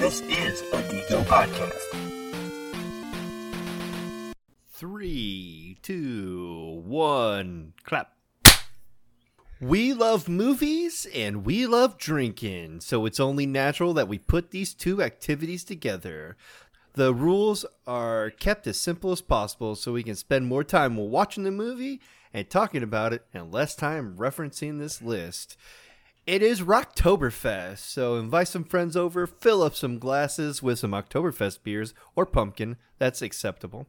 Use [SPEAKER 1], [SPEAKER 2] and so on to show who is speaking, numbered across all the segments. [SPEAKER 1] This is a Deco podcast.
[SPEAKER 2] Three, two, one, clap. We love movies and we love drinking, so it's only natural that we put these two activities together. The rules are kept as simple as possible so we can spend more time watching the movie and talking about it and less time referencing this list. It is Rocktoberfest, so invite some friends over, fill up some glasses with some Oktoberfest beers or pumpkin, that's acceptable,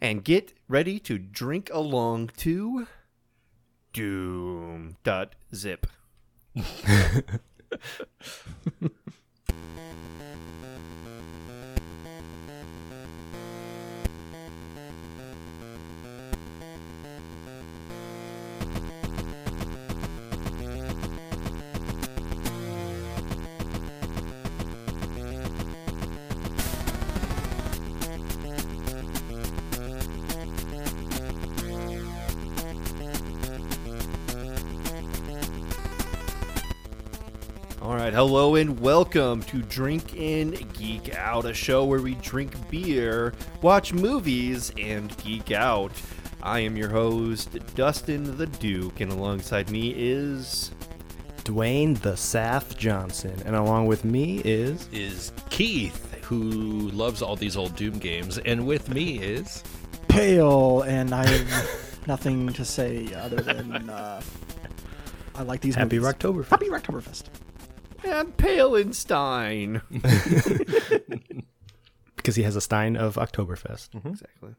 [SPEAKER 2] and get ready to drink along to Doom. Dot zip. All right, hello and welcome to Drink In Geek Out, a show where we drink beer, watch movies, and geek out. I am your host, Dustin the Duke, and alongside me is
[SPEAKER 3] Dwayne the Saf Johnson, and along with me is
[SPEAKER 4] is Keith, who loves all these old Doom games, and with me is
[SPEAKER 5] pale, and I have nothing to say other than uh, I like these
[SPEAKER 3] Happy
[SPEAKER 5] movies.
[SPEAKER 3] Rocktoberfest.
[SPEAKER 5] Happy Rocktoberfest.
[SPEAKER 2] and Palenstein.
[SPEAKER 3] because he has a stein of Oktoberfest.
[SPEAKER 4] Mm-hmm.
[SPEAKER 2] Exactly.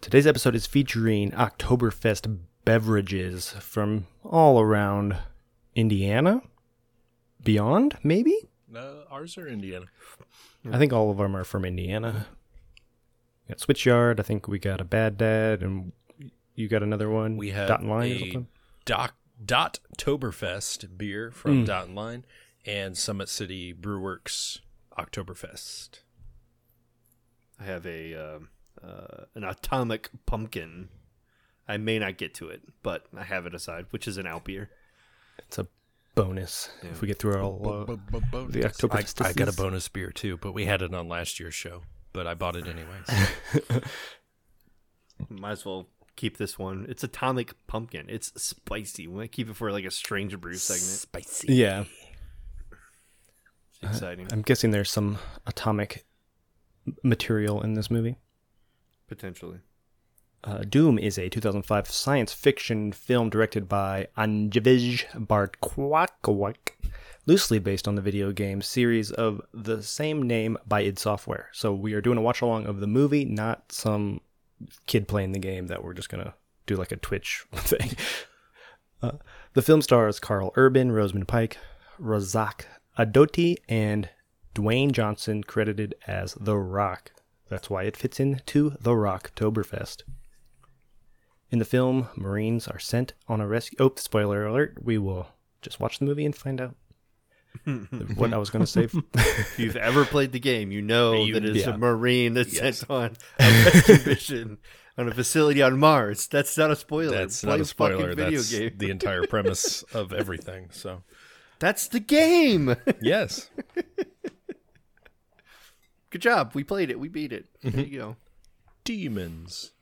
[SPEAKER 3] Today's episode is featuring Oktoberfest beverages from all around Indiana, beyond maybe.
[SPEAKER 4] uh, ours are Indiana.
[SPEAKER 3] I think all of them are from Indiana. We got Switchyard. I think we got a Bad Dad, and you got another one.
[SPEAKER 4] We have
[SPEAKER 3] Dot and Line or
[SPEAKER 4] a
[SPEAKER 3] something.
[SPEAKER 4] Doc Dot Toberfest beer
[SPEAKER 3] Hmm.
[SPEAKER 4] from Dot and Line and Summit City Brewworks Oktoberfest.
[SPEAKER 2] I have a um uh, an atomic pumpkin. I may not get to it, but I have it aside, which is an out beer.
[SPEAKER 3] It's a bonus if we get through all uh, the
[SPEAKER 4] I,
[SPEAKER 3] Oktoberfest.
[SPEAKER 4] I got a bonus beer too, but we had it on last year's show. But I bought it anyways.
[SPEAKER 2] Might as well keep this one. It's atomic pumpkin. It's spicy. We might keep it for like a strange brew segment.
[SPEAKER 4] Spicy.
[SPEAKER 3] Yeah.
[SPEAKER 2] It's exciting,
[SPEAKER 3] I'm guessing there's some atomic material in this movie.
[SPEAKER 2] potentially.
[SPEAKER 3] Uh, Doom is a 2005 science fiction film directed by Anjavij Bartkwak, loosely based on the video game series of the same name by id Software. So we are doing a watch along of the movie, not some kid playing the game that we're just going to do like a Twitch thing. Uh, the film stars Carl Urban, Rosamund Pike, Razak Adoti, and Dwayne Johnson, credited as The Rock. That's why it fits into The Rocktoberfest. In the film, Marines are sent on a rescue. Oh, spoiler alert! We will just watch the movie and find out what I was going to say.
[SPEAKER 2] If you've ever played the game, you know
[SPEAKER 4] You-
[SPEAKER 2] that it's
[SPEAKER 3] yeah.
[SPEAKER 2] a marine that's sent on a rescue mission on a facility on Mars. That's not a spoiler.
[SPEAKER 4] That's
[SPEAKER 2] Play
[SPEAKER 4] not
[SPEAKER 2] fucking
[SPEAKER 4] a spoiler.
[SPEAKER 2] Video
[SPEAKER 4] That's
[SPEAKER 2] game.
[SPEAKER 4] the entire premise of everything. So
[SPEAKER 2] That's the game.
[SPEAKER 4] yes,
[SPEAKER 2] Good job. We played it. We beat it.
[SPEAKER 4] Mm-hmm.
[SPEAKER 2] There you go.
[SPEAKER 4] demons.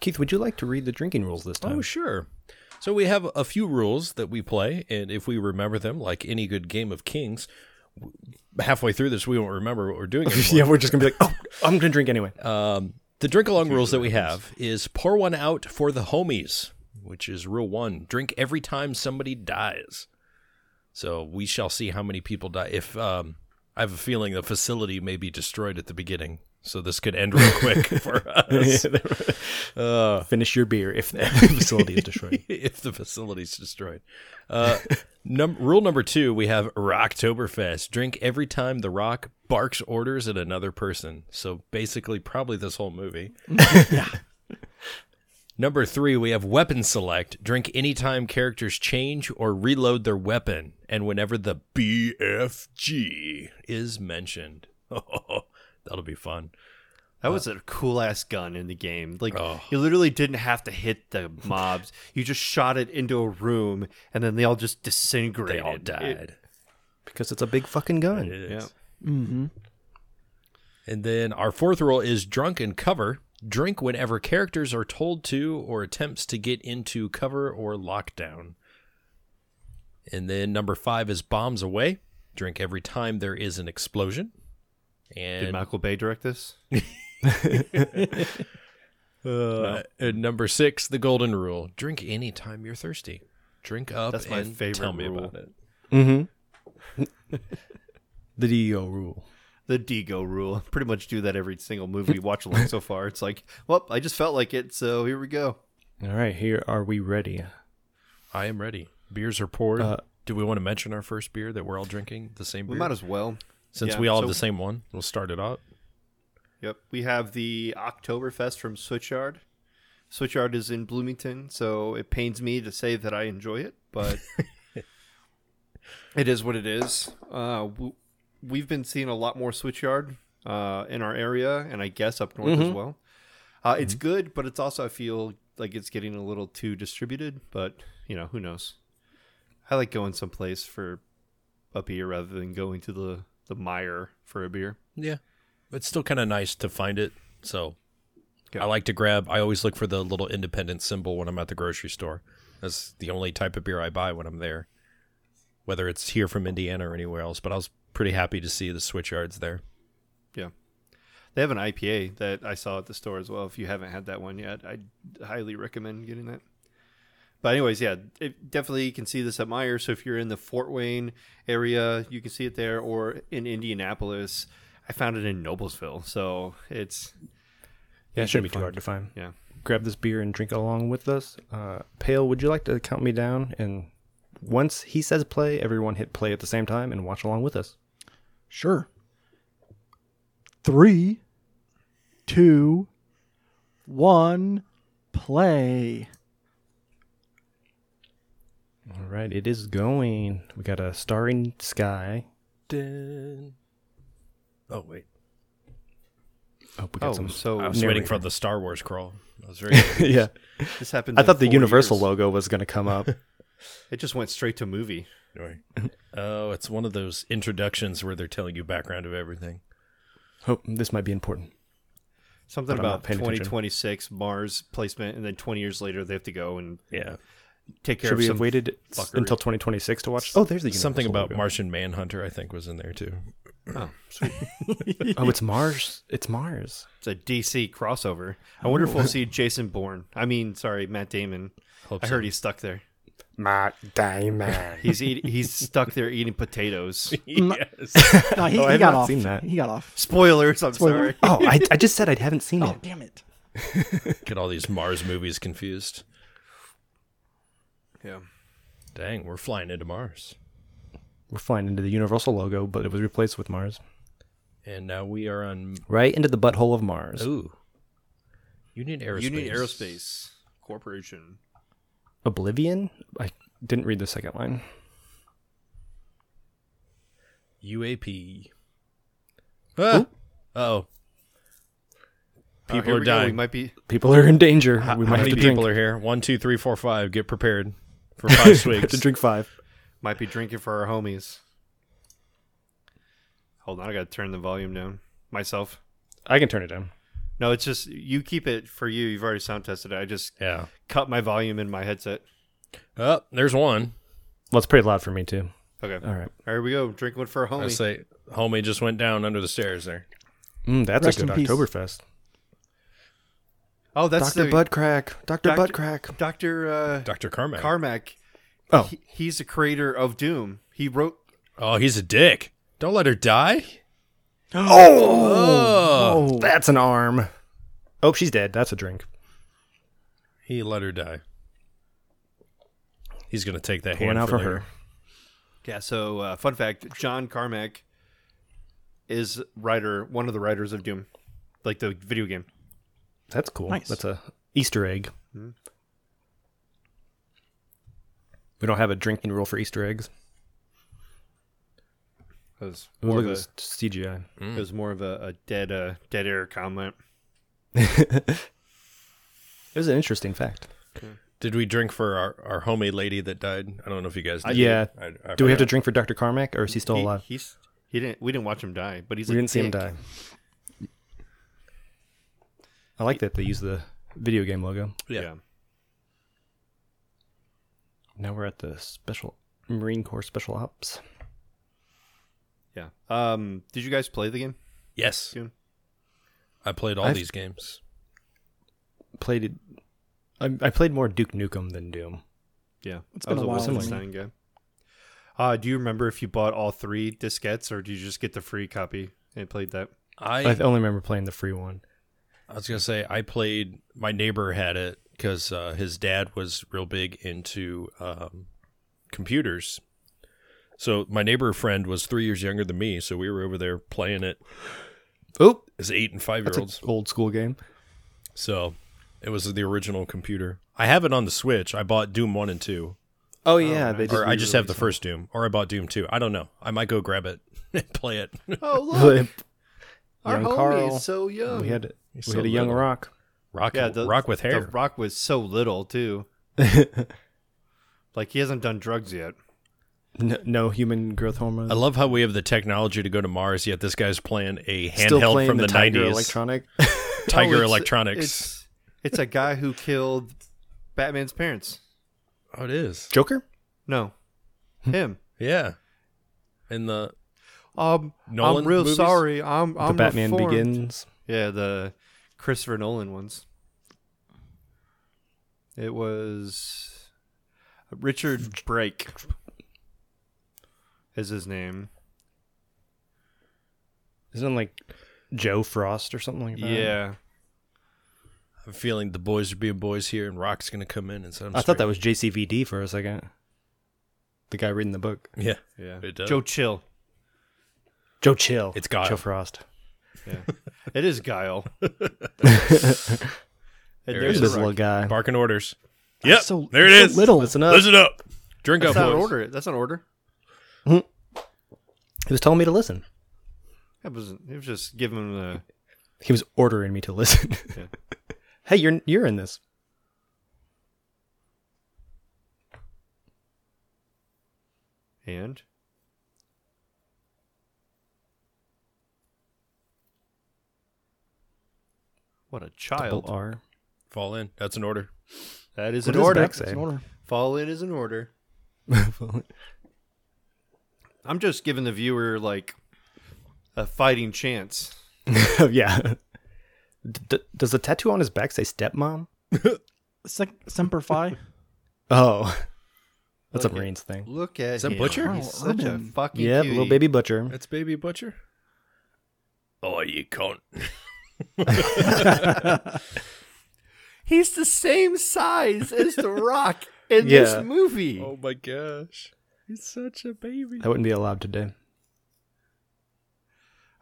[SPEAKER 3] Keith, would you like to read the drinking rules this time?
[SPEAKER 4] Oh, sure. So we have a few rules that we play, and if we remember them, like any good game of kings, w- halfway through this, we won't remember what we're doing.
[SPEAKER 3] yeah,
[SPEAKER 4] anymore.
[SPEAKER 3] we're just going to be like, oh, I'm going to drink anyway.
[SPEAKER 4] The drink along rules that we have is pour one out for the homies, which is rule one. Drink every time somebody dies. So we shall see how many people die. If um, I have a feeling the facility may be destroyed at the beginning, so this could end real quick for us.
[SPEAKER 3] Finish your beer if the facility is destroyed.
[SPEAKER 4] if the facility's destroyed. Uh, num- rule number two, we have Rocktoberfest. Drink every time The Rock barks orders at another person. So basically, probably this whole movie. Number three, we have weapon select. Drink anytime characters change or reload their weapon, and whenever the BFG is mentioned. Oh, That'll be fun.
[SPEAKER 2] That was a cool ass gun in the game. Like
[SPEAKER 4] Uh, Oh.
[SPEAKER 2] you literally didn't have to hit the mobs. you just shot it into a room and then they all just disintegrated.
[SPEAKER 4] They all
[SPEAKER 2] It-
[SPEAKER 4] died.
[SPEAKER 3] Because it's a big fucking gun.
[SPEAKER 4] It is.
[SPEAKER 2] Mm, yeah.
[SPEAKER 4] And then our fourth rule is drunk and cover. Drink whenever characters are told to or attempts to get into cover or lockdown. And then number five is bombs away. Drink every time there is an explosion.
[SPEAKER 2] Did
[SPEAKER 4] And
[SPEAKER 2] Michael Bay direct this?
[SPEAKER 4] Uh, and number six, the golden rule: drink anytime you're thirsty. Drink up.
[SPEAKER 2] That's my
[SPEAKER 4] and
[SPEAKER 2] favorite
[SPEAKER 4] Tell me
[SPEAKER 2] rule.
[SPEAKER 4] about it.
[SPEAKER 3] Mm-hmm. The DEO rule.
[SPEAKER 2] The Digo rule. I pretty much do that every single movie we watch along so far. It's like, well, I just felt like it, so here we go.
[SPEAKER 3] All right, here are we ready?
[SPEAKER 4] I am ready. Beers are poured.
[SPEAKER 3] Uh,
[SPEAKER 4] Do we want to mention our first beer that we're all drinking? The same
[SPEAKER 2] We
[SPEAKER 4] beer,
[SPEAKER 2] might as well.
[SPEAKER 4] since
[SPEAKER 2] yeah,
[SPEAKER 4] we all
[SPEAKER 2] so-
[SPEAKER 4] have the same one. We'll start it out.
[SPEAKER 2] Yep. We have the Oktoberfest from Switchyard. Switchyard is in Bloomington, so it pains me to say that I enjoy it, but it is what it is. Uh, w- we've been seeing a lot more Switchyard uh, in our area, and I guess up north as well. Uh, It's good, but it's also, I feel like it's getting a little too distributed, but, you know, who knows? I like going someplace for a beer rather than going to the, the mire for a beer.
[SPEAKER 4] Yeah, it's still kind of nice to find it. So
[SPEAKER 2] Yeah.
[SPEAKER 4] I like to grab. I always look for the little independent symbol when I'm at the grocery store. That's the only type of beer I buy when I'm there, whether it's here from Indiana or anywhere else. But I was pretty happy to see the Switchyards there.
[SPEAKER 2] They have an IPA that I saw at the store as well. If you haven't had that one yet, I highly recommend getting that. But anyways, yeah, it, definitely you can see this at Meyer. So if you're in the Fort Wayne area, you can see it there, or in Indianapolis. I found it in Noblesville, so it's
[SPEAKER 3] Yeah, it shouldn't be too hard to find.
[SPEAKER 2] yeah.
[SPEAKER 3] Grab this beer and drink it along with us. Uh, Pale, would you like to count me down? And once he says play, everyone hit play at the same time and watch along with us.
[SPEAKER 5] Sure. Three, two, one, play.
[SPEAKER 3] All right, it is going. We got a starry sky.
[SPEAKER 4] Dun. Oh wait,
[SPEAKER 3] Oh, we got
[SPEAKER 2] Oh,
[SPEAKER 3] some.
[SPEAKER 2] so
[SPEAKER 4] I was waiting for the Star Wars crawl. I was very
[SPEAKER 3] yeah,
[SPEAKER 2] this happened.
[SPEAKER 3] I thought the Universal logo was going to come up.
[SPEAKER 2] It just went straight to movie.
[SPEAKER 4] Oh, it's one of those introductions where they're telling you background of everything.
[SPEAKER 3] Hope Oh, this might be important.
[SPEAKER 2] Something
[SPEAKER 3] But I'm not
[SPEAKER 2] about
[SPEAKER 3] paying attention.
[SPEAKER 2] 2026 Mars placement, and then 20 years later they have to go and
[SPEAKER 4] Yeah,
[SPEAKER 2] take care
[SPEAKER 3] Should
[SPEAKER 2] of
[SPEAKER 3] we
[SPEAKER 2] some
[SPEAKER 3] have waited s-
[SPEAKER 2] fuckery.
[SPEAKER 3] until 2026 to watch? Oh, there's the Universal
[SPEAKER 4] something about
[SPEAKER 3] logo.
[SPEAKER 4] Martian Manhunter. I think was in there too.
[SPEAKER 3] Oh, it's Mars. It's Mars.
[SPEAKER 2] It's a DC crossover. I wonder
[SPEAKER 4] Oh.
[SPEAKER 2] if we'll see Jason Bourne. I mean, sorry, Matt Damon. I heard he's stuck there.
[SPEAKER 3] Matt Damon.
[SPEAKER 2] He's eat- he's stuck there eating potatoes.
[SPEAKER 4] yes.
[SPEAKER 5] No, he,
[SPEAKER 3] Oh, I
[SPEAKER 5] he
[SPEAKER 3] have
[SPEAKER 5] got
[SPEAKER 3] not
[SPEAKER 5] off.
[SPEAKER 3] seen that.
[SPEAKER 5] He got off.
[SPEAKER 2] Spoilers. I'm sorry.
[SPEAKER 3] oh, I, I just said I haven't seen
[SPEAKER 5] Oh,
[SPEAKER 3] it.
[SPEAKER 5] damn it.
[SPEAKER 4] Get all these Mars movies confused.
[SPEAKER 2] Yeah.
[SPEAKER 4] Dang, we're flying into Mars,
[SPEAKER 3] We're flying into the Universal logo, but it was replaced with Mars.
[SPEAKER 4] and now we are on.
[SPEAKER 3] Right into the butthole of Mars.
[SPEAKER 4] Ooh, Union Aerospace.
[SPEAKER 2] Union Aerospace Corporation.
[SPEAKER 3] Oblivion? I didn't read the second line.
[SPEAKER 4] UAP. Ah! Oh,
[SPEAKER 2] Uh, here
[SPEAKER 4] people are
[SPEAKER 2] we go. We
[SPEAKER 4] dying.
[SPEAKER 2] might be.
[SPEAKER 3] People are in danger. we
[SPEAKER 4] How
[SPEAKER 3] might have
[SPEAKER 4] many
[SPEAKER 3] to
[SPEAKER 4] people
[SPEAKER 3] drink.
[SPEAKER 4] are here? One, two, three, four, five. Get prepared for five
[SPEAKER 3] have
[SPEAKER 4] swigs.
[SPEAKER 3] to drink five.
[SPEAKER 2] Might be drinking for our homies. Hold on, I gotta turn the volume down myself.
[SPEAKER 3] I can turn it down.
[SPEAKER 2] No, it's just you keep it for you. You've already sound tested it. I just
[SPEAKER 4] Yeah.
[SPEAKER 2] cut my volume in my headset.
[SPEAKER 4] Oh, there's one.
[SPEAKER 3] Well, it's pretty loud for me too.
[SPEAKER 2] Okay,
[SPEAKER 3] All right.
[SPEAKER 2] here we go. Drink one for a
[SPEAKER 4] I
[SPEAKER 2] homie.
[SPEAKER 4] say, homie just went down under the stairs there.
[SPEAKER 3] Mm, that's
[SPEAKER 5] Rest
[SPEAKER 3] a good
[SPEAKER 5] in peace.
[SPEAKER 3] Oktoberfest.
[SPEAKER 2] oh, that's the
[SPEAKER 3] Buttcrack. Doctor
[SPEAKER 2] Doctor-
[SPEAKER 3] Buttcrack.
[SPEAKER 2] Doctor uh,
[SPEAKER 4] Dr. Carmack.
[SPEAKER 2] Carmack.
[SPEAKER 3] Oh.
[SPEAKER 2] he, he's the creator of Doom. He wrote.
[SPEAKER 4] oh, he's a dick. Don't let her die. Oh,
[SPEAKER 5] Oh,
[SPEAKER 3] That's an arm. Oh, she's dead. That's a drink.
[SPEAKER 4] he let her die. He's gonna take that
[SPEAKER 3] One
[SPEAKER 4] hand
[SPEAKER 3] out
[SPEAKER 4] for
[SPEAKER 3] for her.
[SPEAKER 4] later.
[SPEAKER 2] Yeah. So, uh, fun fact: John Carmack is writer, one of the writers of Doom, like the video game.
[SPEAKER 3] That's cool.
[SPEAKER 5] Nice.
[SPEAKER 3] That's a Easter egg. We don't have a drinking rule for Easter eggs.
[SPEAKER 2] It was
[SPEAKER 3] Ooh,
[SPEAKER 2] more,
[SPEAKER 3] look
[SPEAKER 2] of
[SPEAKER 3] at
[SPEAKER 2] a,
[SPEAKER 3] this Hmm. CGI.
[SPEAKER 2] it was more of a, a dead, uh, dead air comment.
[SPEAKER 3] It was an interesting fact.
[SPEAKER 4] Did we drink for our, our homie lady that died? I don't know if you guys. Did.
[SPEAKER 3] yeah.
[SPEAKER 4] I- I
[SPEAKER 3] Do we have to
[SPEAKER 4] forgot.
[SPEAKER 3] drink for Dr. Carmack, or is he still
[SPEAKER 2] He-
[SPEAKER 3] alive?
[SPEAKER 2] he's He didn't. We didn't watch him die, but he's.
[SPEAKER 3] We
[SPEAKER 2] a
[SPEAKER 3] didn't see him
[SPEAKER 2] dick.
[SPEAKER 3] die. I like that they use the video game logo.
[SPEAKER 2] Yeah.
[SPEAKER 3] Now we're at the special Marine Corps Special Ops.
[SPEAKER 2] yeah, Um, did you guys play the game?
[SPEAKER 4] Yes.
[SPEAKER 2] Soon.
[SPEAKER 4] I played all
[SPEAKER 3] I've-
[SPEAKER 4] these games.
[SPEAKER 3] Played it. I, I played more Duke Nukem than Doom.
[SPEAKER 2] Yeah,
[SPEAKER 5] It's
[SPEAKER 2] I was
[SPEAKER 5] been a while
[SPEAKER 2] a
[SPEAKER 5] since
[SPEAKER 2] Wolfenstein guy. Uh, do you remember if you bought all three diskettes, or did you just get the free copy and played that?
[SPEAKER 4] I
[SPEAKER 3] I only remember playing the free one.
[SPEAKER 4] I was gonna say I played. My neighbor had it because uh, his dad was real big into um, computers. So my neighbor friend was three years younger than me, so we were over there playing it
[SPEAKER 3] Oh,
[SPEAKER 4] as eight and five
[SPEAKER 3] that's
[SPEAKER 4] year
[SPEAKER 3] an
[SPEAKER 4] olds.
[SPEAKER 3] old school game.
[SPEAKER 4] So it was the original computer. I have it on the Switch. I bought Doom one and two,
[SPEAKER 3] Oh yeah, they
[SPEAKER 2] nice.
[SPEAKER 3] did
[SPEAKER 4] or I just have the
[SPEAKER 3] re-release
[SPEAKER 4] first Doom, or I bought Doom two. I don't know. I might go grab it and play it.
[SPEAKER 2] Oh
[SPEAKER 3] it.
[SPEAKER 2] look, our
[SPEAKER 3] Young
[SPEAKER 2] homie
[SPEAKER 3] Carl,
[SPEAKER 2] is so young.
[SPEAKER 3] we had we
[SPEAKER 4] He's so
[SPEAKER 3] had a young
[SPEAKER 4] little.
[SPEAKER 3] rock.
[SPEAKER 4] rock,
[SPEAKER 2] yeah, the,
[SPEAKER 4] rock with hair.
[SPEAKER 2] The rock was so little too. Like he hasn't done drugs yet.
[SPEAKER 3] No, no human growth hormone.
[SPEAKER 4] I love how we have the technology to go to Mars, yet this guy's playing a
[SPEAKER 3] Still
[SPEAKER 4] handheld
[SPEAKER 3] playing
[SPEAKER 4] from the,
[SPEAKER 3] the, Tiger
[SPEAKER 4] 90s.
[SPEAKER 3] electronic.
[SPEAKER 4] Tiger
[SPEAKER 2] Oh, it's-
[SPEAKER 4] Electronics.
[SPEAKER 2] It's, it's a guy who killed Batman's parents.
[SPEAKER 4] oh, it is.
[SPEAKER 3] Joker.
[SPEAKER 2] No, him.
[SPEAKER 4] Yeah. And the
[SPEAKER 2] Um,
[SPEAKER 4] Nolan
[SPEAKER 2] I'm real
[SPEAKER 4] movies?
[SPEAKER 2] sorry. I'm I'm
[SPEAKER 3] the Batman
[SPEAKER 2] reformed.
[SPEAKER 3] Begins.
[SPEAKER 2] Yeah, the Christopher Nolan ones. It was Richard Brake is his name.
[SPEAKER 3] Isn't it like Joe Frost or something like that?
[SPEAKER 2] Yeah.
[SPEAKER 4] I'm feeling the boys are being boys here, and Rock's gonna come in and set them
[SPEAKER 3] I thought that was JCVD for a second. The guy reading the book.
[SPEAKER 4] yeah.
[SPEAKER 2] Yeah.
[SPEAKER 4] It does.
[SPEAKER 2] Joe Chill.
[SPEAKER 3] Joe Chill.
[SPEAKER 4] It's Guile.
[SPEAKER 3] Joe Frost.
[SPEAKER 2] Yeah. it is Guile. And
[SPEAKER 4] There
[SPEAKER 2] there's
[SPEAKER 4] is.
[SPEAKER 3] This
[SPEAKER 2] the
[SPEAKER 3] little
[SPEAKER 2] rock.
[SPEAKER 3] guy.
[SPEAKER 4] Barking orders. Yep,
[SPEAKER 5] so-
[SPEAKER 4] there it
[SPEAKER 5] so
[SPEAKER 4] is.
[SPEAKER 5] little.
[SPEAKER 3] Listen up.
[SPEAKER 4] Listen up. Drink
[SPEAKER 2] That's
[SPEAKER 4] up,
[SPEAKER 2] not
[SPEAKER 4] boys.
[SPEAKER 2] an order. That's not an order.
[SPEAKER 3] He was telling me to listen.
[SPEAKER 2] That wasn't. It was just giving him the.
[SPEAKER 3] He was ordering me to listen.
[SPEAKER 2] Yeah.
[SPEAKER 3] hey, you're you're in this.
[SPEAKER 2] And what a
[SPEAKER 3] Double
[SPEAKER 2] child!
[SPEAKER 3] R.
[SPEAKER 4] Fall in. That's an order.
[SPEAKER 2] That is
[SPEAKER 3] What
[SPEAKER 2] an
[SPEAKER 3] does
[SPEAKER 2] order.
[SPEAKER 3] Beck
[SPEAKER 5] It's
[SPEAKER 3] say?
[SPEAKER 5] an order.
[SPEAKER 2] Fall in is an order. I'm just giving the viewer like a fighting chance.
[SPEAKER 3] yeah. D- d- does the tattoo on his back say stepmom?
[SPEAKER 5] Sem- Semper Fi.
[SPEAKER 3] Oh, that's
[SPEAKER 2] Look
[SPEAKER 3] a
[SPEAKER 2] at-
[SPEAKER 3] Marines thing.
[SPEAKER 2] Look at
[SPEAKER 4] Is that
[SPEAKER 2] him.
[SPEAKER 4] Butcher?
[SPEAKER 2] He's such a
[SPEAKER 5] Urban.
[SPEAKER 2] fucking
[SPEAKER 3] Yeah,
[SPEAKER 2] cutie.
[SPEAKER 3] little baby butcher.
[SPEAKER 4] That's Baby Butcher. Oh, you cunt.
[SPEAKER 2] He's the same size as the Rock in
[SPEAKER 3] Yeah.
[SPEAKER 2] this movie.
[SPEAKER 4] Oh my gosh. He's such a baby.
[SPEAKER 3] That wouldn't be allowed today.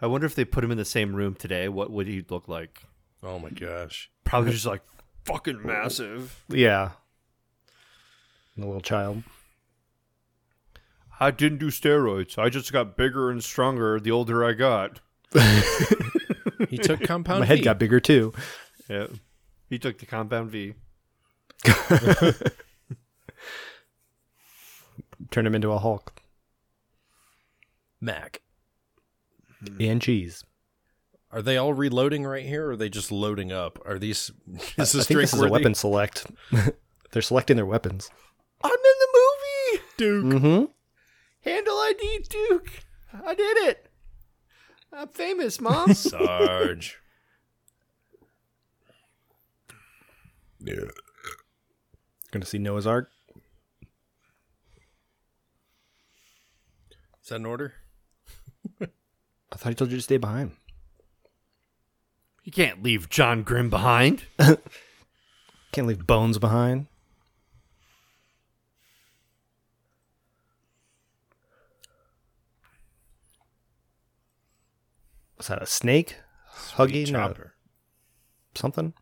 [SPEAKER 2] I wonder if they put him in the same room today. What would he look like?
[SPEAKER 4] Oh my gosh.
[SPEAKER 2] Probably just like fucking massive.
[SPEAKER 3] Yeah. The little child.
[SPEAKER 2] I didn't do steroids. I just got bigger and stronger the older I got.
[SPEAKER 4] He took compound.
[SPEAKER 3] My head
[SPEAKER 4] V.
[SPEAKER 3] got bigger too.
[SPEAKER 2] Yeah. He took the compound V.
[SPEAKER 3] Turned him into a Hulk.
[SPEAKER 4] Mac. Mm.
[SPEAKER 3] And cheese.
[SPEAKER 4] Are they all reloading right here, or are they just loading up? Are these? Is
[SPEAKER 3] I
[SPEAKER 4] this
[SPEAKER 3] think
[SPEAKER 4] drink
[SPEAKER 3] this is a
[SPEAKER 4] worthy?
[SPEAKER 3] weapon select. They're selecting their weapons.
[SPEAKER 2] I'm in the movie! Duke.
[SPEAKER 3] Mm-hmm.
[SPEAKER 2] Handle ID Duke. I did it. I'm famous, mom.
[SPEAKER 4] Sarge. yeah.
[SPEAKER 3] Going to see Noah's Ark.
[SPEAKER 4] Is that an order?
[SPEAKER 3] I thought he told you to stay behind.
[SPEAKER 2] you can't leave John Grimm behind.
[SPEAKER 3] Can't leave bones behind. Was that a snake? Hugging a-
[SPEAKER 4] Chopper.
[SPEAKER 3] something?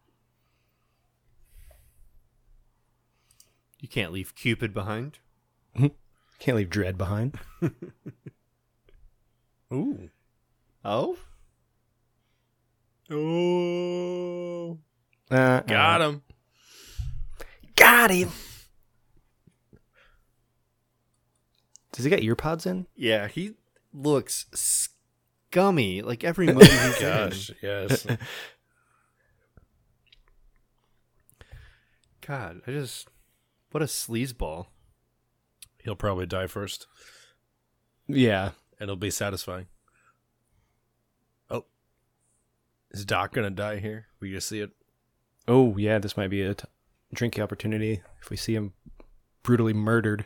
[SPEAKER 2] You can't leave Cupid behind.
[SPEAKER 3] Can't leave dread behind.
[SPEAKER 4] Ooh.
[SPEAKER 2] Oh?
[SPEAKER 4] Oh.
[SPEAKER 3] Uh,
[SPEAKER 4] Got him.
[SPEAKER 3] Got him. Does he got ear pods in?
[SPEAKER 2] Yeah, he looks scummy. Like every movie he's
[SPEAKER 4] Gosh,
[SPEAKER 2] in.
[SPEAKER 4] yes.
[SPEAKER 2] God, I just what a sleazeball.
[SPEAKER 4] He'll probably die first,
[SPEAKER 3] Yeah.
[SPEAKER 4] and it'll be satisfying. Oh, is Doc gonna die here? We gonna see it?
[SPEAKER 3] Oh, yeah, this might be a t- drinking opportunity if we see him brutally murdered.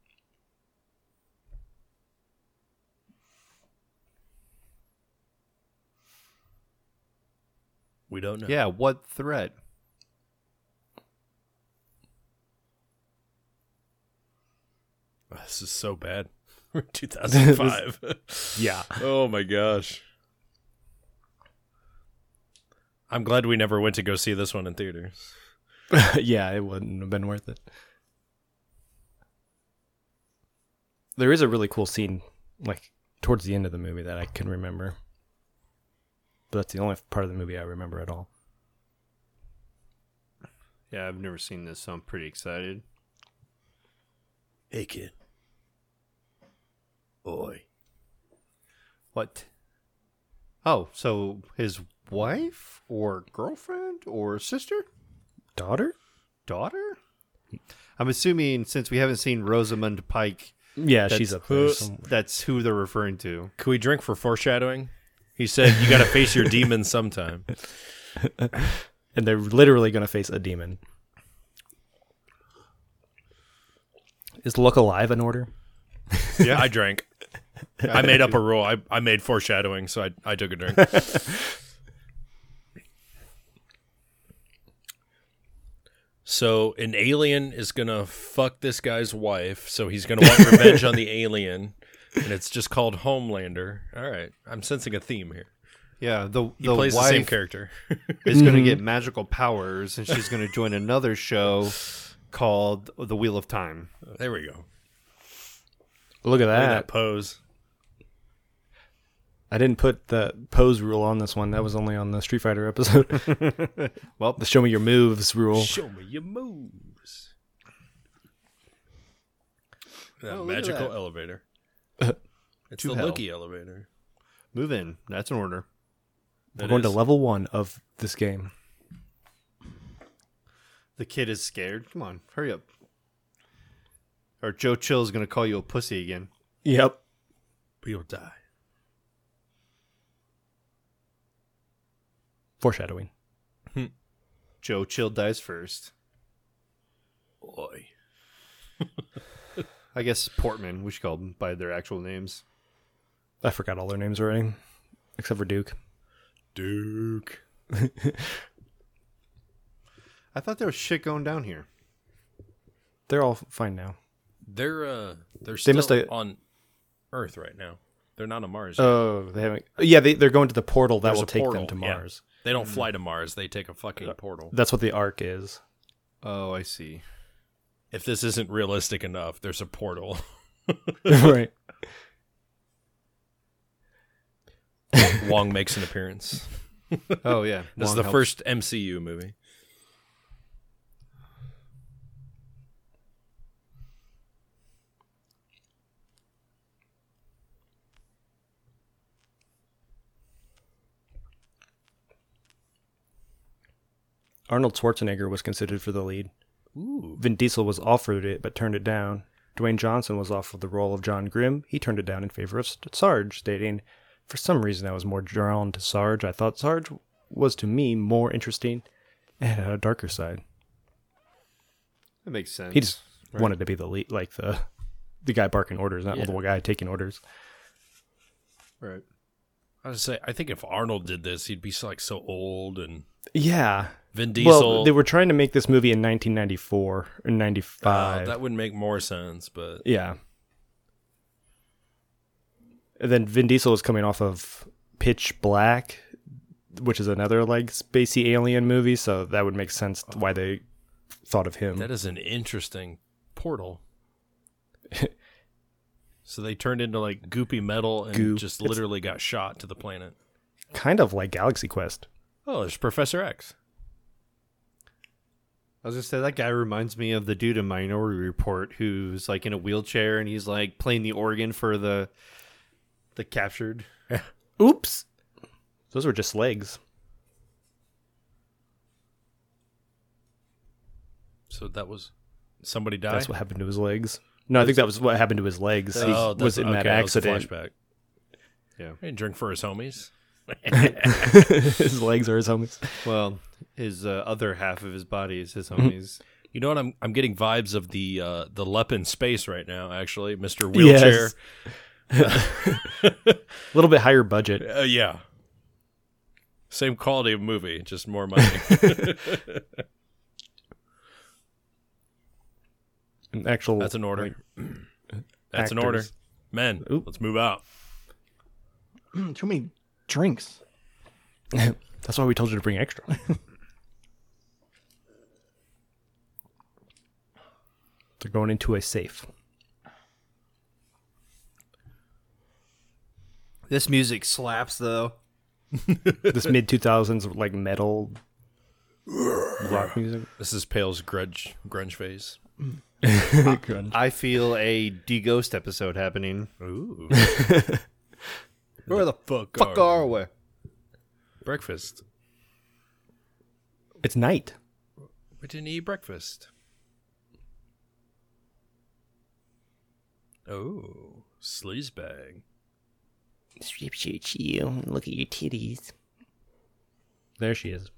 [SPEAKER 4] We don't know.
[SPEAKER 2] Yeah, what threat?
[SPEAKER 4] Oh, this is so bad. 2005.
[SPEAKER 3] Yeah.
[SPEAKER 4] oh my gosh. I'm glad we never went to go see this one in theaters.
[SPEAKER 3] yeah, it wouldn't have been worth it. There is a really cool scene, like towards the end of the movie, that I can remember. But that's the only part of the movie I remember at all.
[SPEAKER 2] Yeah, I've never seen this, so I'm pretty excited.
[SPEAKER 4] Hey kid. Boy.
[SPEAKER 2] What? Oh, so his wife or girlfriend or sister?
[SPEAKER 3] Daughter?
[SPEAKER 2] Daughter? I'm assuming since we haven't seen Rosamund Pike,
[SPEAKER 3] Yeah,
[SPEAKER 2] that's,
[SPEAKER 3] she's up
[SPEAKER 4] Uh,
[SPEAKER 3] there.
[SPEAKER 2] who,
[SPEAKER 3] somewhere.
[SPEAKER 2] that's who they're referring to.
[SPEAKER 4] Can we drink for foreshadowing? He said you gotta face your demons sometime.
[SPEAKER 3] and they're literally going to face a demon. Is Look Alive in order?
[SPEAKER 4] Yeah. I drank. I made up a rule. I, I made foreshadowing, so I, I took a drink. so an alien is gonna fuck this guy's wife, so he's gonna want revenge on the alien, and it's just called Homelander. All right, I'm sensing a theme here.
[SPEAKER 2] Yeah, the
[SPEAKER 4] He
[SPEAKER 2] the
[SPEAKER 4] plays
[SPEAKER 2] wife
[SPEAKER 4] the same character.
[SPEAKER 2] is going to get magical powers, and she's going to join another show called The Wheel of Time.
[SPEAKER 4] there we go.
[SPEAKER 3] Look at
[SPEAKER 4] Look at
[SPEAKER 2] Ah.
[SPEAKER 3] that.
[SPEAKER 4] that pose.
[SPEAKER 3] I didn't put the pose rule on this one. That was only on the Street Fighter episode.
[SPEAKER 2] Well,
[SPEAKER 3] the show me your moves rule.
[SPEAKER 4] Show me your moves. That
[SPEAKER 2] Oh, look at
[SPEAKER 4] magical
[SPEAKER 2] that.
[SPEAKER 4] elevator. it's
[SPEAKER 2] To
[SPEAKER 4] the
[SPEAKER 2] hell.
[SPEAKER 4] Loki elevator.
[SPEAKER 2] move in. That's an order.
[SPEAKER 3] We're
[SPEAKER 4] It
[SPEAKER 3] going to
[SPEAKER 4] is.
[SPEAKER 3] level one of this game.
[SPEAKER 2] The kid is scared. Come on, hurry up. Or Joe Chill is going to call you a pussy again.
[SPEAKER 3] Yep.
[SPEAKER 4] We'll die.
[SPEAKER 3] Foreshadowing.
[SPEAKER 2] Joe Chill dies first.
[SPEAKER 4] Boy.
[SPEAKER 2] I guess Portman. We should call them by their actual names.
[SPEAKER 3] I forgot all their names already, except for Duke.
[SPEAKER 4] Duke.
[SPEAKER 2] I thought there was shit going down here.
[SPEAKER 3] They're all fine now.
[SPEAKER 4] They're uh they're still
[SPEAKER 3] must have-
[SPEAKER 4] on Earth right now. They're not on Mars. yet.
[SPEAKER 3] Oh, they haven't. Yeah, they, they're going to the portal that
[SPEAKER 4] There's
[SPEAKER 3] will
[SPEAKER 4] a
[SPEAKER 3] take
[SPEAKER 4] portal,
[SPEAKER 3] them to
[SPEAKER 4] yeah.
[SPEAKER 3] Mars.
[SPEAKER 4] They don't fly to Mars, they take a fucking
[SPEAKER 3] Uh,
[SPEAKER 4] portal.
[SPEAKER 3] That's what the arc is.
[SPEAKER 2] Oh, I see.
[SPEAKER 4] If this isn't realistic enough, there's a portal.
[SPEAKER 3] right.
[SPEAKER 4] Wong makes an appearance.
[SPEAKER 2] Oh yeah,
[SPEAKER 4] This is
[SPEAKER 2] Wong
[SPEAKER 4] the
[SPEAKER 2] helps.
[SPEAKER 4] first MCU movie.
[SPEAKER 3] Arnold Schwarzenegger was considered for the lead.
[SPEAKER 4] Ooh.
[SPEAKER 3] Vin Diesel was offered it but turned it down. Dwayne Johnson was offered the role of John Grimm. He turned it down in favor of S- Sarge, stating, For some reason, I was more drawn to Sarge. I thought Sarge was to me more interesting and had a darker side.
[SPEAKER 2] That makes sense.
[SPEAKER 3] He just wanted to be the lead, like the the guy barking orders, not the guy taking orders.
[SPEAKER 2] right.
[SPEAKER 4] I was say I think if Arnold did this, he'd be so, like so old and
[SPEAKER 3] Yeah.
[SPEAKER 4] Vin Diesel
[SPEAKER 3] Well, they were trying to make this movie in 1994 or
[SPEAKER 4] Oh,
[SPEAKER 3] 95.
[SPEAKER 4] that would make more sense, but
[SPEAKER 3] Yeah. And then Vin Diesel was coming off of Pitch Black, which is another like spacey alien movie, so that would make sense why they thought of him.
[SPEAKER 4] that is an interesting portal. so they turned into like goopy metal and
[SPEAKER 3] Goop.
[SPEAKER 4] just
[SPEAKER 3] It's-
[SPEAKER 4] literally got shot to the planet.
[SPEAKER 3] kind of like Galaxy Quest.
[SPEAKER 4] Oh, there's Professor X.
[SPEAKER 2] I was gonna say that guy reminds me of the dude in Minority Report who's like in a wheelchair and he's like playing the organ for the the captured.
[SPEAKER 3] Oops. Those were just legs.
[SPEAKER 4] So that was somebody died.
[SPEAKER 3] That's what happened to his legs. No, I think that was what happened to his legs. He
[SPEAKER 4] oh, that's-
[SPEAKER 3] was in that
[SPEAKER 4] okay, was a
[SPEAKER 3] accident.
[SPEAKER 4] flashback.
[SPEAKER 2] Yeah.
[SPEAKER 4] He didn't drink for his homies.
[SPEAKER 3] his legs are his homies.
[SPEAKER 2] Well, his uh, other half of his body is his
[SPEAKER 4] Mm-hmm.
[SPEAKER 2] homies.
[SPEAKER 4] You know what? I'm I'm getting vibes of the uh, the Lep in space right now. Actually, Mister Wheelchair.
[SPEAKER 3] A little bit higher budget.
[SPEAKER 4] Uh, yeah. Same quality of movie, just more money.
[SPEAKER 3] An actual.
[SPEAKER 4] That's an order. That's
[SPEAKER 3] actors.
[SPEAKER 4] an order. Men,
[SPEAKER 3] Oop.
[SPEAKER 4] let's move out.
[SPEAKER 5] Hmm, Too many drinks.
[SPEAKER 3] That's why we told you to bring extra. They're going into a safe.
[SPEAKER 2] This music slaps though.
[SPEAKER 3] This mid two thousands like metal rock music.
[SPEAKER 4] This is Pale's grudge grunge phase.
[SPEAKER 2] I feel a D Ghost episode happening.
[SPEAKER 4] Ooh.
[SPEAKER 2] Where the
[SPEAKER 4] Fuck,
[SPEAKER 2] fuck are we?
[SPEAKER 4] breakfast.
[SPEAKER 3] It's night.
[SPEAKER 4] We didn't eat breakfast. Oh, sleazebag.
[SPEAKER 6] strip search you and look at your titties.
[SPEAKER 3] There she is.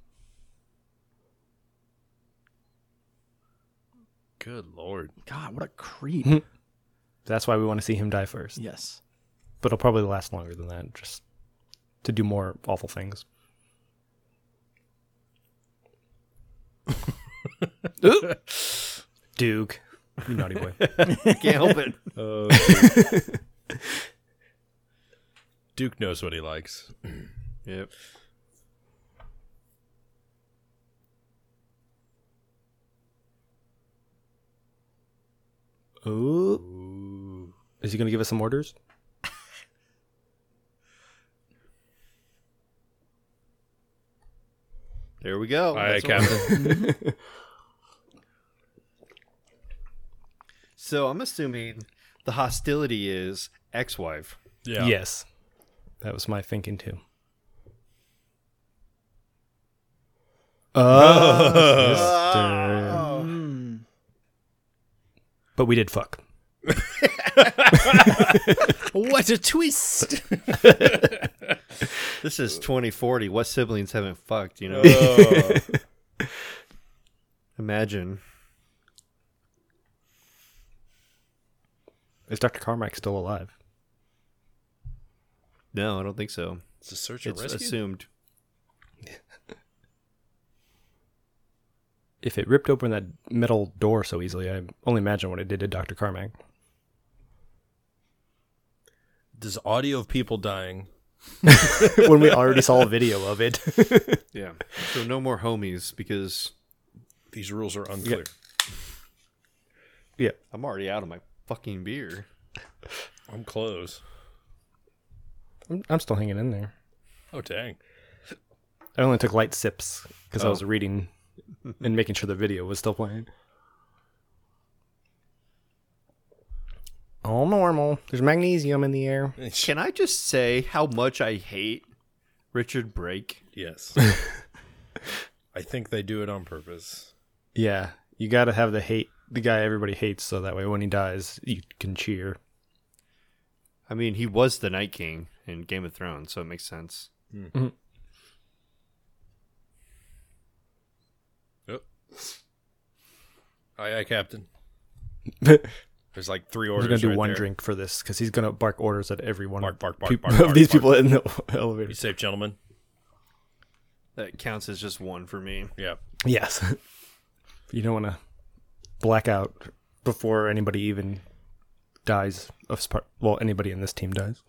[SPEAKER 4] Good lord.
[SPEAKER 5] God, what a creep.
[SPEAKER 3] Hmm. That's why we want to see him die first.
[SPEAKER 5] yes.
[SPEAKER 3] But it'll probably last longer than that, just to do more awful things. Oop. Duke. You naughty boy.
[SPEAKER 2] Can't help it.
[SPEAKER 4] Duke knows what he likes.
[SPEAKER 2] Yep.
[SPEAKER 3] Ooh. Is he going to give us some orders?
[SPEAKER 2] There we go.
[SPEAKER 4] Aye,
[SPEAKER 2] That's what-
[SPEAKER 4] Captain.
[SPEAKER 2] So I'm assuming the hostility is ex-wife.
[SPEAKER 4] Yeah.
[SPEAKER 3] Yes. That was my thinking too. Oh, sister. But we did fuck.
[SPEAKER 4] What a twist.
[SPEAKER 2] This is 2040. What siblings haven't fucked? You know. Uh. Imagine.
[SPEAKER 3] Is Dr. Carmack still alive?
[SPEAKER 2] No, I don't think so.
[SPEAKER 4] It's a search and
[SPEAKER 2] It's
[SPEAKER 4] rescue.
[SPEAKER 2] assumed.
[SPEAKER 3] If it ripped open that metal door so easily, I only imagine what it did to Dr. Carmack.
[SPEAKER 4] There's audio of people dying.
[SPEAKER 3] when we already saw a video of it.
[SPEAKER 2] Yeah. So no more homies because
[SPEAKER 4] These rules are unclear.
[SPEAKER 3] yeah.
[SPEAKER 2] I'm already out of my fucking beer.
[SPEAKER 4] I'm close.
[SPEAKER 3] I'm, I'm still hanging in there.
[SPEAKER 4] Oh dang.
[SPEAKER 3] I only took light sips because I
[SPEAKER 4] Oh.
[SPEAKER 3] was reading and making sure the video was still playing. All normal. There's magnesium in the air.
[SPEAKER 2] Can I just say how much I hate Richard Brake?
[SPEAKER 4] Yes. I think they do it on purpose.
[SPEAKER 3] Yeah, you got to have the hate, the guy everybody hates, so that way when he dies, you can cheer.
[SPEAKER 2] I mean, he was the Night King in Game of Thrones, so it makes sense.
[SPEAKER 4] Yep. Aye, aye, Captain.
[SPEAKER 3] We're
[SPEAKER 4] There's like three orders.
[SPEAKER 3] gonna do
[SPEAKER 4] right
[SPEAKER 3] one
[SPEAKER 4] there.
[SPEAKER 3] drink for this because he's gonna bark orders at every one
[SPEAKER 4] Bark, bark, bark,
[SPEAKER 3] peop-
[SPEAKER 4] bark,
[SPEAKER 3] of
[SPEAKER 4] bark,
[SPEAKER 3] these
[SPEAKER 4] bark.
[SPEAKER 3] people in the
[SPEAKER 4] Be
[SPEAKER 3] elevator.
[SPEAKER 4] safe, gentlemen.
[SPEAKER 2] That counts as just one for me.
[SPEAKER 4] Yeah.
[SPEAKER 3] Yes, you don't want to black out before anybody even dies of spark. Well, anybody in this team dies.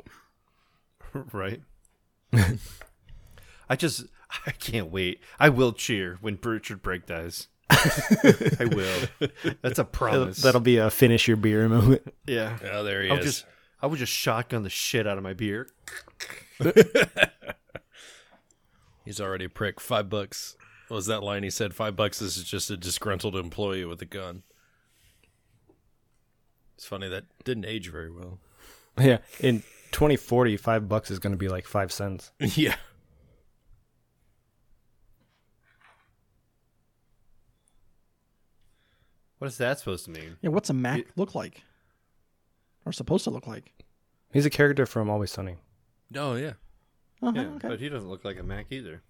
[SPEAKER 2] right? I just I can't wait. I will cheer when Richard Brake dies. I will. That's a promise.
[SPEAKER 3] That'll be a finish your beer moment.
[SPEAKER 2] yeah.
[SPEAKER 4] Oh, there he
[SPEAKER 2] I'll
[SPEAKER 4] is.
[SPEAKER 2] just I would just shotgun the shit out of my beer.
[SPEAKER 4] He's already a prick. Five bucks. What was that line he said? Five bucks is just a disgruntled employee with a gun. It's funny that didn't age very well.
[SPEAKER 3] Yeah. In 2040, five bucks is going to be like five cents.
[SPEAKER 4] yeah.
[SPEAKER 2] What is that supposed to mean?
[SPEAKER 5] Yeah, what's a Mac look like? Or supposed to look like?
[SPEAKER 3] He's a character from Always Sunny.
[SPEAKER 4] Oh yeah.
[SPEAKER 5] Uh-huh,
[SPEAKER 2] Yeah,
[SPEAKER 5] okay.
[SPEAKER 2] but he doesn't look like a Mac either.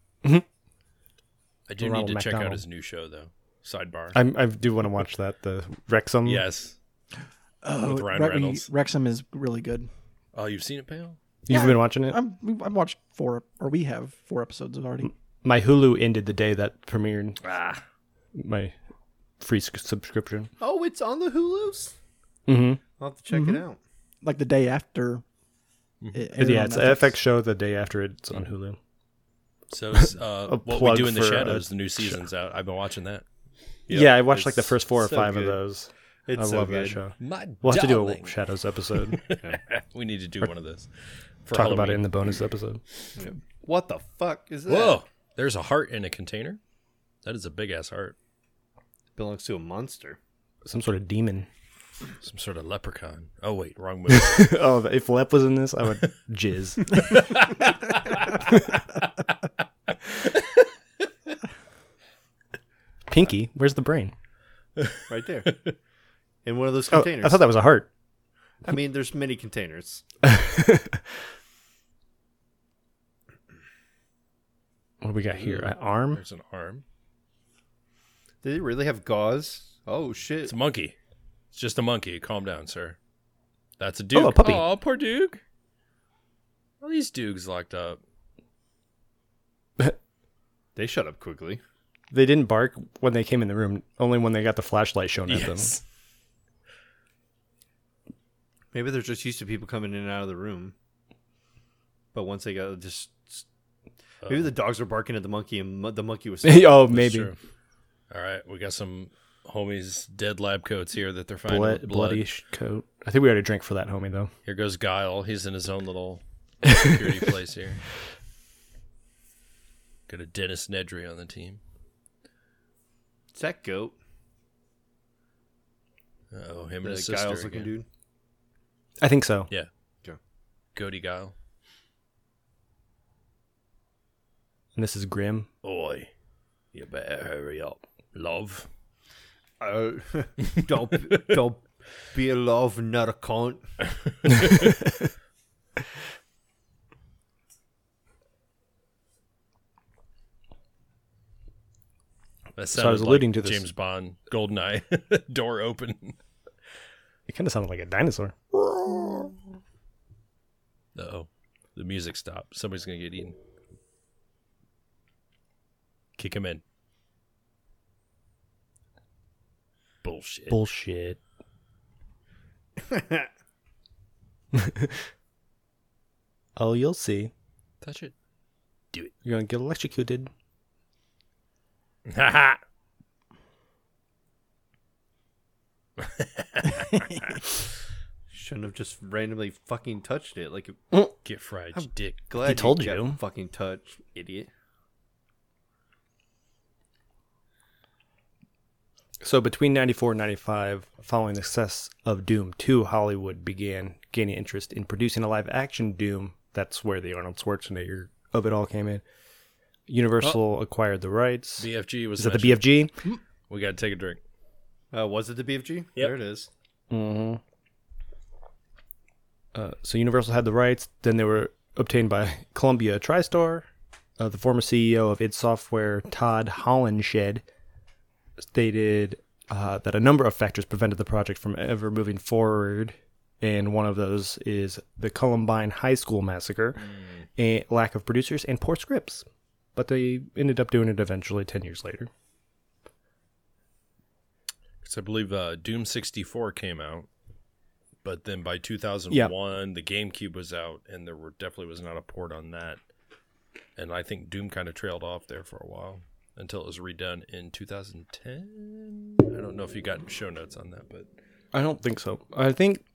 [SPEAKER 4] I do
[SPEAKER 3] Ronald
[SPEAKER 4] need to check out
[SPEAKER 3] McDonald.
[SPEAKER 4] his new show though. Sidebar.
[SPEAKER 3] I'm, I do want to watch that. The Wrexham.
[SPEAKER 4] yes.
[SPEAKER 5] Oh,
[SPEAKER 4] With Ryan
[SPEAKER 5] Re-
[SPEAKER 4] Reynolds.
[SPEAKER 5] Wrexham is really good.
[SPEAKER 4] Oh, you've seen it, pal?
[SPEAKER 3] You've
[SPEAKER 5] Yeah.
[SPEAKER 3] been watching it?
[SPEAKER 5] I'm, we- I've watched four, or we have four episodes already.
[SPEAKER 3] My Hulu ended the day that premiered
[SPEAKER 4] Ah.
[SPEAKER 3] my free s- subscription.
[SPEAKER 2] Oh, it's on the Hulu's.
[SPEAKER 3] Mm-hmm.
[SPEAKER 2] I'll have to check it out.
[SPEAKER 5] Like the day after. it aired
[SPEAKER 3] Yeah,
[SPEAKER 5] on
[SPEAKER 3] it's an
[SPEAKER 5] Netflix.
[SPEAKER 3] FX show the day after it's on Hulu.
[SPEAKER 4] So uh, what we
[SPEAKER 3] plug
[SPEAKER 4] do in the
[SPEAKER 3] for a
[SPEAKER 4] shadows, the new season's out. I've been watching that.
[SPEAKER 3] Yeah, I watched like the
[SPEAKER 2] it's
[SPEAKER 3] first four or
[SPEAKER 2] so
[SPEAKER 3] five
[SPEAKER 2] good.
[SPEAKER 3] of those.
[SPEAKER 2] It's
[SPEAKER 3] I
[SPEAKER 2] so
[SPEAKER 3] love
[SPEAKER 2] good.
[SPEAKER 3] that show.
[SPEAKER 4] My
[SPEAKER 3] We'll have to do
[SPEAKER 4] darling.
[SPEAKER 3] a Shadows episode.
[SPEAKER 4] We need to do one of those. For
[SPEAKER 3] Talk about it in the bonus episode.
[SPEAKER 2] What the fuck is that?
[SPEAKER 4] Whoa! There's a heart in a container. That is a big ass heart.
[SPEAKER 2] Belongs to a monster.
[SPEAKER 3] Some sort of demon.
[SPEAKER 4] Some sort of leprechaun. Oh wait, wrong movie.
[SPEAKER 3] oh, if Lep was in this, I would jizz. Pinky, where's the brain?
[SPEAKER 2] Right there. In one of those
[SPEAKER 3] Oh,
[SPEAKER 2] containers.
[SPEAKER 3] I thought that was a heart.
[SPEAKER 2] I mean, there's many containers.
[SPEAKER 3] What do we got here? An arm?
[SPEAKER 4] There's an arm.
[SPEAKER 2] Did they really have gauze? Oh shit!
[SPEAKER 4] It's a monkey. It's just a monkey. Calm down, sir. That's a duke.
[SPEAKER 3] a puppy.
[SPEAKER 4] Aw, poor duke. Well, these dukes locked up.
[SPEAKER 2] They shut up quickly.
[SPEAKER 3] They didn't bark when they came in the room, only when they got the flashlight shown at them.
[SPEAKER 2] Maybe they're just used to people coming in and out of the room. But once they got just, uh, maybe
[SPEAKER 4] Uh,
[SPEAKER 2] the dogs were barking at the monkey, and mo- the monkey was.
[SPEAKER 3] oh,
[SPEAKER 4] That's
[SPEAKER 3] maybe.
[SPEAKER 4] true. All right, we got some homies dead lab coats here that they're finding
[SPEAKER 3] Blood,
[SPEAKER 4] with blood.
[SPEAKER 3] bloody sh- coat. I think we already drank for that, homie, though.
[SPEAKER 4] Here goes Guile. He's in his own little security place here. Got a Dennis Nedry on the team.
[SPEAKER 2] It's that goat.
[SPEAKER 4] Oh, him
[SPEAKER 2] The
[SPEAKER 4] and his sister.
[SPEAKER 2] Giles looking
[SPEAKER 4] again.
[SPEAKER 2] dude.
[SPEAKER 3] I think so.
[SPEAKER 4] Yeah.
[SPEAKER 2] Okay.
[SPEAKER 4] Goaty Guile.
[SPEAKER 3] And this is Grim.
[SPEAKER 4] Oi, you better hurry up, love.
[SPEAKER 2] Oh, don't don't be a love, not a cunt.
[SPEAKER 3] I
[SPEAKER 4] That
[SPEAKER 3] was
[SPEAKER 4] sounded
[SPEAKER 3] alluding to
[SPEAKER 4] like
[SPEAKER 3] this.
[SPEAKER 4] James Bond, Goldeneye, door open.
[SPEAKER 3] It kind of sounded like a dinosaur.
[SPEAKER 4] Uh oh. The music stopped. Somebody's going to get eaten. Kick him in. Bullshit.
[SPEAKER 3] Bullshit. oh, you'll see.
[SPEAKER 4] Touch it.
[SPEAKER 3] You're going to get electrocuted.
[SPEAKER 4] Haha.
[SPEAKER 2] Shouldn't have just randomly fucking touched it. Like,
[SPEAKER 4] get fried, you dick.
[SPEAKER 2] glad
[SPEAKER 3] He told
[SPEAKER 2] got
[SPEAKER 3] you.
[SPEAKER 2] Fucking touch, idiot.
[SPEAKER 3] So between 94 and 95, following the success of Doom 2, Hollywood began gaining interest in producing a live action Doom. That's where the Arnold Schwarzenegger of it all came in. Universal acquired the rights.
[SPEAKER 4] BFG was
[SPEAKER 3] Is that the
[SPEAKER 4] mentioned.
[SPEAKER 3] BFG?
[SPEAKER 4] We got to take a drink.
[SPEAKER 2] Uh, was it the BFG? There it is.
[SPEAKER 3] Mm-hmm. Uh, so Universal had the rights. Then they were obtained by Columbia TriStar. Uh, the former CEO of id Software, Todd Hollenshed, stated uh, that a number of factors prevented the project from ever moving forward, and one of those is the Columbine High School massacre, a lack of producers, and poor scripts. But they ended up doing it eventually, ten years later.
[SPEAKER 4] Because I believe uh, Doom 64 came out. But then by 2001, the GameCube was out, and there were, definitely was not a port on that. And I think Doom kind of trailed off there for a while until it was redone in 2010. I don't know if you got show notes on that, but
[SPEAKER 3] I don't think so. I think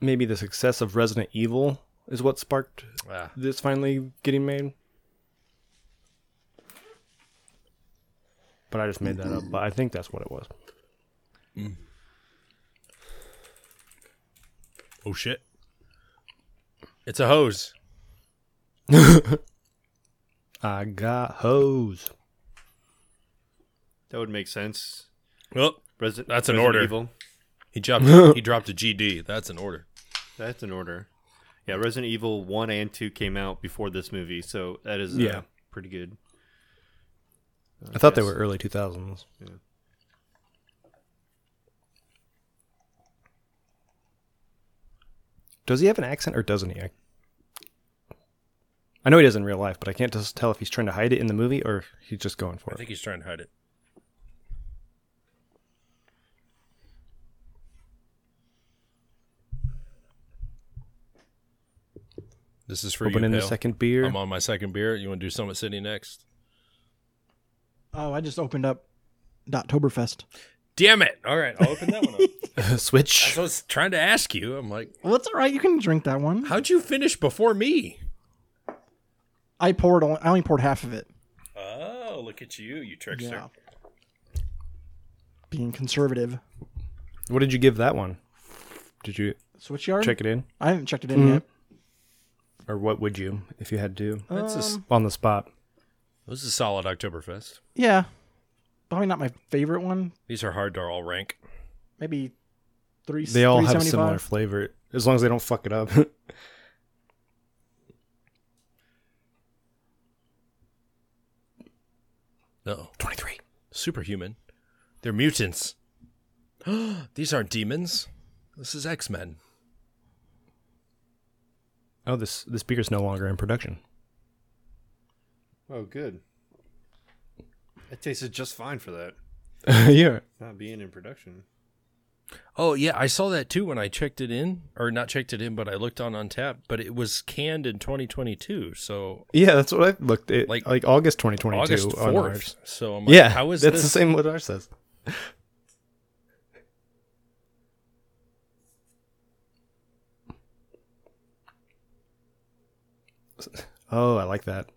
[SPEAKER 3] maybe the success of Resident Evil is what sparked
[SPEAKER 4] ah,
[SPEAKER 3] this finally getting made. but I just made that up. But I think that's what it was.
[SPEAKER 4] Oh shit! It's a hose.
[SPEAKER 3] I got hose.
[SPEAKER 2] That would make sense.
[SPEAKER 4] Oh,
[SPEAKER 2] Resi-
[SPEAKER 4] That's an
[SPEAKER 2] Resident
[SPEAKER 4] order.
[SPEAKER 2] Evil.
[SPEAKER 4] he dropped. he dropped a GD. That's an order.
[SPEAKER 2] That's an order. Yeah, Resident Evil 1 and 2 came out before this movie, so that is uh,
[SPEAKER 3] Yeah.
[SPEAKER 2] pretty good.
[SPEAKER 3] I thought they
[SPEAKER 2] guess.
[SPEAKER 3] were early 2000s. Does he have an accent or doesn't he? I, I know he does in real life, but I can't just tell if he's trying to hide it in the movie or he's just going for
[SPEAKER 4] I
[SPEAKER 3] it.
[SPEAKER 4] think he's trying to hide it. This is for
[SPEAKER 3] Open
[SPEAKER 4] you,
[SPEAKER 3] in the
[SPEAKER 4] pal.
[SPEAKER 3] second beer.
[SPEAKER 4] I'm on my second beer. You want to do Summit City next?
[SPEAKER 5] Oh, I just opened up Dottoberfest.
[SPEAKER 4] Damn it! All right, I'll open that one up.
[SPEAKER 3] Switch.
[SPEAKER 4] So I was trying to ask you. I'm like,
[SPEAKER 5] Well, it's all right. You can drink that one.
[SPEAKER 4] how'd you finish before me?
[SPEAKER 5] I poured. on- I only poured half of it.
[SPEAKER 4] Oh, look at you, you trickster!
[SPEAKER 5] Yeah. Being conservative.
[SPEAKER 3] What did you give that one? Did you
[SPEAKER 5] Switchyard.
[SPEAKER 3] check it in?
[SPEAKER 5] I haven't checked it in yet.
[SPEAKER 3] Or what would you if you had to?
[SPEAKER 4] That's a s-
[SPEAKER 3] On the spot.
[SPEAKER 4] this is a solid Oktoberfest.
[SPEAKER 5] Yeah, probably not my favorite one.
[SPEAKER 4] These are hard to all rank.
[SPEAKER 5] Maybe three.
[SPEAKER 3] They all have similar
[SPEAKER 5] 375.
[SPEAKER 3] flavor as long as they don't fuck it up.
[SPEAKER 4] No,
[SPEAKER 3] 23.
[SPEAKER 4] superhuman. They're mutants. These aren't demons. This is X Men.
[SPEAKER 3] Oh, this this beer's no longer in production.
[SPEAKER 2] Oh, good. It tasted just fine for that.
[SPEAKER 3] yeah.
[SPEAKER 2] Not being in production.
[SPEAKER 4] Oh yeah, I saw that too when I checked it in, or not checked it in, but I looked on Untapped. But it was canned in 2022, so
[SPEAKER 3] Yeah, that's what I looked at.
[SPEAKER 4] Like-
[SPEAKER 3] Like, August 2022.
[SPEAKER 4] August
[SPEAKER 3] on
[SPEAKER 4] 4th.
[SPEAKER 3] ours.
[SPEAKER 4] So I'm like,
[SPEAKER 3] Yeah,
[SPEAKER 4] how is
[SPEAKER 3] that's
[SPEAKER 4] this?
[SPEAKER 3] the same what ours says. Oh, I like that.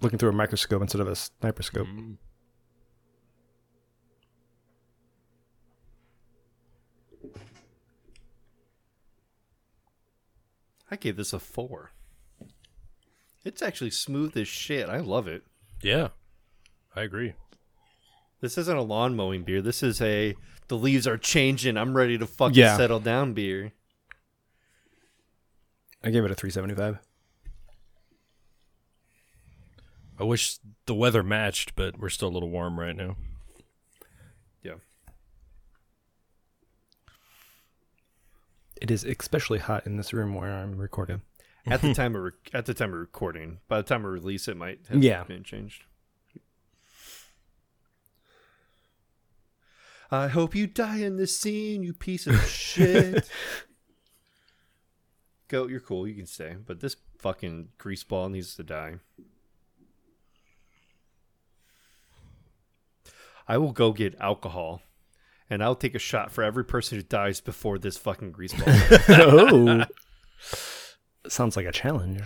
[SPEAKER 3] Looking through a microscope instead of a sniper scope.
[SPEAKER 4] Mm.
[SPEAKER 2] I gave this a four. It's actually smooth as shit. I love it.
[SPEAKER 4] Yeah, I agree.
[SPEAKER 2] This isn't a lawn mowing beer. This is a the leaves are changing. I'm ready to fucking
[SPEAKER 3] Yeah.
[SPEAKER 2] settle down beer.
[SPEAKER 3] I gave it a 375.
[SPEAKER 4] I wish the weather matched, but we're still a little warm right now.
[SPEAKER 2] Yeah.
[SPEAKER 3] It is especially hot in this room where I'm recording.
[SPEAKER 2] At the time of re- at the time of recording. By the time of release, it might have
[SPEAKER 3] Yeah.
[SPEAKER 2] been changed. I hope you die in this scene, you piece of shit. Goat, you're cool. You can stay, but this fucking greaseball needs to die. I will go get alcohol, and I'll take a shot for every person who dies before this fucking greaseball.
[SPEAKER 3] oh. Sounds like a challenge.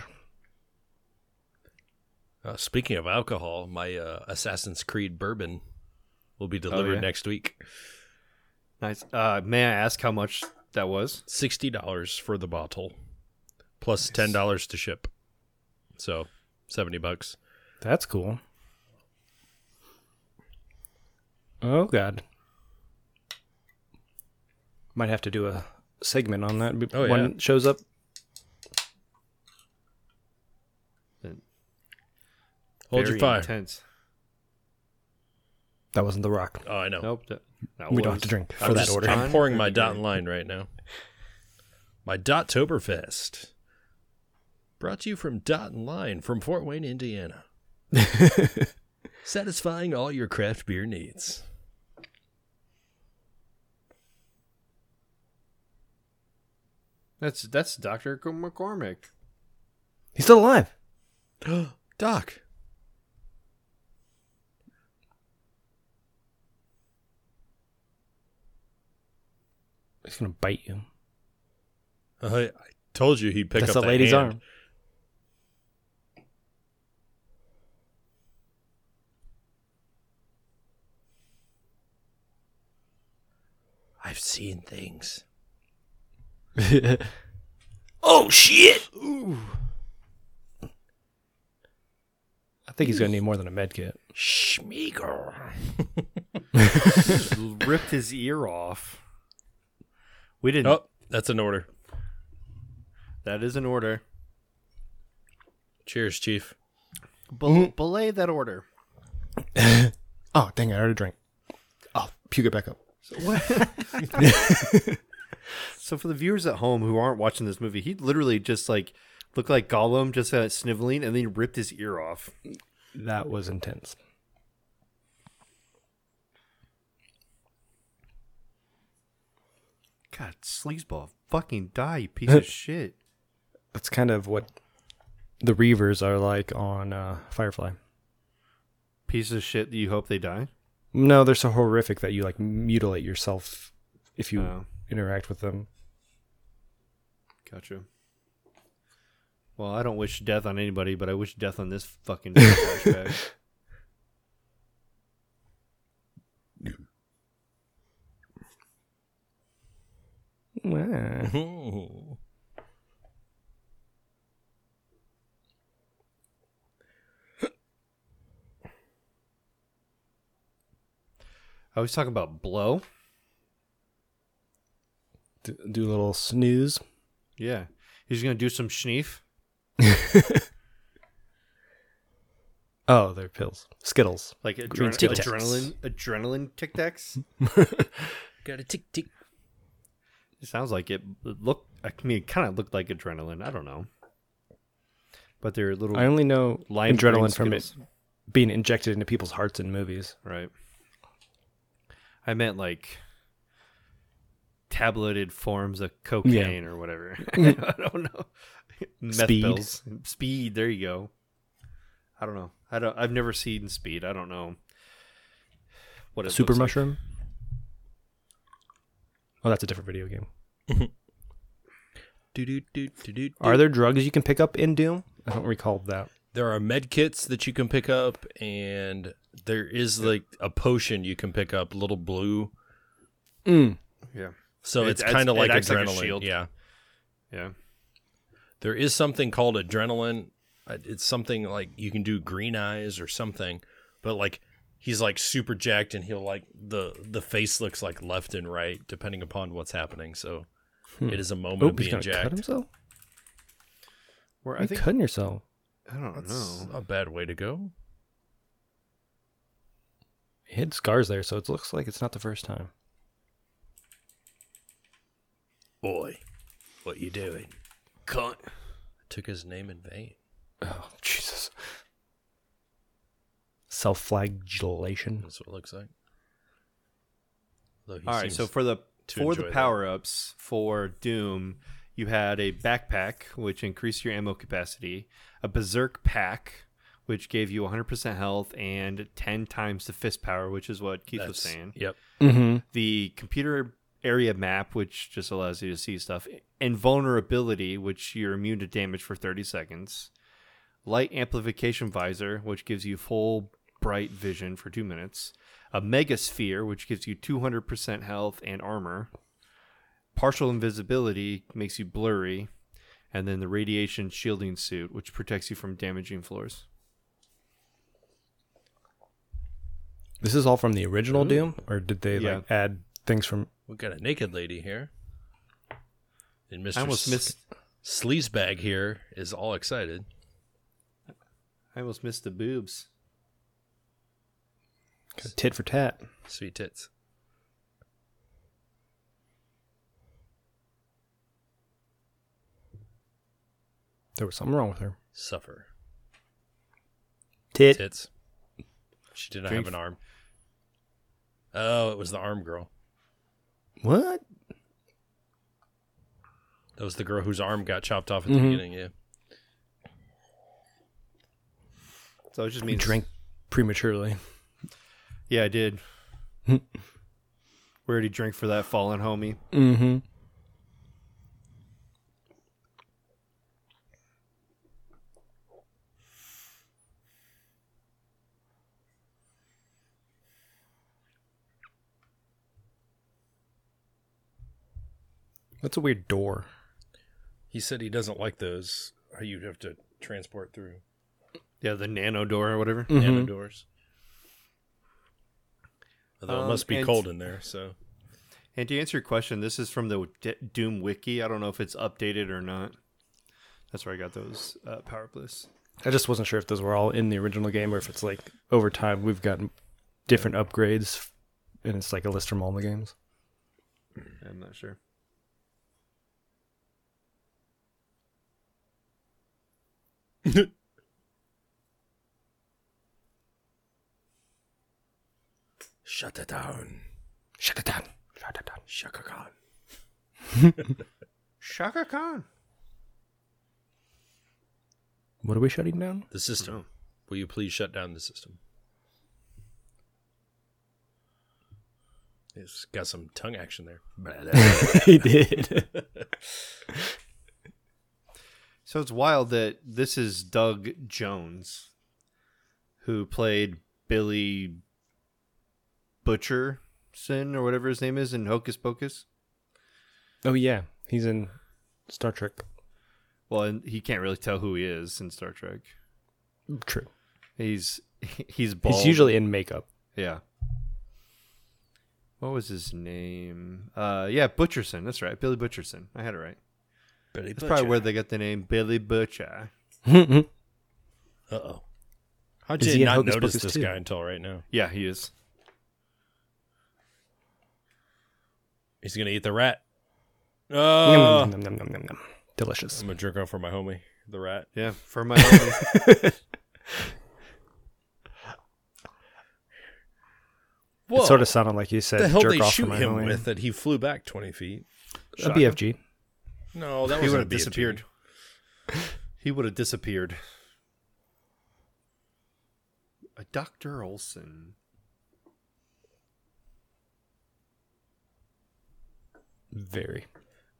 [SPEAKER 4] Uh, speaking of alcohol, my uh, Assassin's Creed bourbon will be delivered
[SPEAKER 2] yeah?
[SPEAKER 4] next week.
[SPEAKER 2] Nice. Uh, may I ask how much that was?
[SPEAKER 4] Sixty dollars for the bottle, plus ten dollars to ship. So seventy bucks.
[SPEAKER 3] That's cool. Oh god. Might have to do a segment on that b-
[SPEAKER 4] Oh,
[SPEAKER 3] when
[SPEAKER 4] yeah.
[SPEAKER 3] it shows up.
[SPEAKER 4] Hold your
[SPEAKER 2] Very
[SPEAKER 4] fire.
[SPEAKER 2] Intense.
[SPEAKER 3] That wasn't the rock.
[SPEAKER 4] Oh, I know.
[SPEAKER 2] Nope. That, that
[SPEAKER 3] We don't
[SPEAKER 2] was-
[SPEAKER 3] have to drink
[SPEAKER 2] I'm
[SPEAKER 3] for that
[SPEAKER 2] just
[SPEAKER 3] order.
[SPEAKER 2] trying-
[SPEAKER 4] I'm pouring my dot and line right now. My Dottoberfest. Brought to you from Dot and Line from Fort Wayne, Indiana. Satisfying all your craft beer needs.
[SPEAKER 2] That's that's Doctor McCormick.
[SPEAKER 3] He's still alive.
[SPEAKER 4] Doc.
[SPEAKER 3] He's gonna bite you.
[SPEAKER 4] I, I told you he'd pick
[SPEAKER 3] That's
[SPEAKER 4] up
[SPEAKER 3] a
[SPEAKER 4] that
[SPEAKER 3] lady's arm.
[SPEAKER 4] hand. I've seen things.
[SPEAKER 6] Oh shit!
[SPEAKER 3] I think he's gonna need more than a med kit.
[SPEAKER 4] Schmeagle.
[SPEAKER 2] ripped his ear off. We didn't.
[SPEAKER 4] Oh, that's an order.
[SPEAKER 2] That is an order.
[SPEAKER 4] Cheers, Chief.
[SPEAKER 2] Bel-
[SPEAKER 3] Mm-hmm.
[SPEAKER 2] Belay that order.
[SPEAKER 3] Oh dang it! I already drank. Oh, puke it back up.
[SPEAKER 2] So for the viewers at home who aren't watching this movie, he literally just like looked like Gollum, just uh, sniveling, and then he ripped his ear off.
[SPEAKER 3] That was intense.
[SPEAKER 2] God, sleazeball, fucking die, you piece of shit.
[SPEAKER 3] That's kind of what the Reavers are like on uh, Firefly.
[SPEAKER 2] Piece of shit. that You hope they die.
[SPEAKER 3] No, they're so horrific that you like mutilate yourself if you
[SPEAKER 2] Oh.
[SPEAKER 3] interact with them.
[SPEAKER 2] Gotcha. Well, I don't wish death on anybody, but I wish death on this fucking trash bag.
[SPEAKER 3] Wow.
[SPEAKER 2] I was talking about blow.
[SPEAKER 3] Do, do a little snooze.
[SPEAKER 2] Yeah, he's gonna do some schneef.
[SPEAKER 3] Oh, they're pills. Skittles.
[SPEAKER 2] Like
[SPEAKER 3] Green
[SPEAKER 2] adren-
[SPEAKER 3] Tic Tacs.
[SPEAKER 2] adrenaline, adrenaline tic tacs.
[SPEAKER 4] Got a tick tick.
[SPEAKER 2] It sounds like it. it looked. I mean, it kind of looked like adrenaline. I don't know. But they're little
[SPEAKER 3] I only know
[SPEAKER 2] lime green
[SPEAKER 3] adrenaline from it
[SPEAKER 2] Skittles.
[SPEAKER 3] being injected into people's hearts in movies.
[SPEAKER 2] right? I meant like tableted forms of cocaine or whatever. I don't know. Meth
[SPEAKER 3] Speed.
[SPEAKER 2] pills. Speed. There you go. I don't know. I don't. I've never seen speed. I don't know. What it
[SPEAKER 3] Super
[SPEAKER 2] looks like.
[SPEAKER 3] mushroom. Oh, that's a different video game.
[SPEAKER 4] Do, do, do, do, do, do.
[SPEAKER 3] Are there drugs you can pick up in Doom? I don't recall that.
[SPEAKER 4] There are med kits that you can pick up, and there is like a potion you can pick up, little blue.
[SPEAKER 2] Yeah.
[SPEAKER 4] So
[SPEAKER 2] It
[SPEAKER 4] it's
[SPEAKER 2] acts-
[SPEAKER 4] kind of
[SPEAKER 2] it
[SPEAKER 4] like
[SPEAKER 2] acts like a
[SPEAKER 4] adrenaline.
[SPEAKER 2] shield.
[SPEAKER 4] Yeah.
[SPEAKER 2] Yeah.
[SPEAKER 4] There is something called adrenaline. Uh, It's something like you can do green eyes or something, but like he's like super jacked and he'll like the the face looks like left and right depending upon what's happening. So Hmm. it is a moment
[SPEAKER 3] Oh,
[SPEAKER 4] of
[SPEAKER 3] he's
[SPEAKER 4] being
[SPEAKER 3] gonna cut
[SPEAKER 4] jacked.
[SPEAKER 3] himself.
[SPEAKER 2] Where I
[SPEAKER 3] You're
[SPEAKER 2] think
[SPEAKER 3] cutting yourself.
[SPEAKER 2] I don't
[SPEAKER 4] That's
[SPEAKER 2] know.
[SPEAKER 4] a bad way to go.
[SPEAKER 3] He had scars there, so it looks like it's not the first time.
[SPEAKER 4] Boy, what you doing? Cunt. Took his name in vain.
[SPEAKER 3] Oh, Jesus. Self flagellation.
[SPEAKER 4] That's what it looks like. Though he
[SPEAKER 2] All right,
[SPEAKER 4] seems-
[SPEAKER 2] so for the
[SPEAKER 4] to
[SPEAKER 2] for the
[SPEAKER 4] enjoy that.
[SPEAKER 2] power ups for Doom, you had a backpack which increased your ammo capacity, a berserk pack which gave you 100% health and 10 times the fist power, which is what Keith was
[SPEAKER 4] that's-
[SPEAKER 2] saying.
[SPEAKER 4] Yep.
[SPEAKER 3] Mm-hmm.
[SPEAKER 2] The computer area map which just allows you to see stuff, and vulnerability which you're immune to damage for 30 seconds. Light amplification visor which gives you full bright vision for 2 minutes. A mega sphere which gives you 200% health and armor partial invisibility makes you blurry and then the radiation shielding suit which protects you from damaging floors
[SPEAKER 3] This is all from the original Doom, or did they like add things from?
[SPEAKER 4] We got a naked lady here. And Mr.
[SPEAKER 2] i almost
[SPEAKER 4] S-
[SPEAKER 2] missed
[SPEAKER 4] Sleazebag here is all excited.
[SPEAKER 2] i almost missed the boobs
[SPEAKER 3] Tit for tat.
[SPEAKER 4] Sweet tits.
[SPEAKER 3] There was something wrong with her.
[SPEAKER 4] Suffer.
[SPEAKER 3] Tit.
[SPEAKER 4] Tits. She did not
[SPEAKER 2] Drink-
[SPEAKER 4] have an arm. Oh, it was the arm girl.
[SPEAKER 3] What?
[SPEAKER 4] That was the girl whose arm got chopped off at the
[SPEAKER 3] Mhm.
[SPEAKER 4] beginning, yeah.
[SPEAKER 2] so it just
[SPEAKER 3] You
[SPEAKER 2] means
[SPEAKER 3] drank prematurely.
[SPEAKER 2] yeah i did we already drank for that fallen homie
[SPEAKER 3] Mm-hmm. That's a weird door.
[SPEAKER 4] He said he doesn't like those. How you have to transport through
[SPEAKER 2] Yeah, the nano door or whatever.
[SPEAKER 4] nano doors. Although it
[SPEAKER 2] Um,
[SPEAKER 4] must be
[SPEAKER 2] and-
[SPEAKER 4] cold in there, so
[SPEAKER 2] And to answer your question, this is from the D- Doom Wiki. I don't know if it's updated or not. That's where I got those uh, power bliss.
[SPEAKER 3] I just wasn't sure if those were all in the original game or if it's like over time we've gotten different upgrades f- and it's like a list from all the games.
[SPEAKER 2] I'm not sure.
[SPEAKER 4] shut it down.
[SPEAKER 3] Shut it down. Shut it down.
[SPEAKER 4] Shaka Khan.
[SPEAKER 2] Shaka Khan.
[SPEAKER 3] What are we shutting down? Mm-hmm.
[SPEAKER 4] The system. Will you please shut down the system? It's got some tongue action there.
[SPEAKER 3] he did.
[SPEAKER 2] So it's wild that this is Doug Jones, who played Billy Butcherson or whatever his name is in Hocus Pocus.
[SPEAKER 3] oh yeah, he's in Star Trek.
[SPEAKER 2] Well, and he can't really tell who he is in Star Trek.
[SPEAKER 3] True.
[SPEAKER 2] He's he's bald.
[SPEAKER 3] He's usually in makeup.
[SPEAKER 2] Yeah. What was his name? Uh, yeah, Butcherson. That's right, Billy Butcherson. I had it right.
[SPEAKER 4] Billy
[SPEAKER 2] That's probably where they got the name Billy Butcher.
[SPEAKER 3] I
[SPEAKER 4] Uh oh. How
[SPEAKER 3] Is
[SPEAKER 4] did
[SPEAKER 3] he
[SPEAKER 4] you
[SPEAKER 3] in
[SPEAKER 4] not
[SPEAKER 3] Hocus
[SPEAKER 4] notice
[SPEAKER 3] Pocus
[SPEAKER 4] this
[SPEAKER 3] too?
[SPEAKER 4] guy until right now?
[SPEAKER 2] Yeah, he is.
[SPEAKER 4] He's gonna eat the rat.
[SPEAKER 3] Uh.
[SPEAKER 4] Oh, I'm
[SPEAKER 3] Nom, nom, nom, nom, nom. Delicious.
[SPEAKER 4] gonna jerk off for my homie, the rat.
[SPEAKER 2] Yeah, for my own.
[SPEAKER 4] Whoa.
[SPEAKER 3] It sort of sounded like you said
[SPEAKER 4] the hell
[SPEAKER 3] jerk
[SPEAKER 4] they
[SPEAKER 3] off
[SPEAKER 4] shoot
[SPEAKER 3] from
[SPEAKER 4] him
[SPEAKER 3] Halloween. Uh,
[SPEAKER 4] with that he flew back twenty feet.
[SPEAKER 3] a BFG.
[SPEAKER 4] No, that
[SPEAKER 2] he
[SPEAKER 4] was
[SPEAKER 2] would have disappeared. he would have disappeared. A Doctor Olson.
[SPEAKER 3] Very.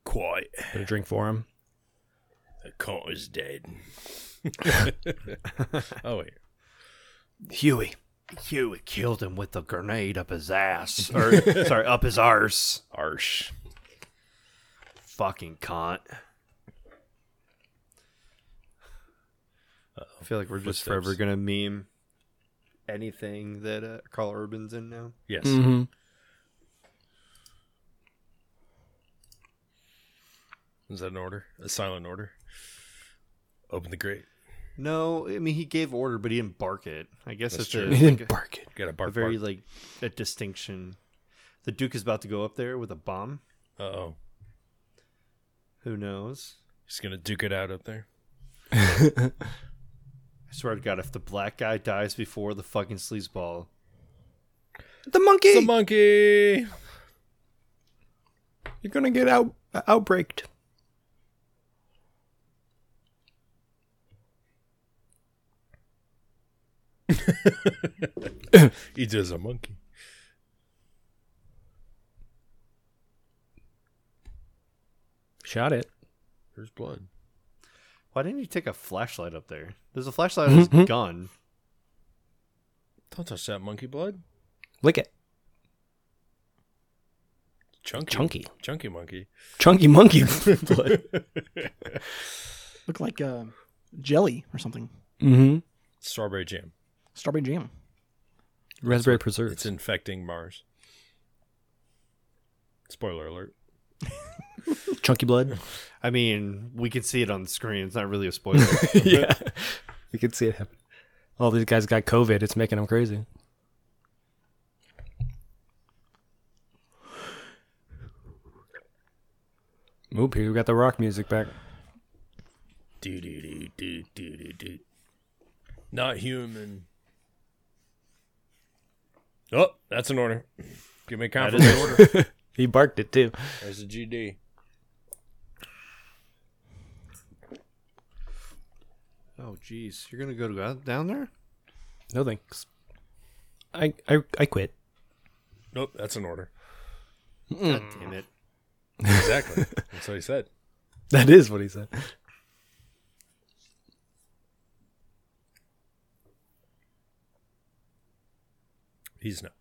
[SPEAKER 4] Quite.
[SPEAKER 3] Put a drink for him.
[SPEAKER 4] The cat is dead. oh wait.
[SPEAKER 3] Huey.
[SPEAKER 2] Huey killed him with a grenade up his ass, or sorry, up his arse.
[SPEAKER 4] Arsh.
[SPEAKER 2] Fucking cunt. I feel like we're just
[SPEAKER 4] Footsteps.
[SPEAKER 2] forever gonna meme anything that uh, Carl Urban's in now.
[SPEAKER 4] Yes.
[SPEAKER 3] Mm-hmm.
[SPEAKER 4] Is that an order? A silent order? Open the grate.
[SPEAKER 2] No, I mean he gave order, but he didn't bark it. I guess
[SPEAKER 4] That's
[SPEAKER 2] it's a,
[SPEAKER 4] true.
[SPEAKER 3] He
[SPEAKER 2] like a-
[SPEAKER 3] didn't bark it.
[SPEAKER 4] Got a
[SPEAKER 2] a
[SPEAKER 4] bark
[SPEAKER 2] very
[SPEAKER 4] bark.
[SPEAKER 2] like a distinction. The Duke is about to go up there with a bomb.
[SPEAKER 4] Uh oh.
[SPEAKER 2] Who knows?
[SPEAKER 4] He's gonna duke it out up there.
[SPEAKER 2] I swear to God, if the black guy dies before the fucking sleazeball,
[SPEAKER 3] The monkey.
[SPEAKER 4] It's a monkey.
[SPEAKER 3] You're gonna get out uh, outbreaked.
[SPEAKER 4] It is a monkey.
[SPEAKER 3] Shot it.
[SPEAKER 4] There's blood.
[SPEAKER 2] why didn't he take a flashlight up there? There's a flashlight on his
[SPEAKER 3] Mm-hmm.
[SPEAKER 2] gun.
[SPEAKER 4] Don't touch that monkey blood.
[SPEAKER 3] Lick it.
[SPEAKER 4] Chunky.
[SPEAKER 6] Chunky.
[SPEAKER 4] Chunky monkey.
[SPEAKER 3] Chunky monkey.
[SPEAKER 5] Look like uh, jelly or something.
[SPEAKER 3] mm-hmm.
[SPEAKER 4] Strawberry jam.
[SPEAKER 5] Strawberry jam.
[SPEAKER 3] Raspberry preserves.
[SPEAKER 4] It's infecting Mars. Spoiler alert.
[SPEAKER 3] chunky blood.
[SPEAKER 2] I mean, we can see it on the screen. It's not really a spoiler.
[SPEAKER 3] yeah. You can see it happen. All these guys got COVID. It's making them crazy. Oop, here we got the rock music back.
[SPEAKER 4] Do do do do do do do. Not human. Oh, that's an order. Give me a confirmation order.
[SPEAKER 3] He barked it too.
[SPEAKER 4] There's a GD.
[SPEAKER 2] oh, jeez, you're gonna go to go down there?
[SPEAKER 3] No thanks. I I, I quit.
[SPEAKER 4] Nope, that's an order.
[SPEAKER 3] Mm.
[SPEAKER 2] God damn it!
[SPEAKER 4] Exactly. that's what he said.
[SPEAKER 3] That is what he said.
[SPEAKER 4] He's not.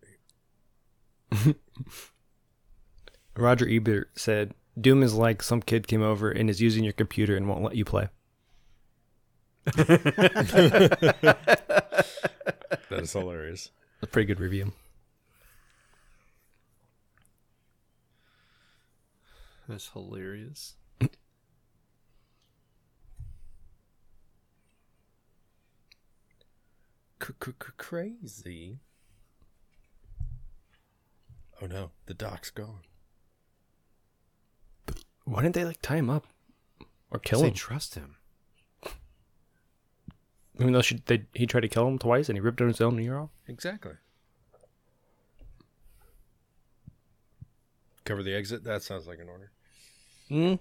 [SPEAKER 3] Roger Ebert said Doom is like some kid came over and is using your computer and won't let you play.
[SPEAKER 4] That's hilarious.
[SPEAKER 3] A pretty good review.
[SPEAKER 2] That's hilarious.
[SPEAKER 4] Crazy. Oh no, the doc's gone.
[SPEAKER 3] Why didn't they like tie him up or kill
[SPEAKER 2] They
[SPEAKER 3] him?
[SPEAKER 2] trust him.
[SPEAKER 3] Even though she, they, he tried to kill him twice and he ripped out his own ear off.
[SPEAKER 4] Exactly. Cover the exit. That sounds like an order.
[SPEAKER 3] Mm.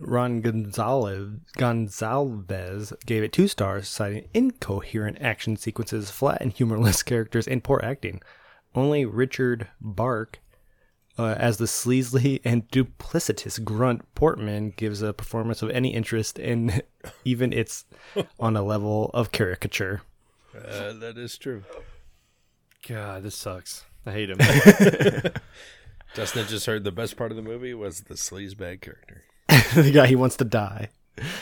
[SPEAKER 3] Ron Gonzalez, Gonzalez gave it two stars, citing incoherent action sequences, flat and humorless characters, and poor acting. Only Richard Bark, uh, as the sleazy and duplicitous grunt Portman, gives a performance of any interest, and even it's on a level of caricature.
[SPEAKER 4] Uh, that is true.
[SPEAKER 2] God, this sucks. I hate him.
[SPEAKER 4] Dustin just heard the best part of the movie was the sleazebag character.
[SPEAKER 3] the guy he wants to die.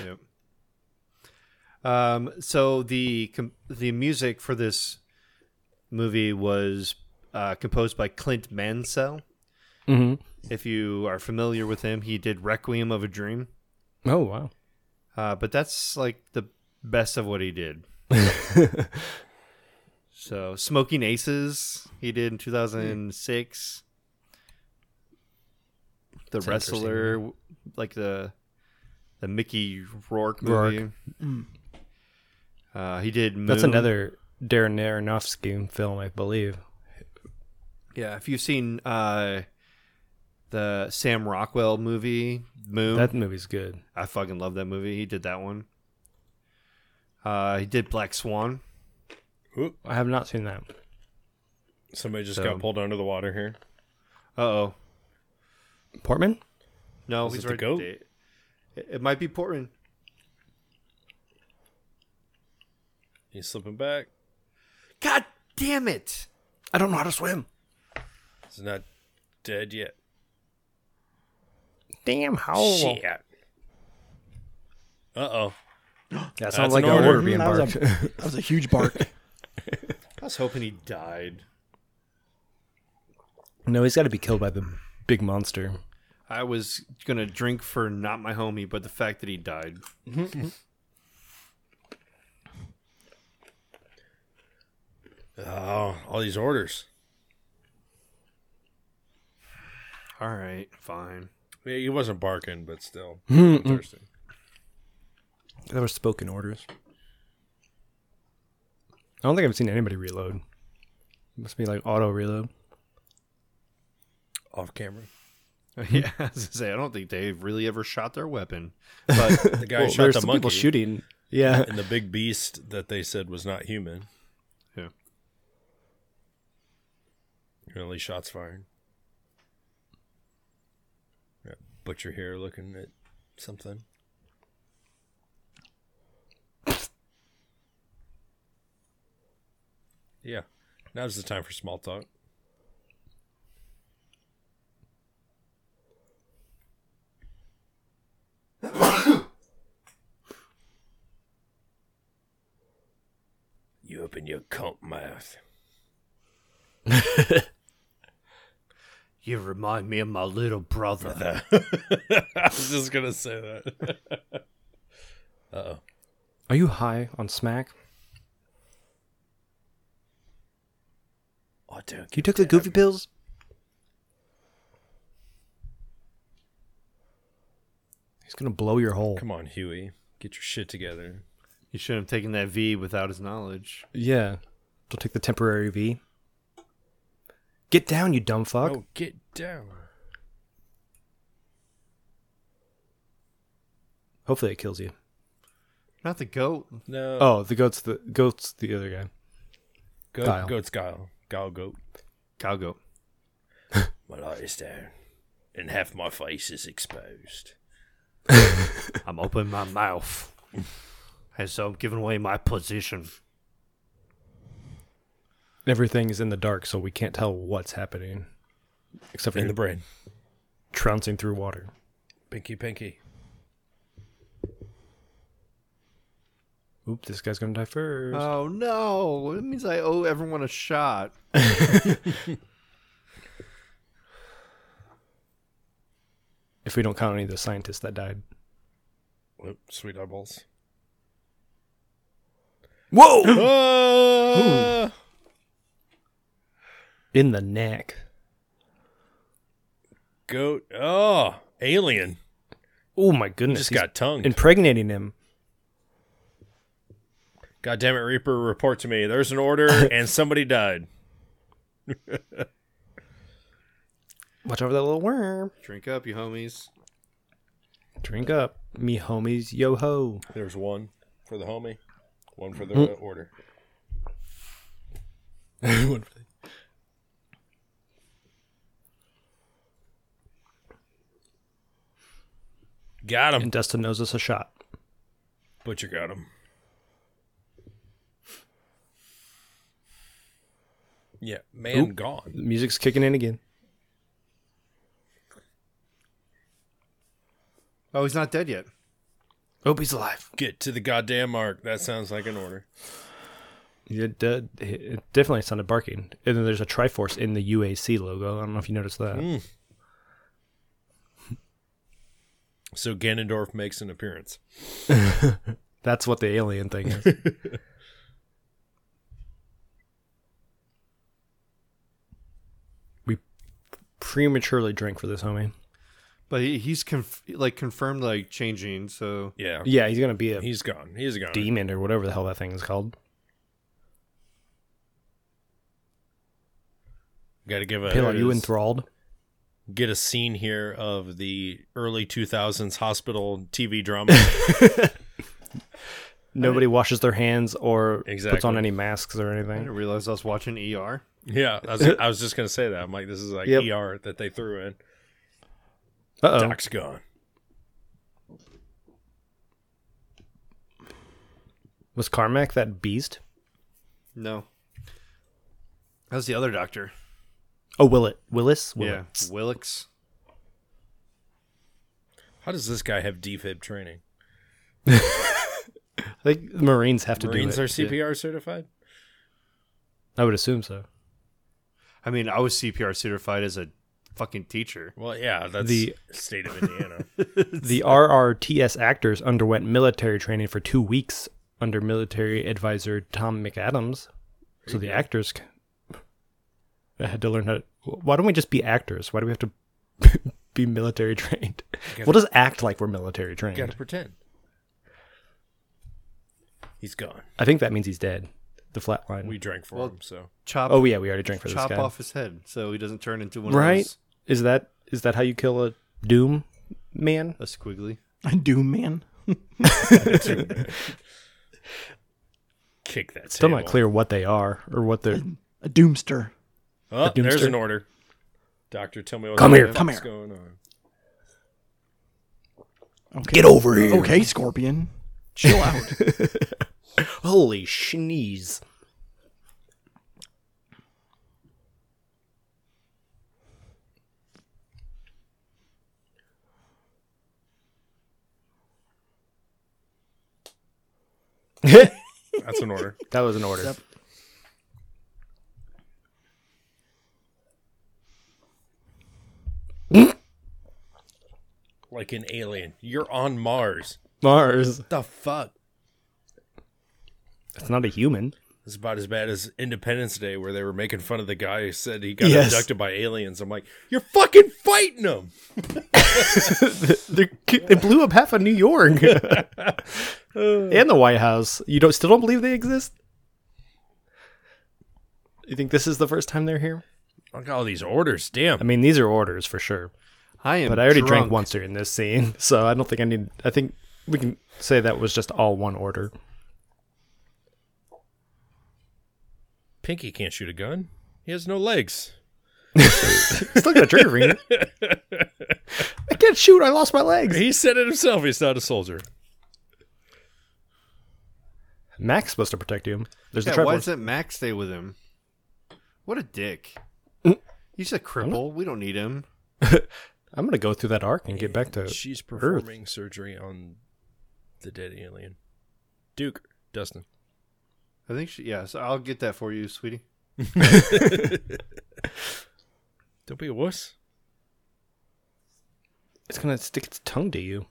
[SPEAKER 2] yep. Um, so the com- the music for this movie was uh, composed by Clint Mansell.
[SPEAKER 3] Mm-hmm.
[SPEAKER 2] If you are familiar with him, he did Requiem of a Dream.
[SPEAKER 3] Oh wow.
[SPEAKER 2] Uh, but that's like the best of what he did. so Smoking Aces he did in 2006. The
[SPEAKER 4] That's interesting,
[SPEAKER 2] Wrestler, w- like the the Mickey Rourke
[SPEAKER 3] Rourke. Mm.
[SPEAKER 2] movie. Uh, he did. Moon.
[SPEAKER 3] That's another Darren Aronofsky film, I believe.
[SPEAKER 2] Yeah, if you've seen uh, the Sam Rockwell movie Moon,
[SPEAKER 3] That movie's good.
[SPEAKER 2] I fucking love that movie. He did that one. Uh, he did Black Swan.
[SPEAKER 3] I have not seen that.
[SPEAKER 4] Somebody just
[SPEAKER 2] So-
[SPEAKER 4] got pulled under the water here.
[SPEAKER 2] Uh oh.
[SPEAKER 3] Portman?
[SPEAKER 2] No,
[SPEAKER 4] Is
[SPEAKER 2] he's
[SPEAKER 4] it the
[SPEAKER 2] already
[SPEAKER 4] goat?
[SPEAKER 2] dead. It, it might be Portman.
[SPEAKER 4] He's slipping back.
[SPEAKER 2] God damn it!
[SPEAKER 3] I don't know how to swim.
[SPEAKER 4] He's not dead yet.
[SPEAKER 3] Damn, how?
[SPEAKER 4] Shit. Uh oh.
[SPEAKER 3] That
[SPEAKER 4] That's
[SPEAKER 3] sounds like
[SPEAKER 4] an
[SPEAKER 3] an order,
[SPEAKER 4] order.
[SPEAKER 3] being
[SPEAKER 5] Oh, that, was
[SPEAKER 3] barked.
[SPEAKER 5] a, that was a huge bark.
[SPEAKER 2] I was hoping he died.
[SPEAKER 3] No, he's got to be killed by the big monster.
[SPEAKER 2] I was gonna drink for not my homie, but the fact that he died.
[SPEAKER 4] Oh, all these orders.
[SPEAKER 2] All right, fine.
[SPEAKER 4] I mean, he wasn't barking, but still
[SPEAKER 3] Hmm.
[SPEAKER 4] thirsty.
[SPEAKER 3] There were spoken orders. I don't think I've seen anybody reload. must be like auto reload.
[SPEAKER 4] Off camera.
[SPEAKER 2] Yeah, I was gonna say I don't think they've really ever shot their weapon, but
[SPEAKER 4] The guy
[SPEAKER 3] Well,
[SPEAKER 4] shot
[SPEAKER 3] there's
[SPEAKER 4] the
[SPEAKER 3] some people
[SPEAKER 4] monkey
[SPEAKER 3] shooting. Yeah.
[SPEAKER 4] and the big beast that they said was not human.
[SPEAKER 2] Yeah.
[SPEAKER 4] Really shots fired. Yeah, Butcher here looking at something. Yeah. Now's the time for small talk. You open your cunt mouth.
[SPEAKER 2] you remind me of my little brother.
[SPEAKER 4] I was just gonna say that.
[SPEAKER 3] Are you high on smack?
[SPEAKER 4] I don't
[SPEAKER 3] You took the goofy pills? He's gonna blow your hole.
[SPEAKER 4] Come on, Huey. Get your shit together.
[SPEAKER 2] You should have taken that V without his knowledge.
[SPEAKER 3] Yeah. Don't take the temporary V. Get down, you dumb fuck.
[SPEAKER 4] Oh, get down.
[SPEAKER 3] Hopefully it kills you.
[SPEAKER 2] Not the goat.
[SPEAKER 4] No.
[SPEAKER 3] Oh, the goat's the goat's the other guy.
[SPEAKER 4] Go,
[SPEAKER 3] Guile.
[SPEAKER 4] Goat's Guile. Guile Goat.
[SPEAKER 2] Cow goat.
[SPEAKER 4] My light is down, and half my face is exposed.
[SPEAKER 2] I'm opening my mouth. And so I'm giving away my position.
[SPEAKER 3] Everything is in the dark, so we can't tell what's happening, except for
[SPEAKER 4] in the brain.
[SPEAKER 3] trouncing through water.
[SPEAKER 4] Pinky, pinky.
[SPEAKER 3] Oop! This guy's gonna die first.
[SPEAKER 4] Uh.
[SPEAKER 2] Oh no! It means I owe everyone a shot.
[SPEAKER 3] if we don't count any of the scientists that died.
[SPEAKER 4] Oop, Oh, sweet eyeballs. Whoa! Ah!
[SPEAKER 3] In the neck.
[SPEAKER 4] goat. Oh, alien.
[SPEAKER 3] Oh my goodness!
[SPEAKER 4] Just
[SPEAKER 3] he's
[SPEAKER 4] got tongued.
[SPEAKER 3] impregnating him.
[SPEAKER 4] God damn it, Reaper, report to me. There's an order and somebody died.
[SPEAKER 3] Watch over that little worm.
[SPEAKER 2] Drink up, you homies.
[SPEAKER 3] Drink up, me homies. Yo ho!
[SPEAKER 4] There's one for the homie, one for the order. Hmm. one for the- Got him.
[SPEAKER 3] And Dustin knows us a shot.
[SPEAKER 4] Butcher got him. Yeah, man
[SPEAKER 3] Oop.
[SPEAKER 4] gone.
[SPEAKER 3] Music's kicking in again.
[SPEAKER 2] Oh, he's not dead yet.
[SPEAKER 3] Oh, he's alive.
[SPEAKER 4] Get to the goddamn mark. That sounds like an order.
[SPEAKER 3] It, did- it definitely sounded barking. And then there's a Triforce in the UAC logo. I don't know if you noticed that.
[SPEAKER 4] So Ganondorf makes an appearance.
[SPEAKER 3] That's what the alien thing is. we prematurely drank for this, homie.
[SPEAKER 2] But he, he's conf- like confirmed like changing. So
[SPEAKER 4] Yeah.
[SPEAKER 3] Yeah, he's gonna be a
[SPEAKER 4] He's gone. He's gone.
[SPEAKER 3] demon or whatever the hell that thing is called.
[SPEAKER 4] Got to give a
[SPEAKER 3] Pill, are you
[SPEAKER 4] is-
[SPEAKER 3] enthralled?
[SPEAKER 4] get a scene here of the early 2000s hospital TV drama.
[SPEAKER 3] Nobody washes their hands or puts on
[SPEAKER 4] Exactly.
[SPEAKER 3] any masks or
[SPEAKER 2] I
[SPEAKER 3] anything.
[SPEAKER 2] didn't realize I was watching ER.
[SPEAKER 4] yeah, I was, I was just gonna say that. I'm like, this is like
[SPEAKER 3] Yep.
[SPEAKER 4] ER that they threw in.
[SPEAKER 3] Uh oh.
[SPEAKER 4] Doc's gone.
[SPEAKER 3] Was Carmack that beast?
[SPEAKER 2] No, that was the other doctor.
[SPEAKER 3] Oh, Willet. Willis?
[SPEAKER 2] yeah,
[SPEAKER 3] Willet.
[SPEAKER 2] Willicks.
[SPEAKER 4] How does this guy have defib training?
[SPEAKER 3] I think the Marines have to
[SPEAKER 4] Marines
[SPEAKER 3] do
[SPEAKER 4] are
[SPEAKER 3] it.
[SPEAKER 4] CPR certified.
[SPEAKER 3] I would assume so.
[SPEAKER 2] I mean, I was CPR certified as a fucking teacher.
[SPEAKER 4] Well, yeah, that's the
[SPEAKER 3] The-
[SPEAKER 4] state of Indiana.
[SPEAKER 3] The RRTS actors underwent military training for two weeks under military advisor Tom McAdams. So the actors c- had to learn how to. Why don't we just be actors? Why do we have to be military trained? We'll just act like we're military trained.
[SPEAKER 4] Got to pretend. He's gone.
[SPEAKER 3] I think that means he's dead. The flatline.
[SPEAKER 4] We drank for him, so
[SPEAKER 2] Chop.
[SPEAKER 3] oh yeah, we already drank for this
[SPEAKER 2] chop
[SPEAKER 3] guy.
[SPEAKER 2] off his head so he doesn't turn into one of
[SPEAKER 3] right?
[SPEAKER 2] those
[SPEAKER 3] Is that is that how you kill a Doom man?
[SPEAKER 2] a squiggly.
[SPEAKER 5] Doom Man.
[SPEAKER 4] kick that.
[SPEAKER 3] Still
[SPEAKER 4] table.
[SPEAKER 3] not clear what they are or what they're.
[SPEAKER 5] A Doomster.
[SPEAKER 4] Oh,
[SPEAKER 3] The
[SPEAKER 4] there's
[SPEAKER 3] Doomster.
[SPEAKER 4] an order. Doctor, tell me what
[SPEAKER 3] Come
[SPEAKER 4] the
[SPEAKER 3] here.
[SPEAKER 4] fuck's
[SPEAKER 5] Come here.
[SPEAKER 4] going on.
[SPEAKER 5] Okay. Get over here. Okay, Scorpion. Chill out.
[SPEAKER 3] Holy schneeze!
[SPEAKER 4] That's an order.
[SPEAKER 3] That was an order.
[SPEAKER 5] Yep.
[SPEAKER 4] like an alien. You're on Mars.
[SPEAKER 3] Mars.
[SPEAKER 4] The fuck?
[SPEAKER 3] It's not a human.
[SPEAKER 4] It's about as bad as Independence Day, where they were making fun of the guy who said he got
[SPEAKER 3] Yes.
[SPEAKER 4] abducted by aliens. I'm like, you're fucking fighting them.
[SPEAKER 3] They're, they blew up half of New York and the White House. You don't still don't believe they exist? You think this is the first time they're here?
[SPEAKER 4] Look at all these orders.
[SPEAKER 3] I
[SPEAKER 4] Damn.
[SPEAKER 3] mean, these are orders for sure.
[SPEAKER 2] I am.
[SPEAKER 3] But I already
[SPEAKER 2] drunk.
[SPEAKER 3] drank once during this scene, so I don't think I need. I think we can say that was just all one order.
[SPEAKER 4] Pinky can't shoot a gun. He has no legs.
[SPEAKER 3] Still got a trigger finger. I can't shoot. I lost my legs.
[SPEAKER 4] He said it himself. He's not a soldier.
[SPEAKER 3] Mac's supposed to protect you. There's
[SPEAKER 2] Yeah,
[SPEAKER 3] the
[SPEAKER 2] why
[SPEAKER 3] Triforce.
[SPEAKER 2] doesn't Max stay with him? What a dick. He's a cripple. We don't need him.
[SPEAKER 3] I'm gonna go through that arc and get back to.
[SPEAKER 4] She's performing surgery on the dead alien. Duke, Dustin.
[SPEAKER 2] I think she. Yeah, so I'll get that for you, sweetie.
[SPEAKER 4] Don't be a wuss.
[SPEAKER 3] It's gonna stick its tongue to you.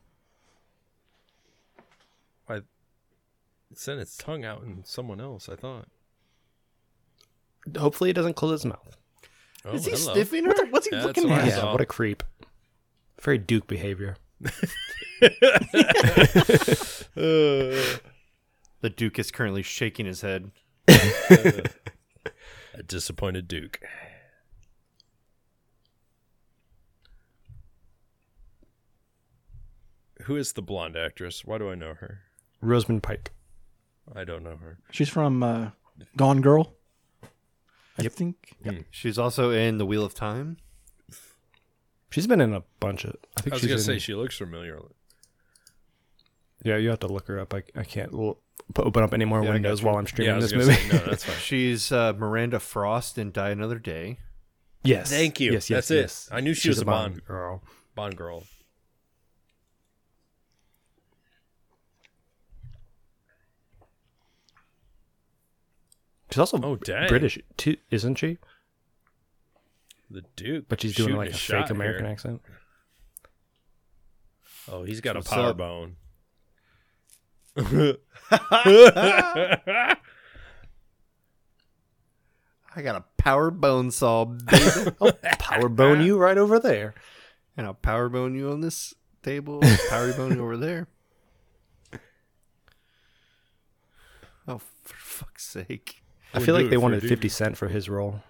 [SPEAKER 4] I it sent its tongue out in someone else, I thought.
[SPEAKER 3] Hopefully, it doesn't close its mouth.
[SPEAKER 4] Oh,
[SPEAKER 2] Is he
[SPEAKER 4] hello.
[SPEAKER 2] sniffing her?
[SPEAKER 6] What's he
[SPEAKER 4] Yeah,
[SPEAKER 6] looking at?
[SPEAKER 4] that's I
[SPEAKER 3] yeah,
[SPEAKER 4] saw.
[SPEAKER 3] what a creep. Very Duke behavior.
[SPEAKER 4] Uh,
[SPEAKER 2] The Duke is currently shaking his head.
[SPEAKER 4] A disappointed Duke. Who is the blonde actress? Why do I know her?
[SPEAKER 3] Roseman Pike.
[SPEAKER 4] I don't know her.
[SPEAKER 5] She's from uh, Gone Girl. I think.
[SPEAKER 2] She's also in The Wheel of Time.
[SPEAKER 3] She's been in a bunch of. I think
[SPEAKER 4] I was
[SPEAKER 3] she's
[SPEAKER 4] gonna
[SPEAKER 3] in-
[SPEAKER 4] say she looks familiar.
[SPEAKER 3] Yeah, you have to look her up. I, I can't l- p- open up any more
[SPEAKER 2] Yeah, I
[SPEAKER 3] windows
[SPEAKER 2] got you.
[SPEAKER 3] while I'm streaming
[SPEAKER 4] yeah, I was
[SPEAKER 3] this
[SPEAKER 4] gonna
[SPEAKER 3] movie.
[SPEAKER 4] say no. That's fine.
[SPEAKER 2] She's uh, Miranda Frost in Die Another Day.
[SPEAKER 3] yes,
[SPEAKER 4] Thank you.
[SPEAKER 3] Yes, yes,
[SPEAKER 4] That's it.
[SPEAKER 3] yes.
[SPEAKER 4] I knew she
[SPEAKER 3] She's
[SPEAKER 4] was a Bond.
[SPEAKER 3] girl.
[SPEAKER 4] Bond girl.
[SPEAKER 3] She's also
[SPEAKER 4] Oh, dang.
[SPEAKER 3] British too, isn't she?
[SPEAKER 4] The Duke.
[SPEAKER 3] But she's doing
[SPEAKER 4] shooting
[SPEAKER 3] like a
[SPEAKER 4] his
[SPEAKER 3] fake
[SPEAKER 4] shot
[SPEAKER 3] American
[SPEAKER 4] here.
[SPEAKER 3] accent.
[SPEAKER 4] Oh, he's got
[SPEAKER 2] What's
[SPEAKER 4] a power
[SPEAKER 2] up?
[SPEAKER 4] bone.
[SPEAKER 2] I got a power bone saw, baby.
[SPEAKER 3] Power bone Oh, you right over there.
[SPEAKER 2] and I'll power bone you on this table. Power bone you over there. Oh, for fuck's sake!
[SPEAKER 3] I
[SPEAKER 4] Wouldn't
[SPEAKER 3] feel
[SPEAKER 4] do
[SPEAKER 3] like
[SPEAKER 4] it
[SPEAKER 3] they
[SPEAKER 4] for
[SPEAKER 3] wanted
[SPEAKER 4] Duke.
[SPEAKER 3] Fifty Cent for his role.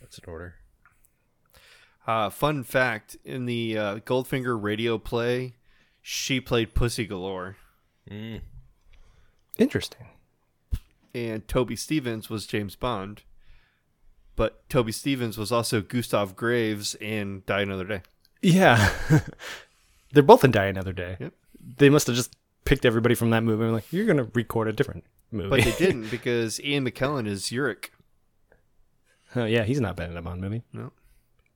[SPEAKER 4] That's an order.
[SPEAKER 2] Uh, fun fact: in the uh, Goldfinger radio play, she played Pussy Galore,
[SPEAKER 4] Mm.
[SPEAKER 3] Interesting.
[SPEAKER 2] and Toby Stevens was James Bond. But Toby Stevens was also Gustav Graves in Die Another Day.
[SPEAKER 3] Yeah, they're both in Die Another Day.
[SPEAKER 2] Yep.
[SPEAKER 3] They must have just picked everybody from that movie. and like, you're gonna record a different movie.
[SPEAKER 2] But they didn't because Ian McKellen is Yurik.
[SPEAKER 3] oh yeah, he's not bad in a Bond movie.
[SPEAKER 2] No,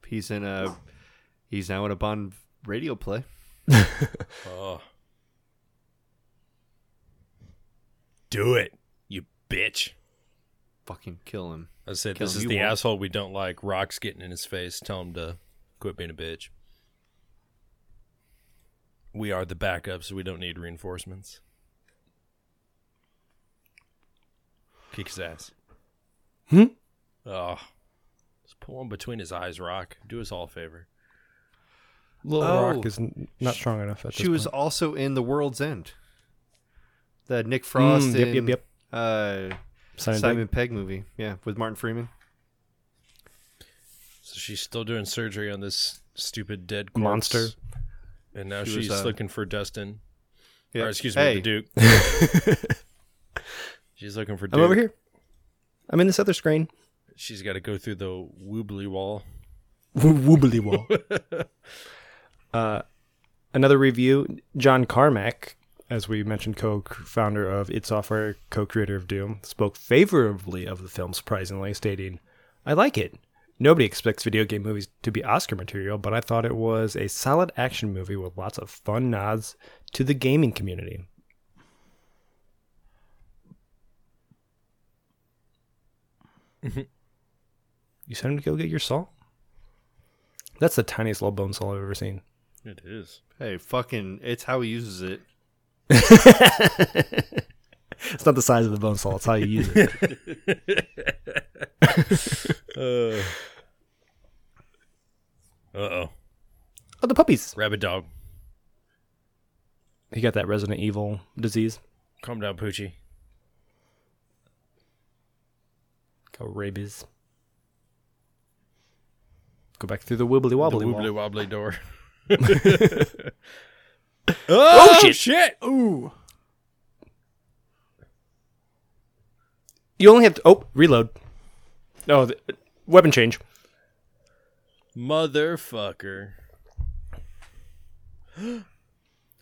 [SPEAKER 2] he's in a. He's now in a Bond radio play.
[SPEAKER 4] Oh. Do it, you bitch.
[SPEAKER 2] Fucking kill him.
[SPEAKER 4] I said
[SPEAKER 2] Kill
[SPEAKER 4] this
[SPEAKER 2] him,
[SPEAKER 4] is
[SPEAKER 2] you
[SPEAKER 4] the
[SPEAKER 2] won't.
[SPEAKER 4] asshole we don't like. Rock's getting in his face. Tell him to quit being a bitch. We are the backup, so we don't need reinforcements. Kick his ass.
[SPEAKER 3] Hmm?
[SPEAKER 4] Oh. Just pull him between his eyes, Rock. Do us all a favor.
[SPEAKER 3] Little
[SPEAKER 2] Oh.
[SPEAKER 3] Rock is n- not strong enough. At
[SPEAKER 2] She
[SPEAKER 3] this
[SPEAKER 2] was
[SPEAKER 3] point.
[SPEAKER 2] also in The World's End. The Nick Frost.
[SPEAKER 3] Mm, yep, yep,
[SPEAKER 2] and,
[SPEAKER 3] yep.
[SPEAKER 2] Uh,
[SPEAKER 3] Simon,
[SPEAKER 2] Simon
[SPEAKER 3] Pegg.
[SPEAKER 2] Pegg movie. Yeah, with Martin Freeman.
[SPEAKER 4] So she's still doing surgery on this stupid dead corpse.
[SPEAKER 3] monster.
[SPEAKER 4] And now
[SPEAKER 2] She was,
[SPEAKER 4] she's
[SPEAKER 2] uh,
[SPEAKER 4] looking for Dustin.
[SPEAKER 2] Yeah.
[SPEAKER 4] Or excuse
[SPEAKER 2] Hey,
[SPEAKER 4] me, the Duke. she's looking for Duke.
[SPEAKER 3] I'm over here. I'm in this other screen.
[SPEAKER 4] She's got to go through the woobly wall.
[SPEAKER 3] Woobly wall. uh, another review. John Carmack, as we mentioned, co-founder of id Software, co-creator of Doom, spoke favorably of the film. Surprisingly, stating, "I like it. Nobody expects video game movies to be Oscar material, but I thought it was a solid action movie with lots of fun nods to the gaming community." You sent him to go get your salt. That's the tiniest little bone saw I've ever seen.
[SPEAKER 4] It is.
[SPEAKER 2] Hey, fucking! It's how he uses it.
[SPEAKER 3] It's not the size of the bone saw; it's how you use it.
[SPEAKER 4] Uh oh.
[SPEAKER 3] oh, the puppies!
[SPEAKER 4] Rabbit dog.
[SPEAKER 3] He got that Resident Evil disease,
[SPEAKER 4] Calm down, Poochie.
[SPEAKER 3] got rabies. Go back through the wibbly wobbly.
[SPEAKER 4] the
[SPEAKER 3] wall.
[SPEAKER 4] woobly wobbly door.
[SPEAKER 3] Oh, shit!
[SPEAKER 5] Ooh.
[SPEAKER 3] You only have to. Oh, reload. Oh, the, weapon change.
[SPEAKER 4] Motherfucker.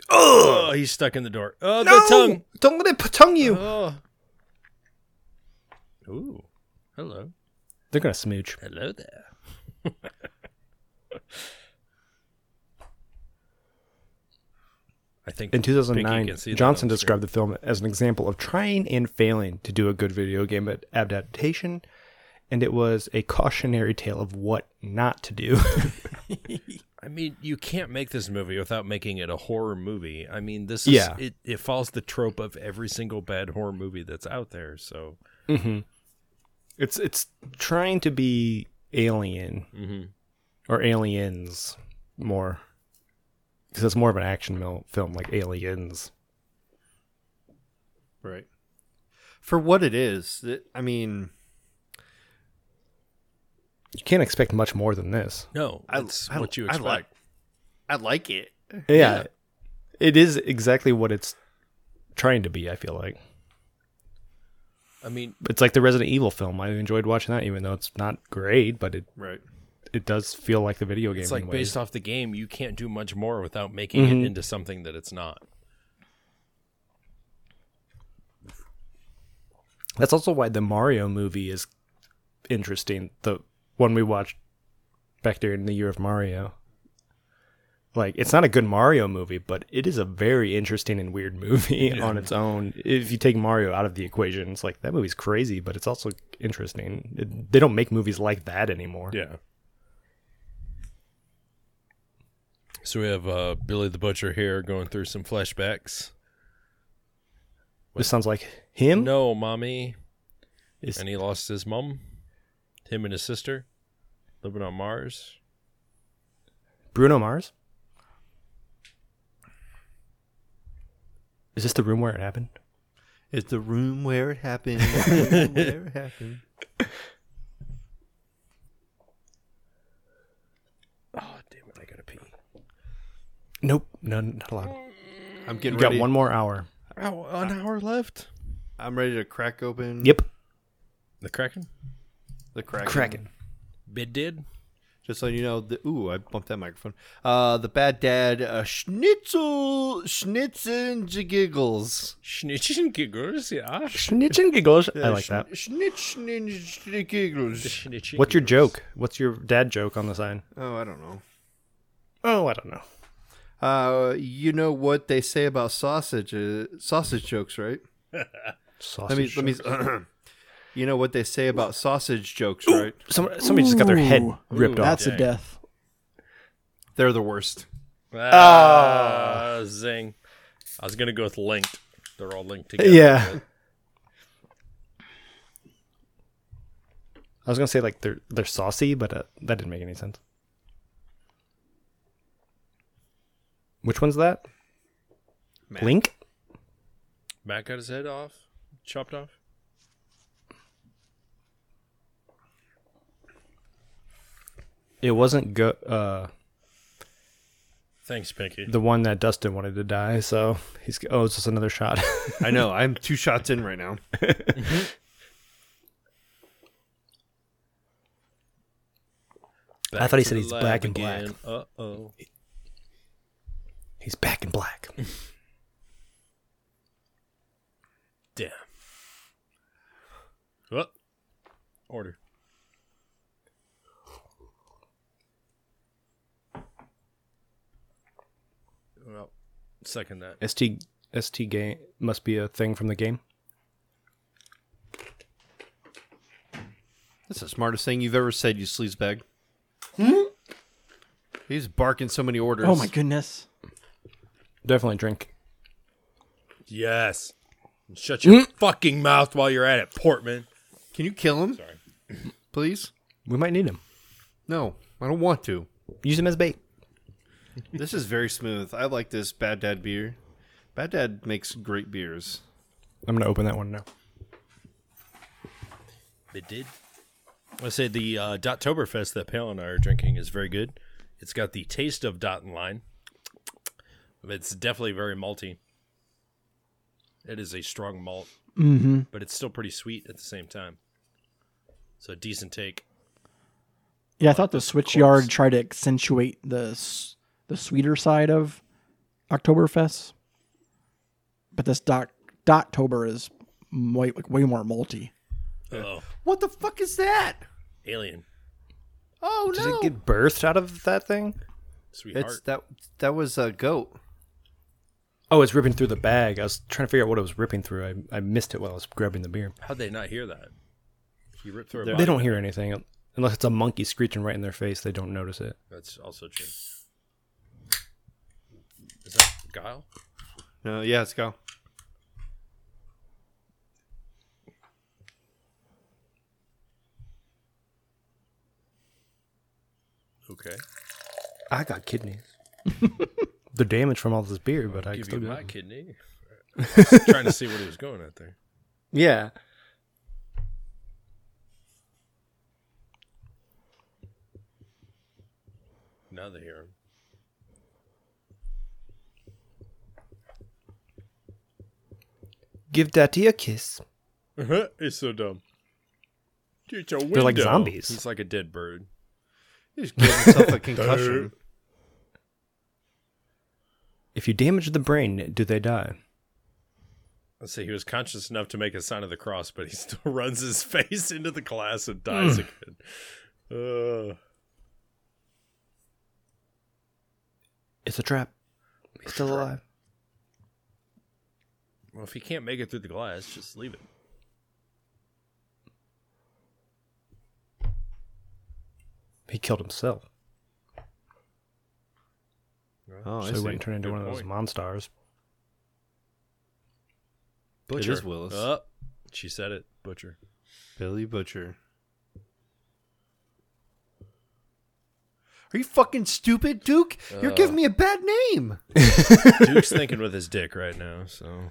[SPEAKER 4] Oh, he's stuck in the door. Oh, the tongue.
[SPEAKER 3] Don't let it p- tongue you.
[SPEAKER 4] Oh. Ooh. Hello.
[SPEAKER 3] They're gonna smooch.
[SPEAKER 4] Hello there. I think
[SPEAKER 3] In
[SPEAKER 4] Pinky
[SPEAKER 3] 2009,
[SPEAKER 4] can see that
[SPEAKER 3] Johnson
[SPEAKER 4] on screen.
[SPEAKER 3] described the film as an example of trying and failing to do a good video game ad- adaptation, and it was a cautionary tale of what not to do.
[SPEAKER 4] I mean, you can't make this movie without making it a horror movie. I mean, this is
[SPEAKER 3] Yeah.
[SPEAKER 4] it, it follows the trope of every single bad horror movie that's out there. So
[SPEAKER 3] it's it's trying to be alien or aliens more because it's more of an action mil- film like aliens.
[SPEAKER 2] Right. For what it is, it- I mean,
[SPEAKER 3] You can't expect much more than this.
[SPEAKER 4] no,
[SPEAKER 2] I,
[SPEAKER 4] it's
[SPEAKER 2] I-
[SPEAKER 4] what you
[SPEAKER 2] I
[SPEAKER 4] expect.
[SPEAKER 2] like- I like it.
[SPEAKER 3] Yeah, it is exactly what it's trying to be. I feel like
[SPEAKER 4] I mean,
[SPEAKER 3] it's like the Resident Evil film. I enjoyed watching that, even though it's not great, but it
[SPEAKER 2] Right.
[SPEAKER 3] it does feel like the video game.
[SPEAKER 4] it's like
[SPEAKER 3] in ways. Mm-hmm.
[SPEAKER 4] based off the game. You can't do much more without making it into something that it's not.
[SPEAKER 3] That's also why the Mario movie is interesting. The one we watched back during the year of Mario. Like it's not a good Mario movie, but it is a very interesting and weird movie on its own. If you take Mario out of the equation, it's like that movie's crazy, but it's also interesting. It- they don't make movies like that anymore.
[SPEAKER 4] Yeah. So we have uh, Billy the Butcher here going through some flashbacks.
[SPEAKER 3] This sounds like him.
[SPEAKER 4] No, mommy.
[SPEAKER 3] Is-
[SPEAKER 4] And he lost his mom, him and his sister, living on Mars.
[SPEAKER 3] Bruno Mars. Is this the room where it happened?
[SPEAKER 2] It's the room where it happened. the room where it happened.
[SPEAKER 4] Oh, damn it! I gotta pee.
[SPEAKER 3] Nope, no, not allowed.
[SPEAKER 2] I'm getting
[SPEAKER 3] You
[SPEAKER 2] ready.
[SPEAKER 3] got one more hour.
[SPEAKER 4] Ow, an hour left.
[SPEAKER 2] I'm ready to crack open.
[SPEAKER 3] Yep,
[SPEAKER 4] The Kraken.
[SPEAKER 2] The crack.
[SPEAKER 3] Kraken.
[SPEAKER 4] Bid did.
[SPEAKER 2] Just so you know, the, ooh, I bumped that microphone. Uh, the bad dad uh, schnitzel schnitzen giggles.
[SPEAKER 4] Schnitchen giggles, yeah.
[SPEAKER 3] Schnitch and giggles. I like that.
[SPEAKER 2] Schnitzen giggles.
[SPEAKER 4] Schnitchen
[SPEAKER 3] What's your joke? What's your dad joke on the sign?
[SPEAKER 2] Oh, I don't know.
[SPEAKER 3] Oh, I don't know.
[SPEAKER 2] Uh, you know what they say about sausage uh, sausage jokes, right?
[SPEAKER 3] Sausage.
[SPEAKER 2] Let me let me. you know what they say about sausage jokes, right?
[SPEAKER 3] Somebody, somebody just got their head
[SPEAKER 5] Ooh.
[SPEAKER 3] ripped off.
[SPEAKER 5] That's a death.
[SPEAKER 2] They're the worst.
[SPEAKER 3] Oh.
[SPEAKER 4] Ah, zing. I was gonna go with linked. They're all linked together.
[SPEAKER 3] Yeah. I was gonna say like they're they're saucy, but uh, that didn't make any sense. Which one's that?
[SPEAKER 2] Matt.
[SPEAKER 3] Link.
[SPEAKER 4] Matt got his head off, chopped off.
[SPEAKER 3] It wasn't go- uh,
[SPEAKER 4] Thanks, Pinky.
[SPEAKER 3] the one that Dustin wanted to die, so he's oh, it's just another shot.
[SPEAKER 2] I know. I'm two shots in right now.
[SPEAKER 3] I thought he said he's black and
[SPEAKER 4] Uh oh.
[SPEAKER 3] he's back in black.
[SPEAKER 4] Damn. What? Order. Well, second that.
[SPEAKER 3] St st game must be a thing from the game.
[SPEAKER 2] That's the smartest thing you've ever said, you sleazebag. He's barking so many orders.
[SPEAKER 5] Oh my goodness.
[SPEAKER 3] Definitely drink.
[SPEAKER 4] Yes. Shut your fucking mouth while you're at it, Portman.
[SPEAKER 2] Can you kill him? Sorry. Please?
[SPEAKER 3] We might need him.
[SPEAKER 2] No, I don't want to.
[SPEAKER 3] Use him as bait.
[SPEAKER 2] This is very smooth. I like this Bad Dad beer. Bad Dad makes great beers.
[SPEAKER 3] I'm gonna open that one now.
[SPEAKER 4] It did. I say the uh, Dottoberfest that Pale and I are drinking is very good. It's got the taste of Dot and Line. It's definitely very malty. It is a strong malt, mm-hmm. but it's still pretty sweet at the same time. So a decent take.
[SPEAKER 5] Yeah, I thought the switch yard tried to accentuate the s- the sweeter side of Oktoberfest, but this doc Doctober is m- way like, way more multi.
[SPEAKER 4] Oh,
[SPEAKER 2] What the fuck is that?
[SPEAKER 4] alien.
[SPEAKER 2] Oh
[SPEAKER 3] Does
[SPEAKER 2] no!
[SPEAKER 3] it get birthed out of that thing?
[SPEAKER 4] Sweetheart.
[SPEAKER 2] it's that that was a goat.
[SPEAKER 3] Oh, it's ripping through the bag. I was trying to figure out what it was ripping through. I, I missed it while I was grabbing the beer.
[SPEAKER 4] How'd they not hear that? You ripped through a
[SPEAKER 3] They
[SPEAKER 4] body.
[SPEAKER 3] don't hear anything unless it's a monkey screeching right in their face. They don't notice it.
[SPEAKER 4] That's also true. Is that Guile?
[SPEAKER 2] No, Uh, yeah, let's go.
[SPEAKER 4] Okay.
[SPEAKER 3] I got kidneys. They're damaged from all this beer, but I
[SPEAKER 4] Give
[SPEAKER 3] still
[SPEAKER 4] you
[SPEAKER 3] got
[SPEAKER 4] my
[SPEAKER 3] them.
[SPEAKER 4] kidney. I was trying to see what he was going at there.
[SPEAKER 3] Yeah.
[SPEAKER 4] Now they hear him.
[SPEAKER 3] Give Daddy a kiss.
[SPEAKER 4] it's so dumb.
[SPEAKER 3] They're like zombies.
[SPEAKER 4] He's like a dead bird.
[SPEAKER 2] He's giving himself a concussion.
[SPEAKER 3] If you damage the brain, do they die?
[SPEAKER 4] Let's see. He was conscious enough to make a sign of the cross, but he still runs his face into the glass and
[SPEAKER 3] Hmm.
[SPEAKER 4] dies again. Uh,
[SPEAKER 3] It's a trap. He's still alive.
[SPEAKER 4] well, if he can't make it through the glass, just leave it.
[SPEAKER 3] He killed himself,
[SPEAKER 2] Oh,
[SPEAKER 3] so
[SPEAKER 2] I
[SPEAKER 3] he
[SPEAKER 2] see.
[SPEAKER 3] wouldn't turn into
[SPEAKER 4] Good
[SPEAKER 3] one of those
[SPEAKER 4] point.
[SPEAKER 3] monsters.
[SPEAKER 4] Butcher.
[SPEAKER 2] is Willis.
[SPEAKER 4] Oh, she said it. Butcher.
[SPEAKER 2] Billy Butcher. Are you fucking stupid, Duke? You're giving me a bad name.
[SPEAKER 4] Duke's thinking with his dick right now, so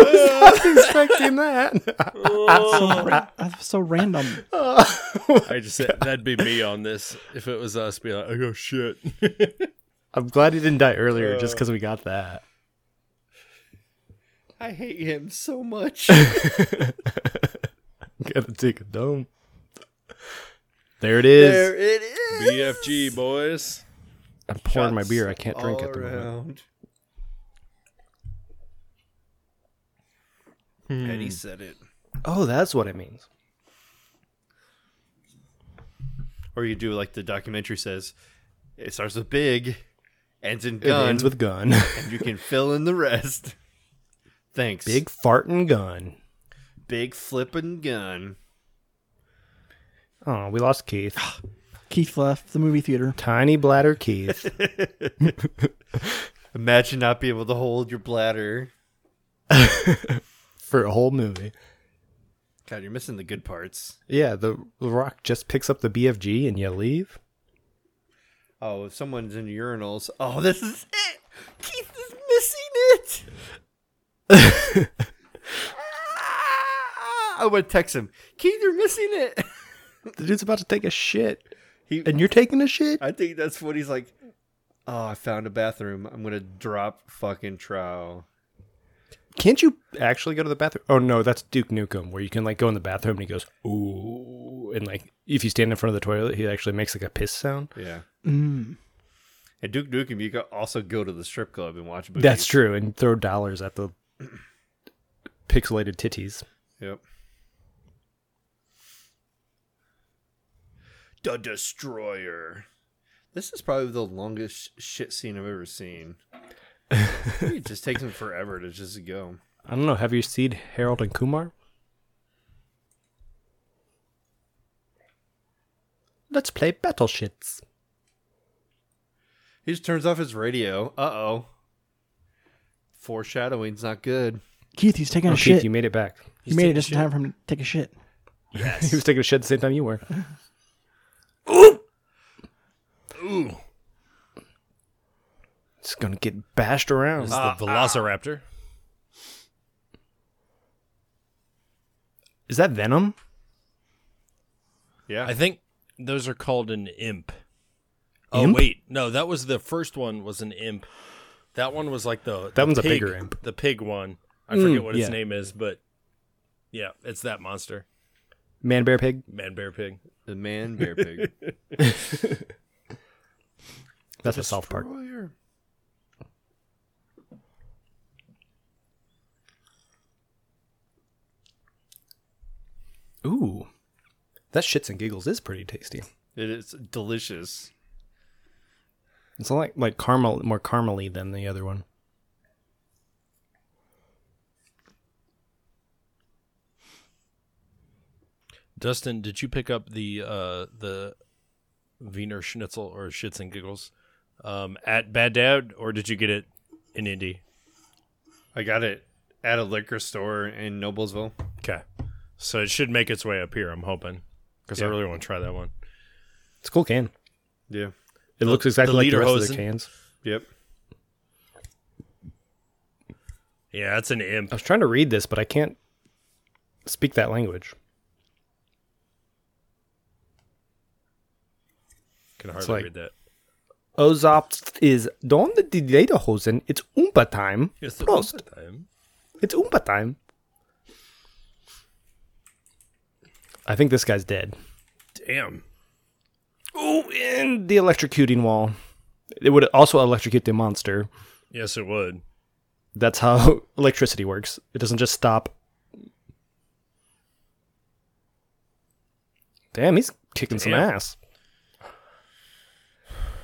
[SPEAKER 3] expecting that.
[SPEAKER 5] So Oh, ra- that's so random.
[SPEAKER 4] I just said that'd be me on this. If it was us, be like, oh shit.
[SPEAKER 3] I'm glad he didn't die earlier,
[SPEAKER 2] Uh.
[SPEAKER 3] just because we got that.
[SPEAKER 2] I hate him so much.
[SPEAKER 3] Gotta take a dome. There it is.
[SPEAKER 2] there it is.
[SPEAKER 4] BFG boys.
[SPEAKER 3] I'm pouring my
[SPEAKER 2] Shots
[SPEAKER 3] beer. I can't drink
[SPEAKER 2] all
[SPEAKER 3] at the moment.
[SPEAKER 2] around. Eddie said it.
[SPEAKER 3] Oh, that's what it means.
[SPEAKER 2] Or you do like the documentary says. It starts with big, ends in
[SPEAKER 3] It
[SPEAKER 2] gun,
[SPEAKER 3] ends with gun.
[SPEAKER 2] and you can fill in the rest. Thanks.
[SPEAKER 3] Big farting gun.
[SPEAKER 2] big flippin' gun.
[SPEAKER 3] Oh, we lost Keith.
[SPEAKER 5] Keith left the movie theater.
[SPEAKER 3] Tiny bladder Keith.
[SPEAKER 2] Imagine not being able to hold your bladder.
[SPEAKER 3] for a whole movie.
[SPEAKER 2] God, you're missing the good parts.
[SPEAKER 3] Yeah, the the Rock just picks up the BFG and you leave.
[SPEAKER 2] Oh, if someone's in urinals. Oh, this is it. Keith is missing it. Ah, I would text him. Keith, you're missing it.
[SPEAKER 3] The dude's about to take a shit,
[SPEAKER 2] He,
[SPEAKER 3] and you're taking a shit.
[SPEAKER 2] I think that's what he's like. Oh, I found a bathroom. I'm gonna drop fucking trowel.
[SPEAKER 3] Can't you actually go to the bathroom? Oh no, that's Duke Nukem, where you can like go in the bathroom and he goes ooh, and like if you stand in front of the toilet, he actually makes like a piss sound.
[SPEAKER 2] Yeah.
[SPEAKER 5] Mm.
[SPEAKER 2] And Duke Nukem, you could also go to the strip club and watch movies.
[SPEAKER 3] That's true, and throw dollars at the pixelated titties.
[SPEAKER 2] Yep. The Destroyer. This is probably the longest shit scene I've ever seen. it just takes them forever to just go.
[SPEAKER 3] I don't know. Have you seen Harold and Kumar? Let's play Battleshits.
[SPEAKER 2] He just turns off his radio. Uh oh. Foreshadowing's not good.
[SPEAKER 5] Keith, he's taking
[SPEAKER 3] Oh,
[SPEAKER 5] a
[SPEAKER 3] Keith,
[SPEAKER 5] shit.
[SPEAKER 3] you
[SPEAKER 5] You
[SPEAKER 3] made it back.
[SPEAKER 5] made it just in time for him to take a shit.
[SPEAKER 3] he was taking a shit at the same time you were.
[SPEAKER 4] Ooh.
[SPEAKER 3] It's gonna get bashed around.
[SPEAKER 4] This is the Velociraptor.
[SPEAKER 3] is that Venom?
[SPEAKER 2] Yeah.
[SPEAKER 4] I think those are called an imp. Oh
[SPEAKER 3] Imp?
[SPEAKER 4] wait, no, that was the first one was an imp. That one was like the that
[SPEAKER 3] one's a bigger imp. Mm,
[SPEAKER 4] the pig one. I forget what
[SPEAKER 3] yeah.
[SPEAKER 4] its name is, but yeah, it's that monster,
[SPEAKER 3] Man, bear, pig.
[SPEAKER 4] man, bear, pig.
[SPEAKER 2] The man bear pig.
[SPEAKER 3] That's a South Park.
[SPEAKER 2] Destroyer.
[SPEAKER 3] Ooh, that shits and giggles is pretty tasty.
[SPEAKER 2] It is delicious.
[SPEAKER 3] It's like like caramel, more caramely than the other one.
[SPEAKER 4] Dustin, did you pick up the uh, the Wiener Schnitzel or Shits and Giggles um, at Baghdad, or did you get it in Indy?
[SPEAKER 2] I got it at a liquor store in Noblesville.
[SPEAKER 4] Okay, so it should make its way up here. I'm hoping because I
[SPEAKER 2] Yeah.
[SPEAKER 4] really want to try that one.
[SPEAKER 3] It's a cool can.
[SPEAKER 2] Yeah.
[SPEAKER 3] It looks exactly
[SPEAKER 4] the
[SPEAKER 3] like the rest of
[SPEAKER 4] Lederhosen.
[SPEAKER 3] the cans.
[SPEAKER 2] Yep.
[SPEAKER 4] Yeah, that's an imp.
[SPEAKER 3] I was trying to read this, but I can't speak that language.
[SPEAKER 4] Can hardly
[SPEAKER 3] like-
[SPEAKER 4] read that.
[SPEAKER 3] Ozopt is Don the Lederhosen. It's Umpa time.
[SPEAKER 4] It's the
[SPEAKER 3] Prost.
[SPEAKER 4] time.
[SPEAKER 3] It's Umpa time. I think this guy's dead.
[SPEAKER 4] Damn.
[SPEAKER 3] Oh, and the electrocuting wall. It would also electrocute the monster.
[SPEAKER 4] Yes, it would.
[SPEAKER 3] That's how electricity works. It doesn't just stop. Damn, he's kicking some
[SPEAKER 4] Damn.
[SPEAKER 3] ass.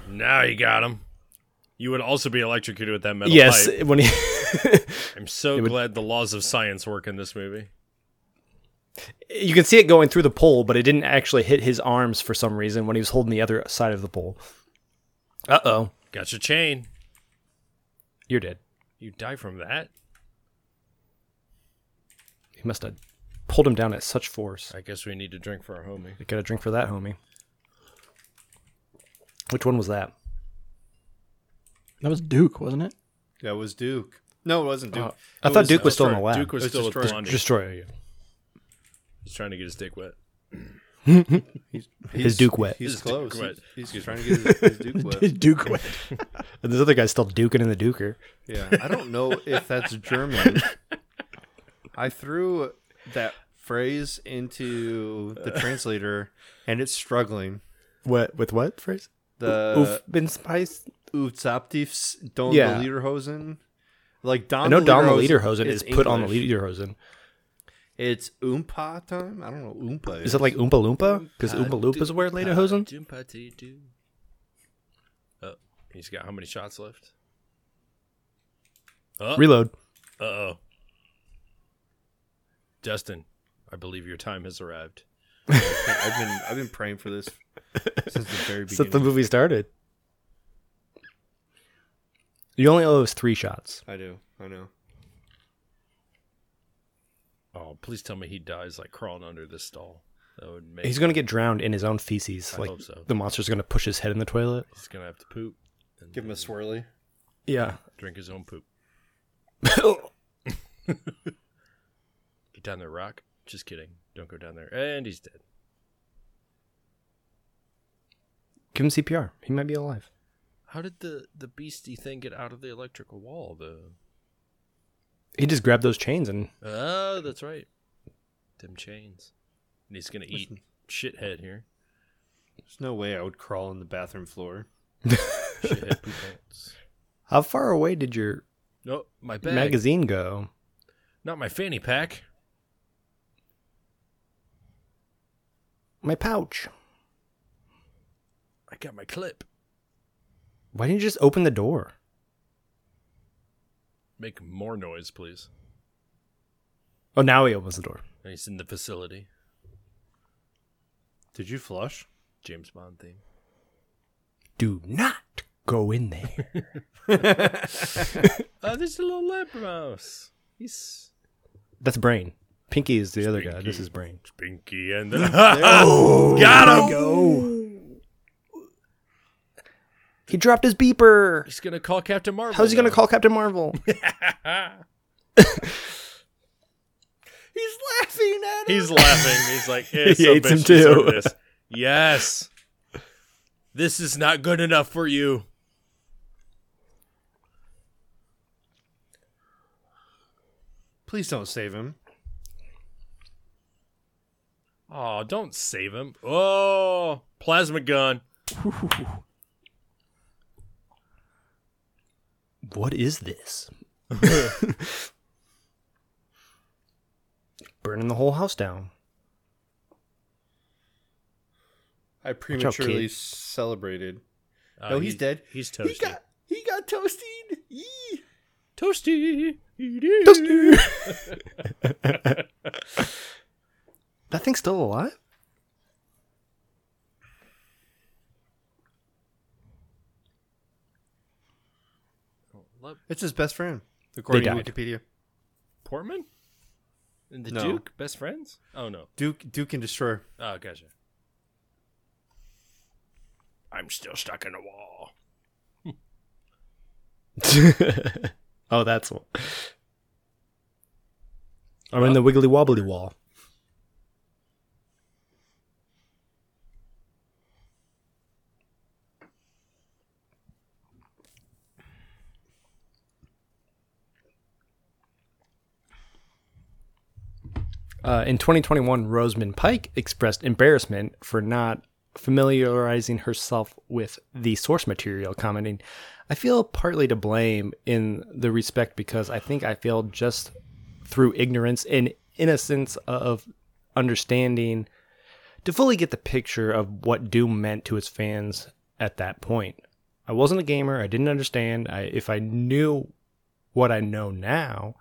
[SPEAKER 4] Now you got him. You would also be electrocuted with that metal
[SPEAKER 3] yes,
[SPEAKER 4] pipe.
[SPEAKER 3] when he
[SPEAKER 4] I'm so glad the laws of science work in this movie.
[SPEAKER 3] you can see it going through the pole, but it didn't actually hit his arms for some reason when he was holding the other side of the pole. Uh oh,
[SPEAKER 4] Got your chain.
[SPEAKER 3] you're dead.
[SPEAKER 4] You die from that?
[SPEAKER 3] He must have pulled him down at such force.
[SPEAKER 4] I guess we need to drink for our homie.
[SPEAKER 3] You got a drink for that, homie. Which one was that?
[SPEAKER 5] That was Duke, wasn't it?
[SPEAKER 2] That was Duke. No, it wasn't Duke.
[SPEAKER 3] Uh, I
[SPEAKER 2] It
[SPEAKER 3] thought Duke
[SPEAKER 4] That's
[SPEAKER 3] was still in the
[SPEAKER 4] right.
[SPEAKER 3] lab.
[SPEAKER 4] Duke was
[SPEAKER 2] It was
[SPEAKER 4] still with
[SPEAKER 2] destroyed.
[SPEAKER 4] Blondie.
[SPEAKER 3] Destroyer. yeah.
[SPEAKER 4] He's trying to get his dick wet.
[SPEAKER 2] uh, He's-
[SPEAKER 3] his Duke wet.
[SPEAKER 2] He's
[SPEAKER 4] His Duke
[SPEAKER 2] close.
[SPEAKER 4] wet.
[SPEAKER 2] He's, he's trying to get his, his Duke wet.
[SPEAKER 5] Duke. went.
[SPEAKER 3] And this other guy's still duking in the duker.
[SPEAKER 2] Yeah. I don't know if that's German. I threw that phrase into the translator and it's struggling.
[SPEAKER 3] What with what phrase?
[SPEAKER 4] Uh,
[SPEAKER 2] The
[SPEAKER 3] Oof, been spice.
[SPEAKER 2] Utsaptifs Don
[SPEAKER 3] Yeah.
[SPEAKER 2] the Lederhosen. Like
[SPEAKER 3] I
[SPEAKER 2] Don
[SPEAKER 3] know
[SPEAKER 2] the
[SPEAKER 3] Don the Lederhosen
[SPEAKER 2] is
[SPEAKER 3] is put on the
[SPEAKER 2] English.
[SPEAKER 3] Lederhosen.
[SPEAKER 2] It's Oompa time? I don't know what Oompa is.
[SPEAKER 3] Is it like Oompa Loompa? Because
[SPEAKER 4] Uh,
[SPEAKER 3] Oompa Loompas wear Lederhosen?
[SPEAKER 4] Oh, he's got how many shots left? Oh,
[SPEAKER 3] Reload.
[SPEAKER 4] uh oh. Dustin, I believe your time has arrived.
[SPEAKER 2] I've been I've been praying for this since the very
[SPEAKER 3] Since
[SPEAKER 2] beginning.
[SPEAKER 3] the movie started. You only owe us three shots.
[SPEAKER 2] I do. I know.
[SPEAKER 4] Oh, please tell me he dies like crawling under this stall. That would make
[SPEAKER 3] He's gonna get drowned in his own feces.
[SPEAKER 4] I
[SPEAKER 3] like
[SPEAKER 4] hope so.
[SPEAKER 3] the monster's gonna push his head in the toilet.
[SPEAKER 4] he's gonna have to poop. And
[SPEAKER 2] Give him a swirly.
[SPEAKER 3] Yeah.
[SPEAKER 4] Drink his own poop. Get down there, Rock. Just kidding. Don't go down there. And he's dead.
[SPEAKER 3] Give him CPR. He might be alive.
[SPEAKER 4] How did the the beastie thing get out of the electrical wall? The
[SPEAKER 3] He just grabbed those chains and
[SPEAKER 4] oh, that's right. Them chains. And he's gonna eat shithead here.
[SPEAKER 2] There's no way I would crawl on the bathroom floor.
[SPEAKER 4] Shithead poop pants.
[SPEAKER 3] how far away did your
[SPEAKER 4] No, my bag.
[SPEAKER 3] magazine go?
[SPEAKER 4] Not my fanny pack.
[SPEAKER 3] My pouch.
[SPEAKER 4] I got my clip.
[SPEAKER 3] Why didn't you just open the door?
[SPEAKER 4] Make more noise, please.
[SPEAKER 3] Oh now he opens the door.
[SPEAKER 4] And he's in the facility.
[SPEAKER 2] Did you flush?
[SPEAKER 4] James Bond theme.
[SPEAKER 3] Do not go in there.
[SPEAKER 4] Oh, this is a little lab mouse. He's
[SPEAKER 3] That's Brain. Pinky is the other guy. This is Brain.
[SPEAKER 4] Spinky and the got him.
[SPEAKER 3] He dropped his beeper.
[SPEAKER 4] He's gonna call Captain Marvel.
[SPEAKER 3] How's he going to
[SPEAKER 4] now.
[SPEAKER 3] call Captain Marvel?
[SPEAKER 2] He's laughing at
[SPEAKER 4] He's laughing. He's like, hey,
[SPEAKER 3] He
[SPEAKER 4] so
[SPEAKER 3] hates him
[SPEAKER 4] bitch, you
[SPEAKER 3] too.
[SPEAKER 4] deserve This. Yes, this is not good enough for you.
[SPEAKER 2] Please don't save him.
[SPEAKER 4] Oh, don't save him. Oh, plasma gun.
[SPEAKER 3] What is this? Burning the whole house down.
[SPEAKER 2] I prematurely
[SPEAKER 3] kid.
[SPEAKER 2] celebrated.
[SPEAKER 4] Uh,
[SPEAKER 2] no, he's
[SPEAKER 4] he-
[SPEAKER 2] dead.
[SPEAKER 4] He's
[SPEAKER 2] He
[SPEAKER 4] toasty.
[SPEAKER 2] got he got toasted. Yee.
[SPEAKER 4] toasty.
[SPEAKER 3] That thing's still alive?
[SPEAKER 2] It's his best friend, according to
[SPEAKER 3] died.
[SPEAKER 2] Wikipedia.
[SPEAKER 4] Portman? And the
[SPEAKER 2] No.
[SPEAKER 4] Duke? Best friends? Oh, no.
[SPEAKER 2] Duke Duke and Destroyer.
[SPEAKER 4] Oh, gotcha. I'm still stuck in a wall.
[SPEAKER 3] oh, that's one. I'm in the wiggly wobbly wall. Uh, in 2021, Rosamund Pike expressed embarrassment for not familiarizing herself with the source material, commenting, I feel partly to blame in the respect because I think I failed just through ignorance and innocence of understanding to fully get the picture of what Doom meant to its fans at that point. I wasn't a gamer, I didn't understand. I, if I knew what I know now,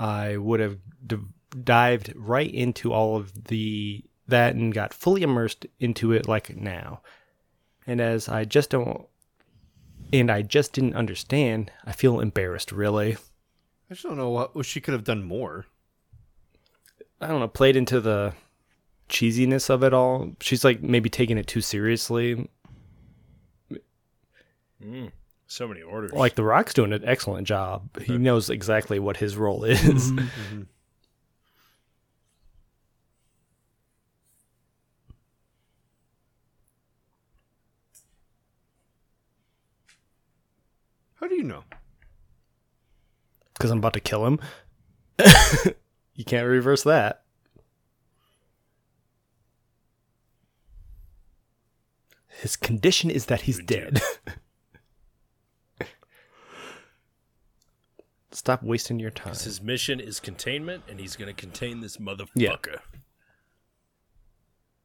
[SPEAKER 3] I would have d- dived right into all of the that and got fully immersed into it like now. And as I just don't and I just didn't understand, I feel embarrassed really.
[SPEAKER 2] I just don't know what what she could have done more.
[SPEAKER 3] I don't know, played into the cheesiness of it all. She's like maybe taking it too seriously.
[SPEAKER 4] Hmm. So many orders.
[SPEAKER 3] Like The Rock's doing an excellent job. He knows exactly what his role is.
[SPEAKER 2] How do you know?
[SPEAKER 3] because I'm about to kill him. you can't reverse that. His condition is that he's dead. Stop wasting your time.
[SPEAKER 4] His mission is containment, and he's going to contain this motherfucker.
[SPEAKER 3] Yeah.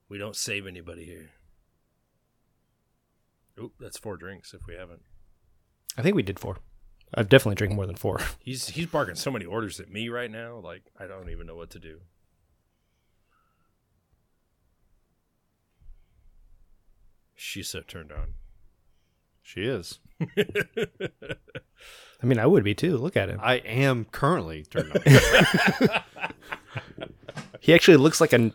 [SPEAKER 4] We don't save anybody here. Oop, that's four drinks if we haven't.
[SPEAKER 3] I think we did four. I've definitely drank more than four.
[SPEAKER 4] He's he's barking so many orders at me right now. Like I don't even know what to do. She's so turned on.
[SPEAKER 2] She is.
[SPEAKER 3] I mean, I would be too. Look at him.
[SPEAKER 2] I am currently turned on.
[SPEAKER 3] He actually looks like a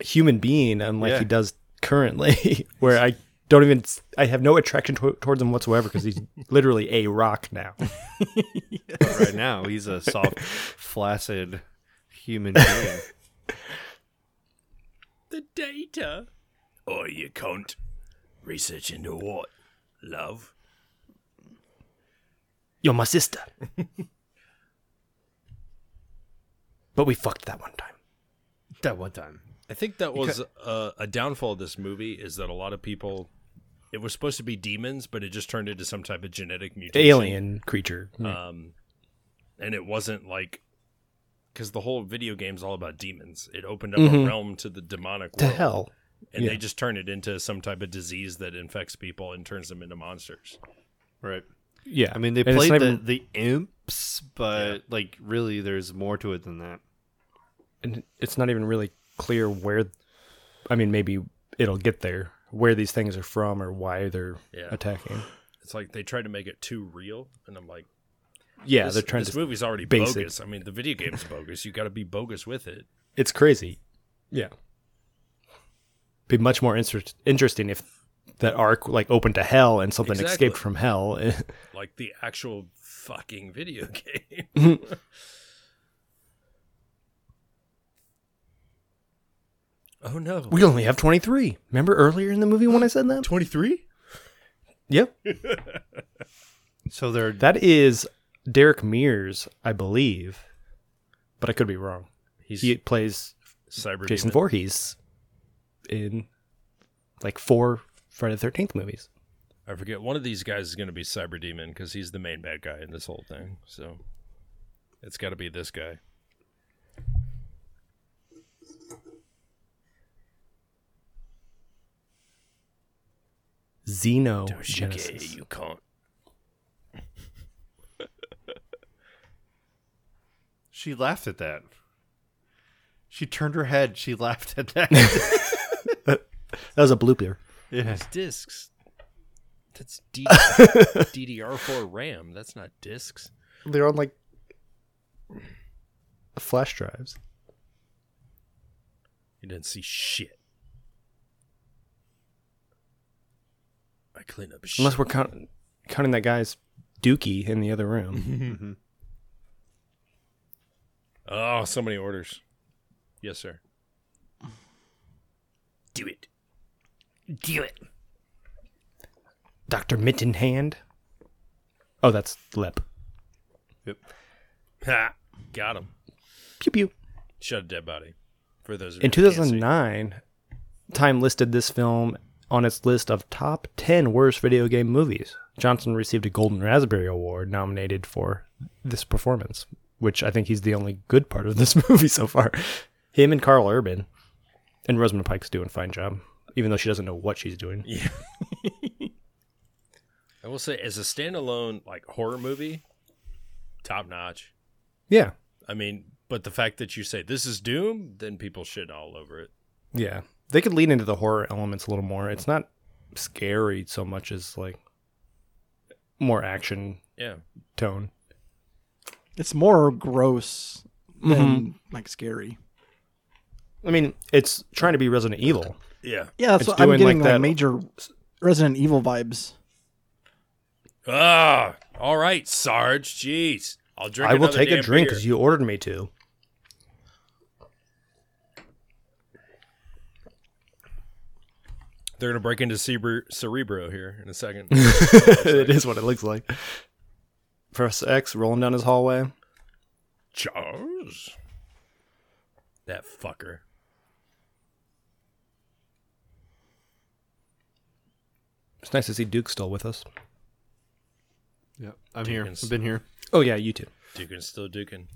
[SPEAKER 3] human being, unlike
[SPEAKER 2] Yeah.
[SPEAKER 3] he does currently, where I don't even, I have no attraction to towards him whatsoever because he's literally a rock now.
[SPEAKER 2] right now. He's a soft, flaccid human being.
[SPEAKER 4] The data. Oh, you cunt. Research into what? Love.
[SPEAKER 3] You're my sister. but we fucked that one time.
[SPEAKER 2] that one time.
[SPEAKER 4] I think that was uh, a downfall of this movie is that a lot of people. It was supposed to be demons, but it just turned into some type of genetic mutation.
[SPEAKER 3] Alien creature. Mm.
[SPEAKER 4] um, and it wasn't like because the whole video game's all about demons. It opened up a realm to the demonic
[SPEAKER 3] to
[SPEAKER 4] world,
[SPEAKER 3] Mm-hmm. hell.
[SPEAKER 4] and they
[SPEAKER 3] yeah.
[SPEAKER 4] just turn it into some type of disease that infects people and turns them into monsters.
[SPEAKER 2] Right.
[SPEAKER 3] Yeah.
[SPEAKER 2] I mean, they
[SPEAKER 3] And it's
[SPEAKER 2] played
[SPEAKER 3] not
[SPEAKER 2] the,
[SPEAKER 3] even-
[SPEAKER 2] the imps, but like really, there's more to it than that.
[SPEAKER 3] and it's not even really clear where I mean, maybe it'll get there, where these things are from or why they're
[SPEAKER 4] Yeah.
[SPEAKER 3] attacking.
[SPEAKER 4] It's like they tried to make it too real, and I'm like,
[SPEAKER 3] Yeah,
[SPEAKER 4] this,
[SPEAKER 3] they're trying
[SPEAKER 4] this
[SPEAKER 3] to
[SPEAKER 4] movie's already
[SPEAKER 3] base it.
[SPEAKER 4] bogus. I mean, the video game's bogus. You got to be bogus with it.
[SPEAKER 3] It's crazy. Yeah. Be much more inter- interesting if that arc like opened to hell and something
[SPEAKER 4] Exactly.
[SPEAKER 3] escaped from hell.
[SPEAKER 4] Like the actual fucking video game. oh no.
[SPEAKER 3] we only have 23. Remember earlier in the movie when I said that?
[SPEAKER 4] 23?
[SPEAKER 3] Yep.
[SPEAKER 2] So they're
[SPEAKER 3] That is Derek Mears, I believe. but I could be wrong.
[SPEAKER 4] He's
[SPEAKER 3] He plays
[SPEAKER 4] cyber
[SPEAKER 3] Jason
[SPEAKER 4] Jason
[SPEAKER 3] Voorhees in like four Friday the Thirteenth movies.
[SPEAKER 4] I forget one of these guys is going to be cyber demon because he's the main bad guy in this whole thing. So it's got to be this guy.
[SPEAKER 3] Xeno
[SPEAKER 4] Toshige,
[SPEAKER 3] Oh, Genesis.
[SPEAKER 4] you can't.
[SPEAKER 2] She laughed at that. She turned her head. She laughed at that.
[SPEAKER 3] That was a blooper.
[SPEAKER 2] yeah.
[SPEAKER 4] discs. That's D- DDR4 RAM. That's not discs.
[SPEAKER 3] They're on like flash drives.
[SPEAKER 4] You didn't see shit. I clean up shit.
[SPEAKER 3] Unless we're count- counting that guy's dookie in the other room.
[SPEAKER 4] oh, so many orders. Yes, sir. Do it.
[SPEAKER 1] Do it.
[SPEAKER 3] Dr. Mittenhand. Oh, that's Lip.
[SPEAKER 2] Yep.
[SPEAKER 4] Ha! Got him.
[SPEAKER 3] Pew pew.
[SPEAKER 4] Shut a dead body. For those of
[SPEAKER 3] In
[SPEAKER 4] you who can't see.
[SPEAKER 3] 2009, Time listed this film on its list of top 10 worst video game movies. Johnson received a Golden Raspberry Award nominated for this performance, which I think he's the only good part of this movie so far. Him and Carl Urban. And Rosamund Pike's doing a fine job, even though she doesn't know what she's doing.
[SPEAKER 4] I will say, as a standalone like horror movie, top notch.
[SPEAKER 3] Yeah.
[SPEAKER 4] I mean, but the fact that you say this is Doom, then people shit all over it.
[SPEAKER 3] Yeah. They could lean into the horror elements a little more. It's not scary so much as like more action
[SPEAKER 4] Yeah,
[SPEAKER 3] tone.
[SPEAKER 5] It's more gross than
[SPEAKER 3] Mm-hmm.
[SPEAKER 5] like scary.
[SPEAKER 3] I mean, it's trying to be Resident Evil.
[SPEAKER 4] yeah.
[SPEAKER 5] Yeah, that's
[SPEAKER 3] It's
[SPEAKER 5] what I'm
[SPEAKER 3] doing,
[SPEAKER 5] getting.
[SPEAKER 3] like,
[SPEAKER 5] Like,
[SPEAKER 3] that-
[SPEAKER 5] major Resident Evil vibes.
[SPEAKER 4] Ah, all right, Sarge. Jeez, I'll drink.
[SPEAKER 3] I will
[SPEAKER 4] another
[SPEAKER 3] take a
[SPEAKER 4] damn
[SPEAKER 3] drink
[SPEAKER 4] beer.
[SPEAKER 3] because you ordered me to.
[SPEAKER 4] They're gonna break into Cerebro, Cerebro here in a second.
[SPEAKER 3] it is what it looks like. Press X, rolling down his hallway.
[SPEAKER 4] Charles, that fucker.
[SPEAKER 3] It's nice to see Duke still with us.
[SPEAKER 2] Yep. I'm here.
[SPEAKER 4] Dickens.
[SPEAKER 2] I've been here.
[SPEAKER 3] Oh yeah, you too.
[SPEAKER 4] Duking still duking.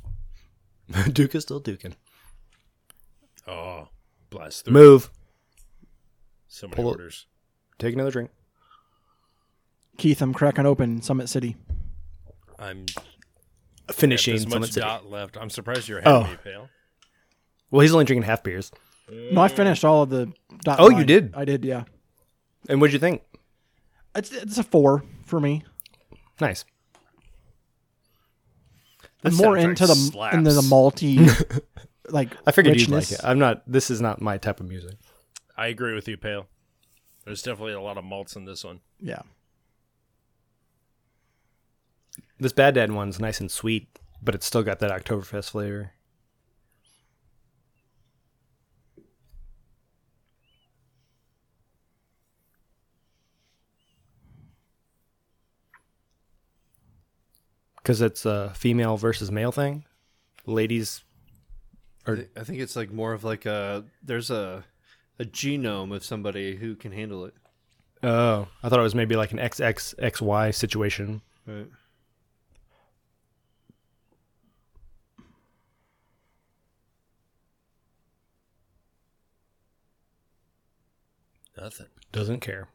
[SPEAKER 3] Duke is still duking.
[SPEAKER 4] Oh, blast through
[SPEAKER 3] Move.
[SPEAKER 4] so many
[SPEAKER 3] Pull it.
[SPEAKER 4] orders.
[SPEAKER 3] Take another drink.
[SPEAKER 5] Keith, I'm cracking open Summit City.
[SPEAKER 4] I'm
[SPEAKER 3] Finishing.
[SPEAKER 4] this
[SPEAKER 3] Summit
[SPEAKER 4] much
[SPEAKER 3] City.
[SPEAKER 4] dot left. I'm surprised you're having
[SPEAKER 3] Oh.
[SPEAKER 4] me pale.
[SPEAKER 3] Well, he's only drinking half beers.
[SPEAKER 5] No, I finished all of the. Dot
[SPEAKER 3] Oh, you
[SPEAKER 5] line.
[SPEAKER 3] did?
[SPEAKER 5] I did. Yeah,
[SPEAKER 3] And what'd you think?
[SPEAKER 5] it's it's a four for me.
[SPEAKER 3] Nice.
[SPEAKER 5] I'm more
[SPEAKER 2] soundtrack
[SPEAKER 5] into the
[SPEAKER 2] slaps.
[SPEAKER 5] into the malty, like
[SPEAKER 3] I figured
[SPEAKER 5] richness.
[SPEAKER 3] you'd like it. I'm not. This is not my type of music.
[SPEAKER 4] I agree with you, pale. There's definitely a lot of malts in this one.
[SPEAKER 5] Yeah,
[SPEAKER 3] This Bad Dad one's nice and sweet, but it's still got that Oktoberfest flavor. Because it's a female versus male thing. Ladies, Or-
[SPEAKER 2] I thi- I think it's like more of like a there's a a genome of somebody who can handle it.
[SPEAKER 3] oh, I thought it was maybe like an XXXY situation.
[SPEAKER 2] Right.
[SPEAKER 4] Nothing.
[SPEAKER 3] Doesn't care.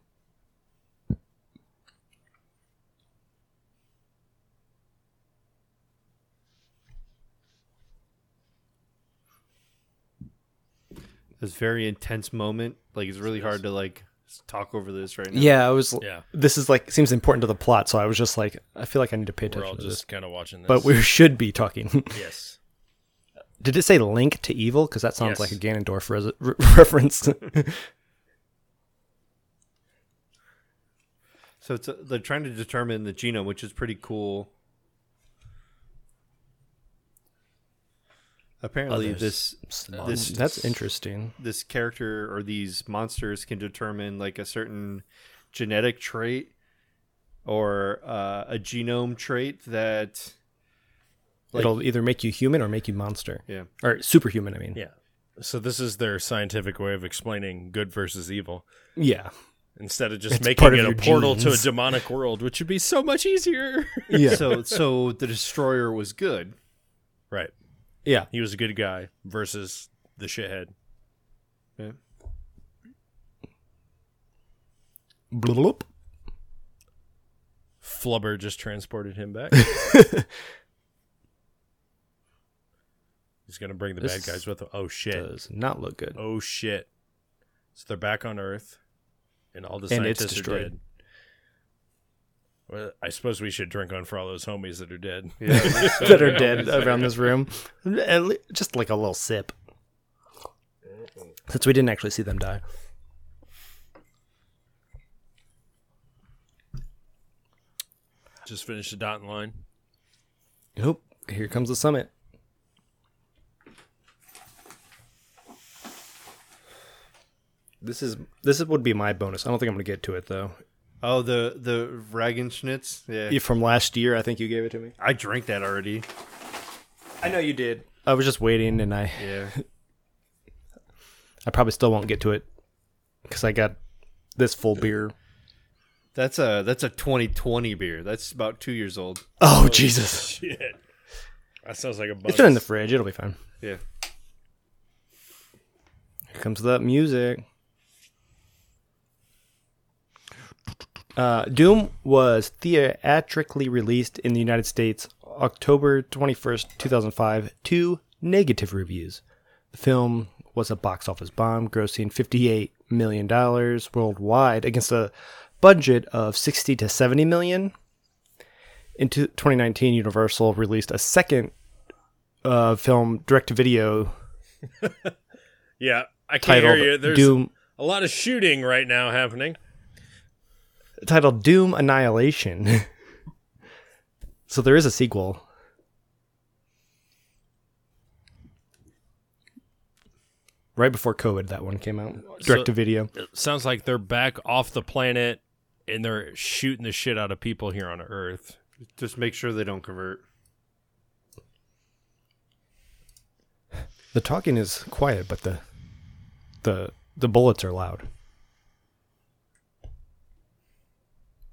[SPEAKER 2] This very intense moment. Like it's really hard to like s- talk over this right now.
[SPEAKER 3] Yeah, I was.
[SPEAKER 4] Yeah.
[SPEAKER 3] This is like seems important to the plot, so I was just like, I feel like I need to pay
[SPEAKER 4] We're all
[SPEAKER 3] attention to this.
[SPEAKER 4] just kind of watching this.
[SPEAKER 3] But we should be talking.
[SPEAKER 4] yes.
[SPEAKER 3] Did it say link to evil? Because that sounds
[SPEAKER 4] Yes.
[SPEAKER 3] like a Ganondorf res- re- reference.
[SPEAKER 2] So it's a, they're trying to determine the genome, which is pretty cool. Apparently,
[SPEAKER 4] Others.
[SPEAKER 2] this this
[SPEAKER 3] That's interesting.
[SPEAKER 2] this character or these monsters can determine like a certain genetic trait or uh, a genome trait that
[SPEAKER 3] It'll either make you human or make you monster.
[SPEAKER 2] Yeah.
[SPEAKER 3] Or superhuman, I mean.
[SPEAKER 4] Yeah. So this is their scientific way of explaining good versus evil.
[SPEAKER 3] Yeah.
[SPEAKER 4] Instead of just
[SPEAKER 3] It's
[SPEAKER 4] making
[SPEAKER 3] part of
[SPEAKER 4] it a
[SPEAKER 3] your
[SPEAKER 4] portal to a
[SPEAKER 3] genes.
[SPEAKER 4] demonic world, which would be so much easier.
[SPEAKER 3] Yeah.
[SPEAKER 2] So so the destroyer was good.
[SPEAKER 4] right.
[SPEAKER 3] yeah.
[SPEAKER 4] He was a good guy versus the shithead.
[SPEAKER 3] Bloop.
[SPEAKER 4] Flubber just transported him back. He's gonna bring the
[SPEAKER 3] This
[SPEAKER 4] bad guys with him. Oh shit.
[SPEAKER 3] Does not look good.
[SPEAKER 4] Oh shit. So they're back on Earth, and all the
[SPEAKER 3] And it's
[SPEAKER 4] scientists are
[SPEAKER 3] destroyed.
[SPEAKER 4] dead. Well, I suppose we should drink on for all those homies that are dead.
[SPEAKER 3] that are dead around this room. At le- Just like a little sip.
[SPEAKER 4] Mm-hmm.
[SPEAKER 3] Since we didn't actually see them die.
[SPEAKER 4] Just finish the dotting line.
[SPEAKER 3] Nope. Here comes the summit. This is this is- would be my bonus. I don't think I'm gonna get to it though.
[SPEAKER 2] Oh, the the Ragenschnitz. Yeah.
[SPEAKER 3] If From last year, I think you gave it to me.
[SPEAKER 2] I drank that already.
[SPEAKER 3] I know you did. I was just waiting, and I
[SPEAKER 2] Yeah.
[SPEAKER 3] I probably still won't get to it because I got this full beer.
[SPEAKER 2] That's a that's a 2020 beer. That's about 2 years old.
[SPEAKER 3] Oh Jesus!
[SPEAKER 4] Shit. That sounds like a bonus.
[SPEAKER 3] It's been in the fridge. It'll be fine.
[SPEAKER 2] Yeah.
[SPEAKER 3] Here comes the music. Uh, Doom was theatrically released in the United States October 21st, 2005, to negative reviews. The film was a box office bomb, grossing $58 million worldwide against a budget of 60 to 70 million. In two- 2019, Universal released a second uh, film direct to video
[SPEAKER 4] Yeah, I can't
[SPEAKER 3] titled
[SPEAKER 4] hear you. There's
[SPEAKER 3] Doom
[SPEAKER 4] a lot of shooting right now happening.
[SPEAKER 3] titled Doom Annihilation. so there is a sequel. Right before COVID, that one came out. Direct to video.
[SPEAKER 4] It sounds like they're back off the planet and they're shooting the shit out of people here on Earth.
[SPEAKER 2] Just make sure they don't convert.
[SPEAKER 3] The talking is quiet, but the the the bullets are loud.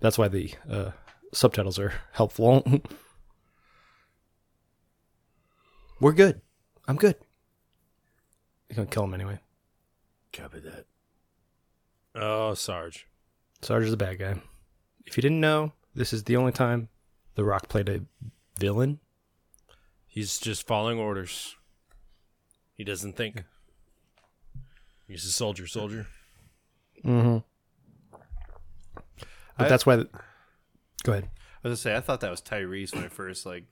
[SPEAKER 3] That's why the uh, subtitles are helpful. We're good. I'm good. You're gonna kill him anyway.
[SPEAKER 4] Copy that. Oh, Sarge.
[SPEAKER 3] Sarge is a bad guy. If you didn't know, this is the only time The Rock played a villain.
[SPEAKER 4] He's just following orders. He doesn't think. He's a soldier, soldier.
[SPEAKER 3] Mm-hmm. But
[SPEAKER 2] I-
[SPEAKER 3] that's why. The... Go ahead.
[SPEAKER 2] I was gonna say I thought that was Tyrese when I first like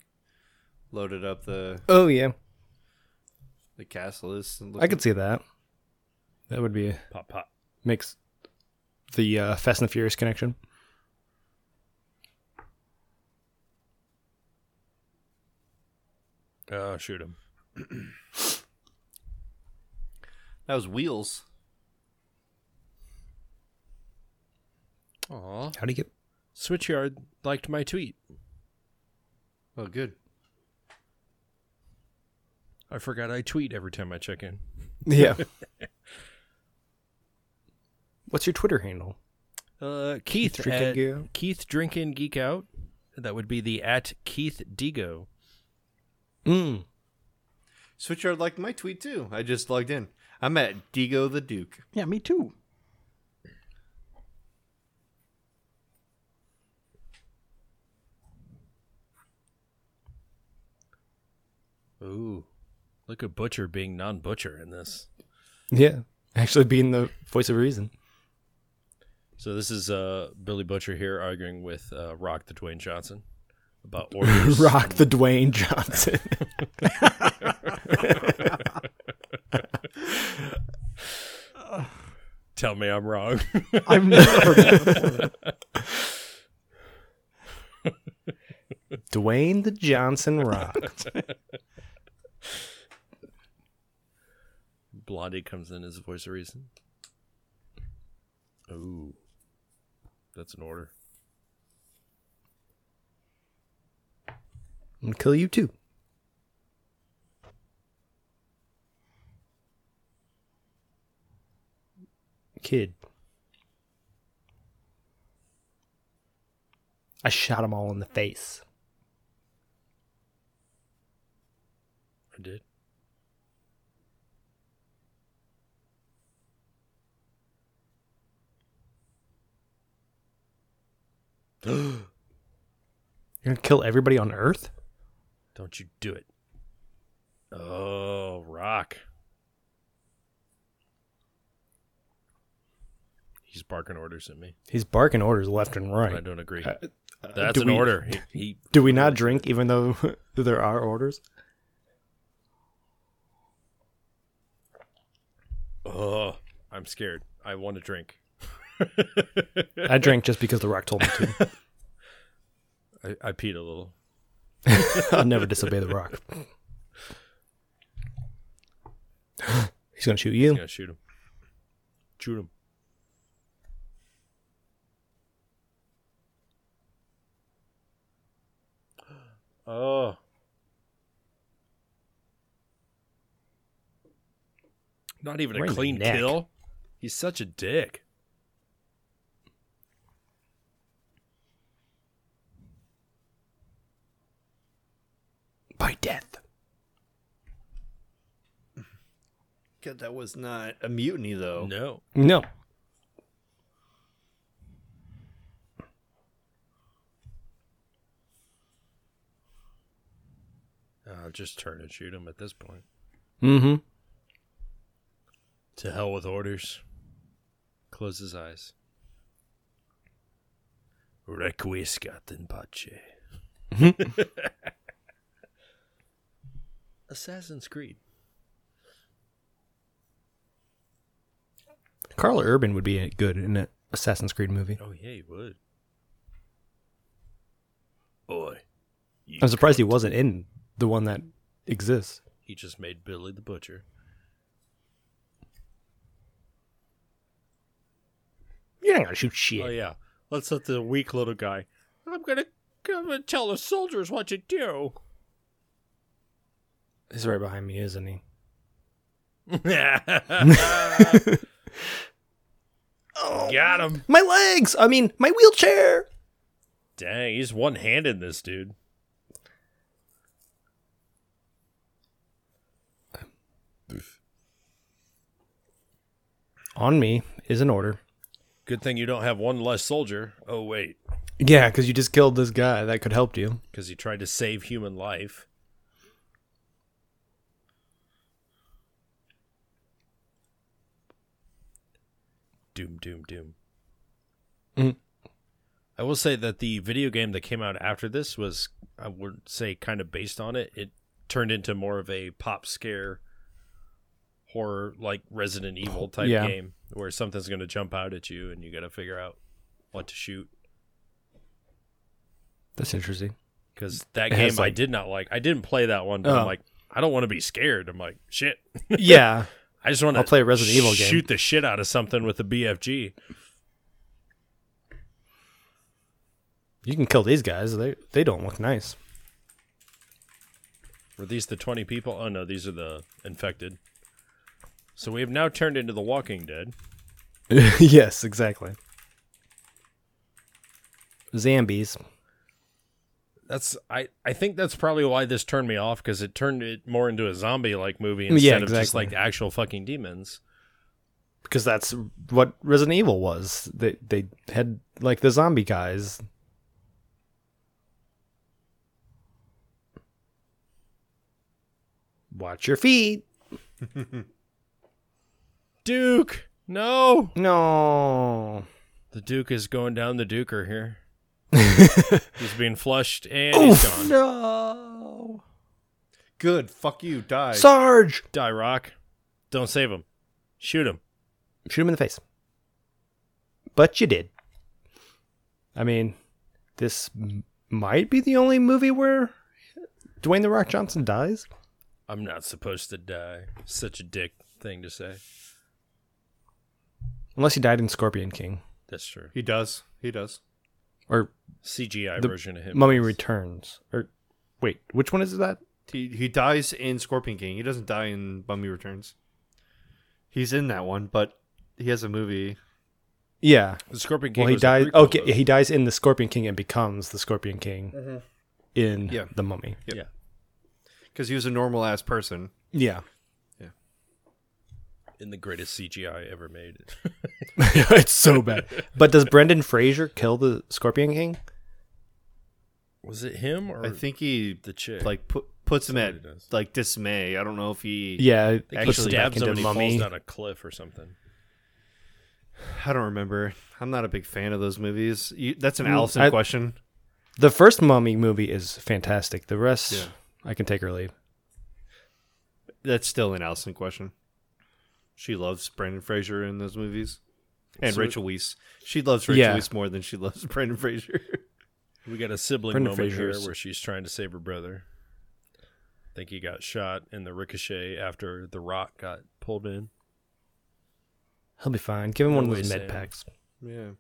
[SPEAKER 2] loaded up the
[SPEAKER 3] Oh yeah,
[SPEAKER 2] the cast list. And
[SPEAKER 3] I could see that. That would be
[SPEAKER 4] Pop, pop.
[SPEAKER 3] makes the uh, Fast and the Furious connection.
[SPEAKER 4] Oh, shoot him.
[SPEAKER 2] that was Wheels.
[SPEAKER 4] Aw.
[SPEAKER 3] How do you get?
[SPEAKER 4] Switchyard liked my tweet.
[SPEAKER 2] Oh, good.
[SPEAKER 4] I forgot I tweet every time I check in.
[SPEAKER 3] Yeah. What's your Twitter handle?
[SPEAKER 4] Uh, Keith
[SPEAKER 3] Keith Drinkin'
[SPEAKER 4] at-
[SPEAKER 3] Geek Out.
[SPEAKER 4] Keith Drinkin' Geek Out. That would be the at Keith Digo.
[SPEAKER 3] Mm.
[SPEAKER 2] Switchyard liked my tweet too. I just logged in. I'm at Digo the Duke.
[SPEAKER 5] Yeah, me too.
[SPEAKER 4] Ooh, look at Butcher being non-butcher in this.
[SPEAKER 3] Yeah, actually being the voice of reason.
[SPEAKER 4] So this is uh, Billy Butcher here arguing with uh, Rock the Dwayne Johnson about orders.
[SPEAKER 3] Rock the Dwayne Johnson.
[SPEAKER 4] Tell me I'm wrong.
[SPEAKER 5] I've never heard that before.
[SPEAKER 3] Dwayne the Johnson Rock.
[SPEAKER 4] Blondie comes in as a voice of reason. Ooh, that's an order.
[SPEAKER 3] I'm gonna kill you too. kid. I shot him all in the face.
[SPEAKER 4] I did.
[SPEAKER 3] You're gonna kill everybody on Earth?
[SPEAKER 4] Don't you do it. Oh, Rock. He's barking orders at me.
[SPEAKER 3] He's barking orders left and
[SPEAKER 4] I
[SPEAKER 3] right.
[SPEAKER 4] don't agree.
[SPEAKER 3] Uh,
[SPEAKER 4] That's
[SPEAKER 3] do
[SPEAKER 4] an
[SPEAKER 3] we-
[SPEAKER 4] order. He, he
[SPEAKER 3] Do we not drink even though there are orders?
[SPEAKER 4] Oh, I'm scared. I want to drink.
[SPEAKER 3] I drank just because The Rock told me to.
[SPEAKER 4] I, I peed a little.
[SPEAKER 3] I'll never disobey The Rock. He's gonna shoot you.
[SPEAKER 4] Yeah, shoot him. Shoot him. Oh. Not even
[SPEAKER 3] Right in
[SPEAKER 4] a
[SPEAKER 3] the
[SPEAKER 4] clean
[SPEAKER 3] neck.
[SPEAKER 4] kill. He's such a dick.
[SPEAKER 3] By death.
[SPEAKER 2] God, that was not a mutiny,
[SPEAKER 3] Oh.
[SPEAKER 2] though.
[SPEAKER 4] No.
[SPEAKER 3] No.
[SPEAKER 4] Uh, just turn and shoot him at this point.
[SPEAKER 3] Mm-hmm.
[SPEAKER 4] To hell with orders. Close his eyes. Requiescat in pace. Assassin's Creed.
[SPEAKER 3] Carl Urban would be good in an Assassin's Creed movie.
[SPEAKER 4] Oh yeah, he would. Boy,
[SPEAKER 3] I'm surprised he wasn't in the one that exists.
[SPEAKER 4] he just made Billy the Butcher.
[SPEAKER 3] You're not gonna shoot shit.
[SPEAKER 4] Oh yeah, let's let the weak little guy. I'm gonna come and tell the soldiers what to do.
[SPEAKER 3] He's right behind me, isn't he?
[SPEAKER 4] Got him.
[SPEAKER 3] My legs! I mean, my wheelchair!
[SPEAKER 4] Dang, he's one handed this dude.
[SPEAKER 3] On me is an order.
[SPEAKER 4] Good thing you don't have one less soldier. Oh wait,
[SPEAKER 3] Yeah, because you just killed this guy that could help you.
[SPEAKER 4] because he tried to save human life. Doom, doom, doom.
[SPEAKER 3] Mhm.
[SPEAKER 4] I will say that the video game that came out after this was, I would say, kind of based on it. It turned into more of a pop scare horror, like Resident Evil type
[SPEAKER 3] Yeah.
[SPEAKER 4] game, where something's going to jump out at you and you got to figure out what to shoot.
[SPEAKER 3] That's interesting.
[SPEAKER 4] because that
[SPEAKER 3] It
[SPEAKER 4] game
[SPEAKER 3] has,
[SPEAKER 4] I
[SPEAKER 3] like-
[SPEAKER 4] did not like. I didn't play that one, but
[SPEAKER 3] Oh.
[SPEAKER 4] I'm like, I don't want to be scared. I'm like, shit.
[SPEAKER 3] yeah.
[SPEAKER 4] I just want to
[SPEAKER 3] I'll play a Resident Evil game.
[SPEAKER 4] Shoot the shit out of something with the BFG.
[SPEAKER 3] You can kill these guys. They they don't look nice.
[SPEAKER 4] Were these the twenty people? Oh no, these are the infected. So we have now turned into the Walking Dead.
[SPEAKER 3] yes, exactly. Zambies.
[SPEAKER 4] That's I. I think that's probably why this turned me off because it turned it more into a zombie-like movie
[SPEAKER 3] Yeah,
[SPEAKER 4] instead of just
[SPEAKER 3] exactly.
[SPEAKER 4] like the actual fucking demons.
[SPEAKER 3] Because that's what Resident Evil was. They they had like the zombie guys. Watch your feet.
[SPEAKER 4] Duke, no.
[SPEAKER 3] No.
[SPEAKER 4] The Duke is going down the Duker here. he's being flushed and he's gone.
[SPEAKER 3] No.
[SPEAKER 2] Good. Fuck you. Die.
[SPEAKER 3] Sarge.
[SPEAKER 4] Die Rock. Don't save him. Shoot him.
[SPEAKER 3] Shoot him in the face. But you did. I mean, this m- might be the only movie where Dwayne the Rock Johnson dies.
[SPEAKER 4] I'm not supposed to die. Such a dick thing to say.
[SPEAKER 3] Unless he died in Scorpion King
[SPEAKER 4] That's true.
[SPEAKER 2] he does. He does.
[SPEAKER 3] or
[SPEAKER 4] CGI
[SPEAKER 3] The
[SPEAKER 4] version of him.
[SPEAKER 3] Mummy Returns. Or wait, which one is that?
[SPEAKER 2] He, he dies in Scorpion King. He doesn't die in Mummy Returns. He's in that one, but he has a movie.
[SPEAKER 3] Yeah.
[SPEAKER 4] The Scorpion King.
[SPEAKER 3] Well, he
[SPEAKER 4] was a
[SPEAKER 3] dies.
[SPEAKER 4] prequel,
[SPEAKER 3] Okay,
[SPEAKER 4] though.
[SPEAKER 3] he dies in the Scorpion King and becomes the Scorpion King in
[SPEAKER 2] Yeah.
[SPEAKER 3] the Mummy.
[SPEAKER 2] Because he was a normal ass person.
[SPEAKER 3] Yeah,
[SPEAKER 4] in the greatest CGI ever made.
[SPEAKER 3] it's so bad. But does Brendan Fraser kill the Scorpion King?
[SPEAKER 4] Was it him or
[SPEAKER 2] I think he
[SPEAKER 4] the chick?
[SPEAKER 2] like put, puts him at
[SPEAKER 4] Somebody does.
[SPEAKER 2] like dismay. I don't know if he.
[SPEAKER 3] Yeah,
[SPEAKER 4] I think he
[SPEAKER 3] puts him back
[SPEAKER 4] stabs him
[SPEAKER 3] into
[SPEAKER 4] and he
[SPEAKER 3] Mummy.
[SPEAKER 4] falls down a cliff or something.
[SPEAKER 2] I don't remember. I'm not a big fan of those movies. You, that's an
[SPEAKER 3] Mm,
[SPEAKER 2] Allison
[SPEAKER 3] I-
[SPEAKER 2] question.
[SPEAKER 3] The first Mummy movie is fantastic. The rest,
[SPEAKER 2] Yeah.
[SPEAKER 3] I can take or leave.
[SPEAKER 2] That's still an Allison question. She loves Brandon Fraser in those movies, and
[SPEAKER 4] So-
[SPEAKER 2] Rachel Weisz. She loves Rachel
[SPEAKER 3] Yeah.
[SPEAKER 2] Weisz more than she loves Brandon Fraser.
[SPEAKER 4] We got a sibling
[SPEAKER 3] Brendan
[SPEAKER 4] moment
[SPEAKER 3] Fraser is-
[SPEAKER 4] here where she's trying to save her brother. I think he got shot in the ricochet after the rock got pulled in.
[SPEAKER 3] He'll be fine. Give him
[SPEAKER 4] No
[SPEAKER 3] one of
[SPEAKER 4] way,
[SPEAKER 3] those med
[SPEAKER 4] Sam.
[SPEAKER 3] packs.
[SPEAKER 2] yeah,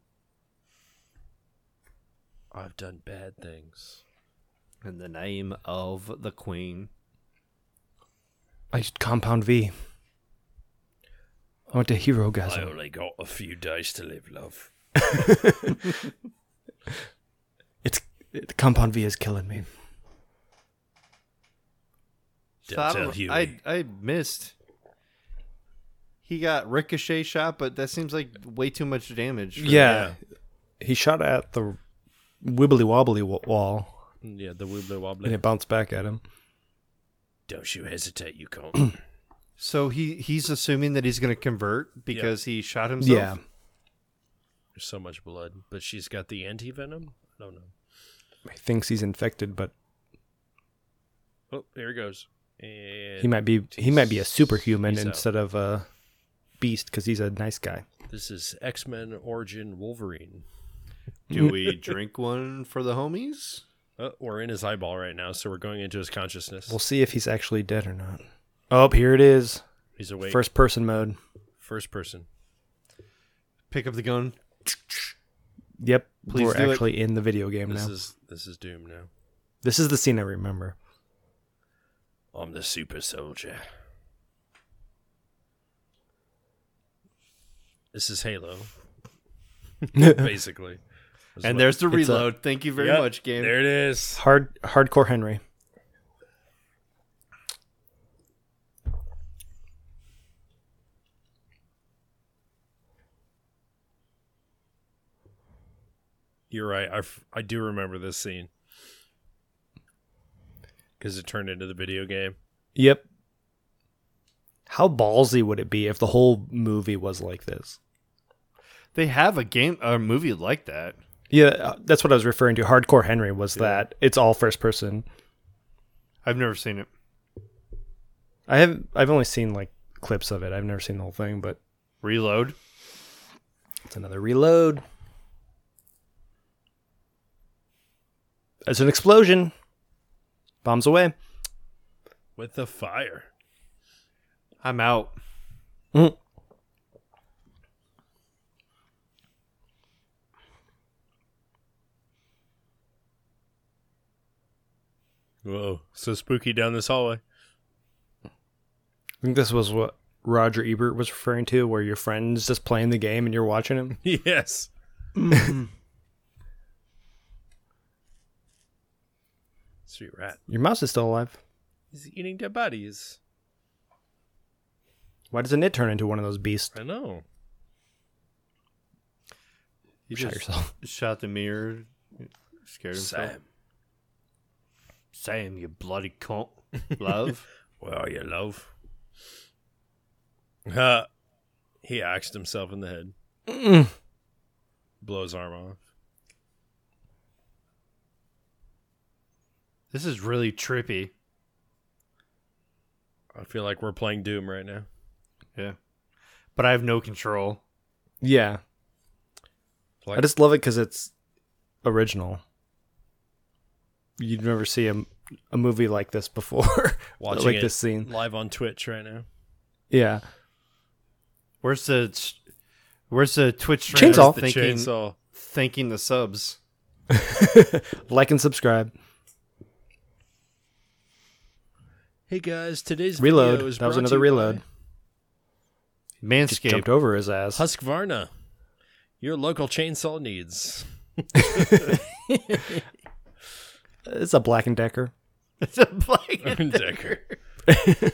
[SPEAKER 4] I've done bad things.
[SPEAKER 2] in the name of the Queen.
[SPEAKER 3] I used Compound V. I went to Hero
[SPEAKER 4] I
[SPEAKER 3] Gasm.
[SPEAKER 4] only got a few days to live, love.
[SPEAKER 3] It's it, Compound V is killing me.
[SPEAKER 2] So I, don't-
[SPEAKER 4] Denzel Huey.
[SPEAKER 2] I I missed. He got ricochet shot, but that seems like way too much damage. for-
[SPEAKER 3] yeah. he shot at the wibbly wobbly wa- wall,
[SPEAKER 4] Yeah, the wibbly
[SPEAKER 3] and
[SPEAKER 4] wobbly.
[SPEAKER 3] it bounced back at him.
[SPEAKER 4] Don't you hesitate, you can't.
[SPEAKER 2] So he he's assuming that he's going to convert because he shot himself.
[SPEAKER 3] Yeah,
[SPEAKER 4] There's so much blood, but she's got the anti venom. I don't know.
[SPEAKER 3] he thinks he's infected, but
[SPEAKER 4] Oh, there he goes. And
[SPEAKER 3] he might be he might be a superhuman
[SPEAKER 4] He's out.
[SPEAKER 3] instead of a beast because he's a nice guy.
[SPEAKER 4] This is X Men Origin Wolverine.
[SPEAKER 2] Do we drink one for the homies?
[SPEAKER 4] Oh, we're in his eyeball right now, so we're going into his consciousness.
[SPEAKER 3] We'll see if he's actually dead or not. Oh, here it is.
[SPEAKER 4] He's awake. First,
[SPEAKER 3] First person mode.
[SPEAKER 4] first person.
[SPEAKER 2] Pick up the gun.
[SPEAKER 3] Yep,
[SPEAKER 2] Please
[SPEAKER 3] we're
[SPEAKER 2] do it.
[SPEAKER 3] actually in the video game
[SPEAKER 4] This
[SPEAKER 3] now.
[SPEAKER 4] is this is Doom now.
[SPEAKER 3] This is the scene I remember.
[SPEAKER 4] I'm the super soldier. This is Halo, basically. That's
[SPEAKER 2] And
[SPEAKER 4] what-
[SPEAKER 2] there's the
[SPEAKER 3] It's a-
[SPEAKER 2] reload. Thank you very
[SPEAKER 4] Yep,
[SPEAKER 2] much, game.
[SPEAKER 4] There it is.
[SPEAKER 3] Hard hardcore Henry.
[SPEAKER 4] You're right. I, f- I do remember this scene because it turned into the video game.
[SPEAKER 3] Yep. How ballsy would it be if the whole movie was like this?
[SPEAKER 2] They have a game, a movie like that.
[SPEAKER 3] Yeah, uh, that's what I was referring to. Hardcore Henry was that. It's all first person.
[SPEAKER 2] I've never seen it.
[SPEAKER 3] I have I've only seen like clips of it. I've never seen the whole thing, but
[SPEAKER 2] Reload.
[SPEAKER 3] it's another reload. It's an explosion. Bombs away.
[SPEAKER 4] with the fire.
[SPEAKER 2] I'm out.
[SPEAKER 3] Mhm.
[SPEAKER 4] Whoa, so spooky down this hallway.
[SPEAKER 3] I think this was what Roger Ebert was referring to, where your friend's just playing the game and you're watching him.
[SPEAKER 4] yes. Sweet rat.
[SPEAKER 3] Your mouse is still alive.
[SPEAKER 4] He's eating dead bodies.
[SPEAKER 3] Why doesn't it turn into one of those beasts?
[SPEAKER 4] I know.
[SPEAKER 2] You
[SPEAKER 3] Shot
[SPEAKER 2] just
[SPEAKER 3] yourself.
[SPEAKER 2] shot the mirror. Scared himself.
[SPEAKER 4] Sam,
[SPEAKER 2] Sam, you bloody cunt. Love.
[SPEAKER 4] where are you, love? Huh. He axed himself in the head. Blows arm off.
[SPEAKER 2] this is really trippy.
[SPEAKER 4] I feel like we're playing Doom right now.
[SPEAKER 2] Yeah. But I have no control.
[SPEAKER 3] Yeah.
[SPEAKER 4] Like-
[SPEAKER 3] I just love it because it's original. You'd never see a, a movie like this before.
[SPEAKER 4] Watching
[SPEAKER 3] like
[SPEAKER 4] it
[SPEAKER 3] this scene.
[SPEAKER 4] live on Twitch right now.
[SPEAKER 3] Yeah.
[SPEAKER 2] Where's the Where's the Twitch streamer
[SPEAKER 3] Chainsaw. Where's
[SPEAKER 4] The
[SPEAKER 2] thinking
[SPEAKER 4] chainsaw.
[SPEAKER 2] thanking the subs?
[SPEAKER 3] like and subscribe.
[SPEAKER 4] Hey guys, today's
[SPEAKER 3] Reload.
[SPEAKER 4] Video is
[SPEAKER 3] That was
[SPEAKER 4] brought to
[SPEAKER 3] another
[SPEAKER 4] you
[SPEAKER 3] reload.
[SPEAKER 4] by-
[SPEAKER 3] Just
[SPEAKER 2] Manscaped.
[SPEAKER 3] jumped over his ass.
[SPEAKER 4] Husqvarna, your local chainsaw needs.
[SPEAKER 3] It's a Black and Decker.
[SPEAKER 2] It's a blanket.
[SPEAKER 4] Decker.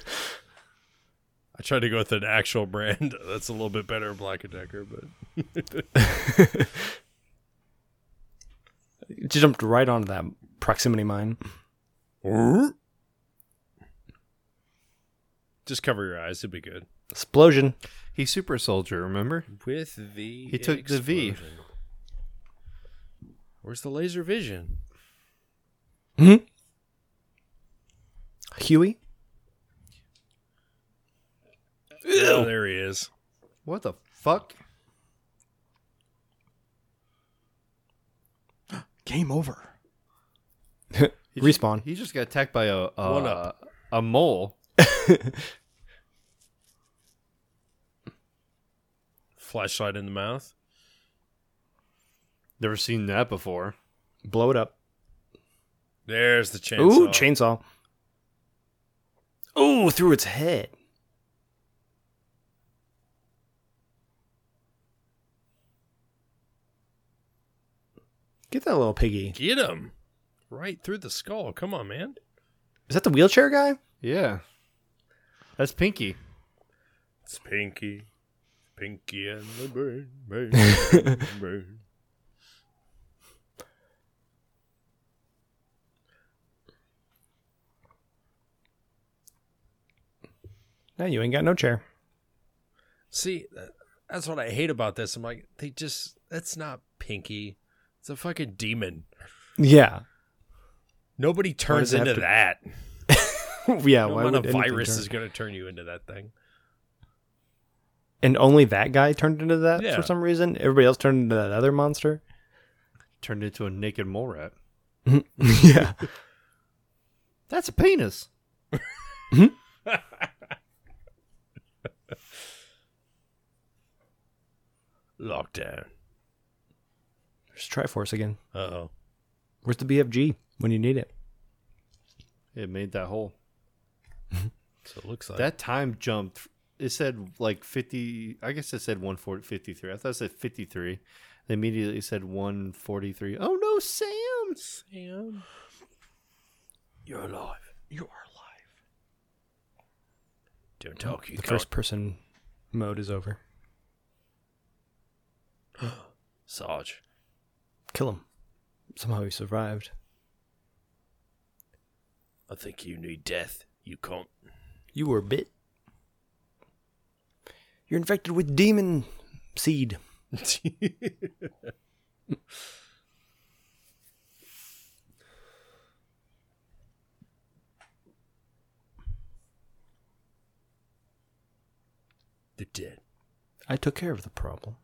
[SPEAKER 4] I tried to go with an actual brand. That's a little bit better, Black and Decker, but
[SPEAKER 3] It jumped right onto that proximity mine.
[SPEAKER 4] just cover your eyes; it'd be good.
[SPEAKER 3] Explosion.
[SPEAKER 2] He's super soldier, remember?
[SPEAKER 4] With the
[SPEAKER 2] He took the V.
[SPEAKER 4] explosion. Where's the laser vision?
[SPEAKER 3] Hmm? Huey.
[SPEAKER 4] Oh, there he is.
[SPEAKER 2] What the fuck?
[SPEAKER 5] Game over.
[SPEAKER 2] He just-
[SPEAKER 3] Respawn.
[SPEAKER 2] he just got attacked by a a,
[SPEAKER 4] One up.
[SPEAKER 2] a mole.
[SPEAKER 4] Flashlight in the mouth.
[SPEAKER 2] Never seen that before.
[SPEAKER 3] Blow it up.
[SPEAKER 4] There's the chainsaw.
[SPEAKER 3] Ooh, chainsaw. Ooh, through its head. Get that little piggy.
[SPEAKER 4] Get him right through the skull. Come on, man.
[SPEAKER 3] Is that the wheelchair guy?
[SPEAKER 2] Yeah. That's Pinky.
[SPEAKER 4] It's Pinky, Pinky and the Brain, brain, brain.
[SPEAKER 3] No, you ain't got no chair.
[SPEAKER 4] See, th- that's what I hate about this. I'm like, they just that's not Pinky. It's a fucking demon.
[SPEAKER 3] Yeah.
[SPEAKER 4] Nobody turns
[SPEAKER 3] it have to-
[SPEAKER 4] into that.
[SPEAKER 3] yeah.
[SPEAKER 4] no
[SPEAKER 3] why
[SPEAKER 4] amount
[SPEAKER 3] would
[SPEAKER 4] of
[SPEAKER 3] anything
[SPEAKER 4] virus
[SPEAKER 3] turn-
[SPEAKER 4] is going to turn you into that thing.
[SPEAKER 3] And only that guy turned into that
[SPEAKER 4] Yeah.
[SPEAKER 3] for some reason. Everybody else turned into that other monster.
[SPEAKER 2] Turned into a naked mole rat.
[SPEAKER 3] yeah.
[SPEAKER 2] That's a penis.
[SPEAKER 4] Lockdown.
[SPEAKER 3] There's Triforce again.
[SPEAKER 4] Uh oh.
[SPEAKER 3] Where's the BFG when you need it?
[SPEAKER 2] It made that hole.
[SPEAKER 4] So it looks like
[SPEAKER 2] That time jumped. It said like 50. I guess it said 153. I thought it said 53. They immediately said 143. Oh no, Sam's.
[SPEAKER 4] Sam, you're alive. You're alive. Don't talk. You
[SPEAKER 3] the
[SPEAKER 4] can't.
[SPEAKER 3] first person mode is over.
[SPEAKER 4] Sarge.
[SPEAKER 3] Kill him. Somehow he survived.
[SPEAKER 4] I think you need death. You can't.
[SPEAKER 3] You were bit. You're infected with demon seed.
[SPEAKER 4] They're dead.
[SPEAKER 3] I took care of the problem.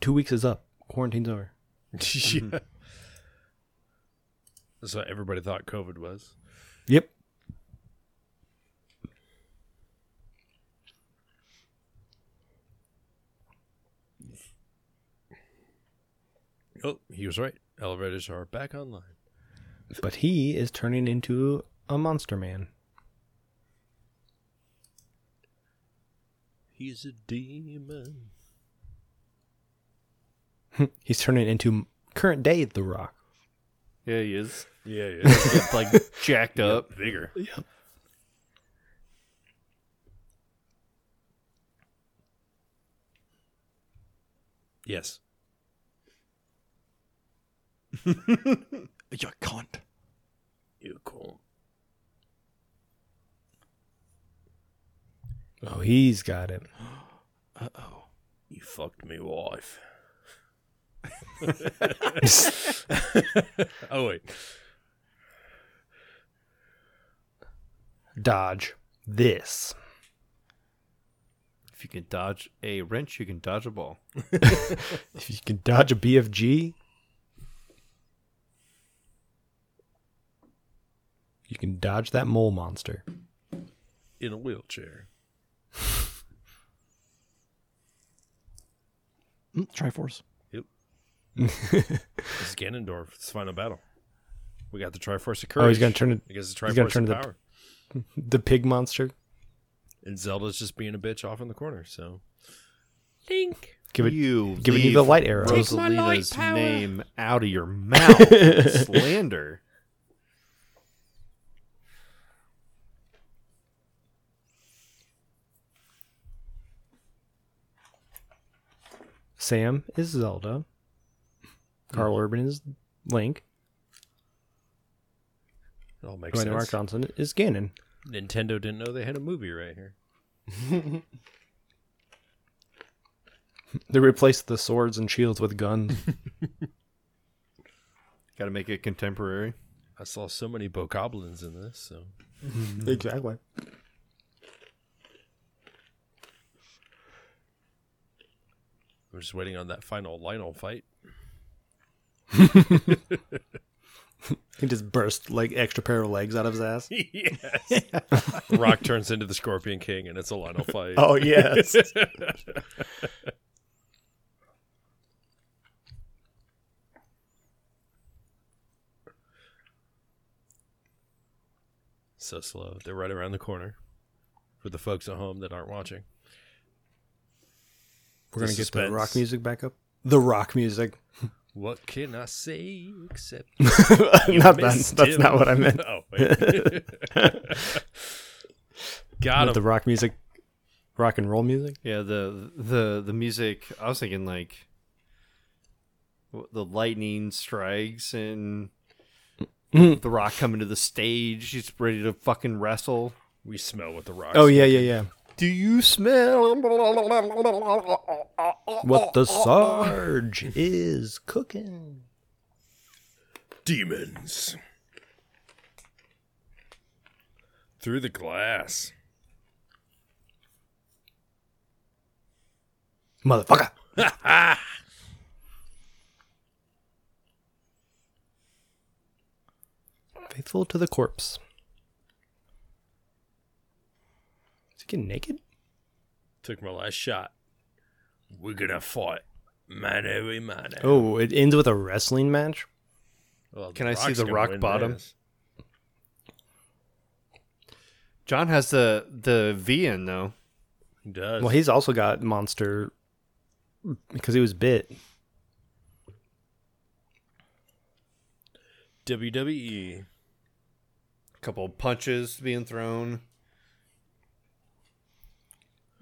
[SPEAKER 3] Two weeks is up. Quarantine's over.
[SPEAKER 4] yeah. Mm-hmm. That's what everybody thought COVID was.
[SPEAKER 3] Yep.
[SPEAKER 4] Oh, he was right. Elevators are back online.
[SPEAKER 3] But he is turning into a monster man.
[SPEAKER 4] He's a demon.
[SPEAKER 3] He's turning into current day The Rock.
[SPEAKER 2] Yeah, he is.
[SPEAKER 4] Yeah, yeah.
[SPEAKER 2] It's like jacked up.
[SPEAKER 4] Bigger. Yes.
[SPEAKER 5] You can't.
[SPEAKER 4] You cool.
[SPEAKER 3] Oh, he's got it.
[SPEAKER 4] You fucked me wife. oh wait.
[SPEAKER 3] Dodge this.
[SPEAKER 2] If you can dodge a wrench, you can dodge a ball.
[SPEAKER 3] If you can dodge a BFG, you can dodge that mole monster.
[SPEAKER 4] In a wheelchair.
[SPEAKER 5] Mm, Triforce. Mm,
[SPEAKER 3] Oh,
[SPEAKER 4] Ganondorf, it's final battle. We got the Triforce of Courage.
[SPEAKER 3] Oh, he's gonna turn it-
[SPEAKER 4] He gets the
[SPEAKER 3] he's
[SPEAKER 4] Triforce
[SPEAKER 3] gonna turn
[SPEAKER 4] of
[SPEAKER 3] to the-
[SPEAKER 4] Power.
[SPEAKER 3] The pig monster.
[SPEAKER 4] And Zelda's just being a bitch off in the corner. So
[SPEAKER 3] Give it.
[SPEAKER 2] you
[SPEAKER 3] give it
[SPEAKER 2] leave
[SPEAKER 3] the light arrow.
[SPEAKER 7] Take my light
[SPEAKER 2] Rosalita's
[SPEAKER 7] power.
[SPEAKER 2] name out of your mouth. Slander.
[SPEAKER 3] Sam is Zelda. Carl Urban is Link.
[SPEAKER 4] it all makes
[SPEAKER 3] Dwayne The Rock
[SPEAKER 4] sense.
[SPEAKER 3] Johnson is Ganon.
[SPEAKER 4] Nintendo didn't know they had a movie right here.
[SPEAKER 3] They replaced the swords and shields with guns.
[SPEAKER 2] Got to make it contemporary.
[SPEAKER 4] I saw so many bokoblins in this. So
[SPEAKER 3] exactly.
[SPEAKER 4] I'm just waiting on that final Lionel fight.
[SPEAKER 3] He just burst like extra pair of legs out of his ass.
[SPEAKER 4] yes. Rock turns into the Scorpion King, and it's a Lionel fight.
[SPEAKER 3] Oh, yes.
[SPEAKER 4] So slow. They're right around the corner. For the folks at home that aren't watching,
[SPEAKER 3] We're gonna
[SPEAKER 4] The
[SPEAKER 3] get the
[SPEAKER 4] suspense.
[SPEAKER 3] rock music back up. The rock music.
[SPEAKER 4] what can I say except
[SPEAKER 3] not that,
[SPEAKER 4] missed
[SPEAKER 3] that's
[SPEAKER 4] him.
[SPEAKER 3] not what I meant.
[SPEAKER 4] oh, wait. got
[SPEAKER 3] With the
[SPEAKER 4] him.
[SPEAKER 3] rock music, rock and roll music.
[SPEAKER 2] Yeah, the the the music. I was thinking like w- the lightning strikes and
[SPEAKER 3] Mhm.
[SPEAKER 2] the Rock coming to the stage. He's ready to fucking wrestle.
[SPEAKER 4] We smell what the rock.
[SPEAKER 3] Oh yeah, yeah, yeah.
[SPEAKER 2] Do you smell?
[SPEAKER 3] What the Sarge is cooking.
[SPEAKER 4] demons through the glass.
[SPEAKER 3] Motherfucker. Faithful to the corpse. Is he getting naked?
[SPEAKER 4] Took my last shot. We're gonna fight, mano a mano.
[SPEAKER 3] Oh, it ends with a wrestling match?
[SPEAKER 4] Well,
[SPEAKER 2] Can I see
[SPEAKER 4] Rock's
[SPEAKER 2] the
[SPEAKER 4] gonna
[SPEAKER 2] rock
[SPEAKER 4] win
[SPEAKER 2] bottom?
[SPEAKER 4] this.
[SPEAKER 2] John has the the V in though.
[SPEAKER 4] He does.
[SPEAKER 3] Well, he's also got monster because he was bit.
[SPEAKER 4] WWE.
[SPEAKER 2] A couple punches being thrown.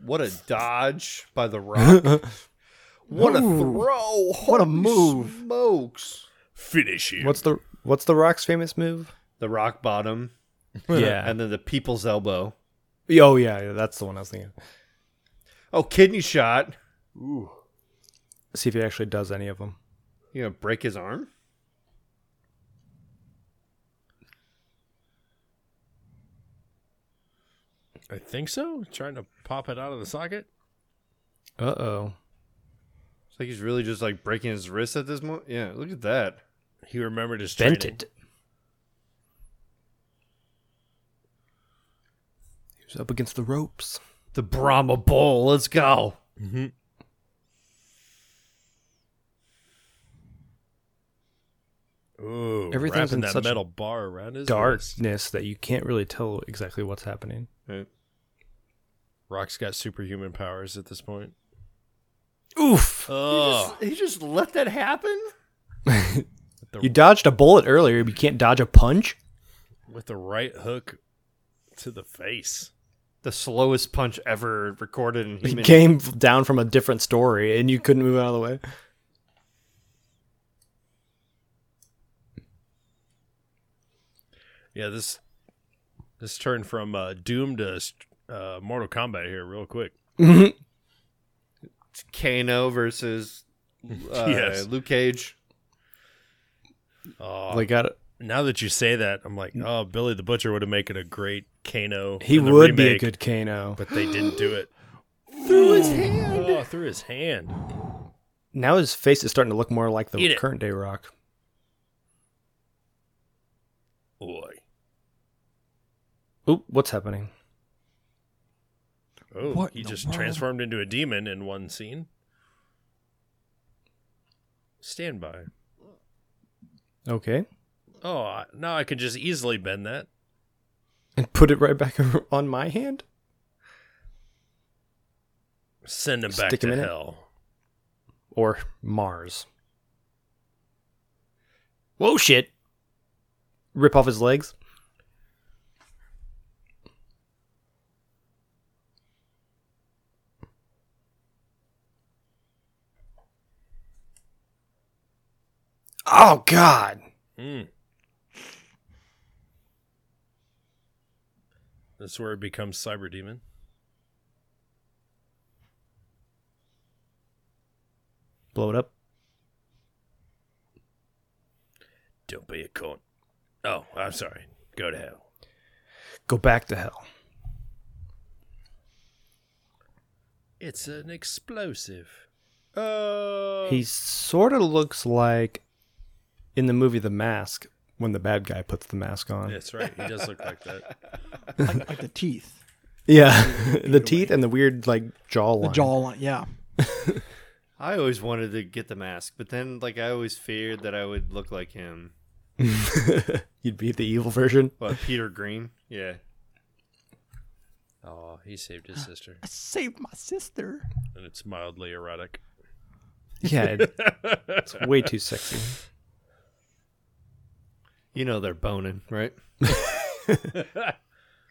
[SPEAKER 2] What a dodge by the Rock! what a throw!
[SPEAKER 5] What a
[SPEAKER 2] Holy
[SPEAKER 5] move.
[SPEAKER 2] Smokes!
[SPEAKER 4] Finish him.
[SPEAKER 3] What's the What's the Rock's famous move?
[SPEAKER 2] The Rock Bottom. and then the People's Elbow.
[SPEAKER 3] Oh yeah, yeah, that's the one I was thinking. of.
[SPEAKER 2] Oh, kidney shot.
[SPEAKER 3] See if he actually does any of them.
[SPEAKER 2] You gonna break his arm?
[SPEAKER 4] I think so. Trying to pop it out of the socket.
[SPEAKER 3] Uh oh.
[SPEAKER 2] It's like he's really just like breaking his wrist at this moment. Yeah, look at that.
[SPEAKER 4] He remembered his training.
[SPEAKER 3] Bent it. He was up against the ropes.
[SPEAKER 2] The Brahma Bull. Let's go.
[SPEAKER 4] Ooh,
[SPEAKER 3] Everything's
[SPEAKER 4] wrapping
[SPEAKER 3] in
[SPEAKER 4] that
[SPEAKER 3] such
[SPEAKER 4] metal bar around his waist.
[SPEAKER 3] Darkness that you can't really tell exactly what's happening.
[SPEAKER 4] Rock's got superhuman powers at this point.
[SPEAKER 3] Oof!
[SPEAKER 4] Oh,
[SPEAKER 2] He just let that happen.
[SPEAKER 3] You dodged a bullet earlier, but you can't dodge a punch?
[SPEAKER 4] with the right hook to the face.
[SPEAKER 2] The slowest punch ever recorded in
[SPEAKER 3] He
[SPEAKER 2] human.
[SPEAKER 3] came down from a different story and you couldn't move out of the way.
[SPEAKER 4] Yeah, this this turned from uh, Doom to uh, Mortal Kombat here real quick.
[SPEAKER 3] Mm-hmm.
[SPEAKER 2] It's Kano versus uh,
[SPEAKER 4] Yes.
[SPEAKER 2] Luke Cage.
[SPEAKER 4] Oh,
[SPEAKER 3] Like, got
[SPEAKER 4] now that you say that, I'm like, oh, Billy the Butcher would have made it a great Kano.
[SPEAKER 3] He
[SPEAKER 4] in the
[SPEAKER 3] would be a
[SPEAKER 4] remake,
[SPEAKER 3] good Kano.
[SPEAKER 4] but they didn't do it.
[SPEAKER 2] Through his hand.
[SPEAKER 4] Oh, through his hand.
[SPEAKER 3] Now his face is starting to look more like
[SPEAKER 4] Eat
[SPEAKER 3] the
[SPEAKER 4] it.
[SPEAKER 3] current day Rock.
[SPEAKER 4] Boy.
[SPEAKER 3] Oop! What's happening?
[SPEAKER 4] Oh,
[SPEAKER 5] What
[SPEAKER 4] he
[SPEAKER 5] in the
[SPEAKER 4] just
[SPEAKER 5] world?
[SPEAKER 4] transformed into a demon in one scene. Stand by.
[SPEAKER 3] Okay.
[SPEAKER 4] oh, I- now I can just easily bend that.
[SPEAKER 3] and put it right back over on my hand.
[SPEAKER 4] Send him back
[SPEAKER 3] Stick him
[SPEAKER 4] to
[SPEAKER 3] in it.
[SPEAKER 4] hell.
[SPEAKER 3] or Mars.
[SPEAKER 8] Whoa, shit.
[SPEAKER 3] Rip off his legs. Oh God!
[SPEAKER 4] Mm. That's where it becomes cyber demon.
[SPEAKER 3] Blow it up.
[SPEAKER 4] Don't be a cunt. Oh, I'm sorry. Go to hell.
[SPEAKER 3] Go back to hell.
[SPEAKER 4] It's an explosive. Oh,
[SPEAKER 3] He sort of looks like in the movie The Mask when the bad guy puts the mask on.
[SPEAKER 4] that's right. He does look like that.
[SPEAKER 5] like, like the teeth,
[SPEAKER 3] Yeah, the teeth and the weird like jawline.
[SPEAKER 5] the jawline. Yeah,
[SPEAKER 2] I always wanted to get the mask, but then like I always feared that I would look like him.
[SPEAKER 3] You'd be the evil version.
[SPEAKER 2] What, Peter Green? Yeah.
[SPEAKER 4] Oh, he saved his sister,
[SPEAKER 5] I saved my sister.
[SPEAKER 4] and it's mildly erotic.
[SPEAKER 3] Mm. Yeah, it- it's way too sexy.
[SPEAKER 2] You know they're boning, right?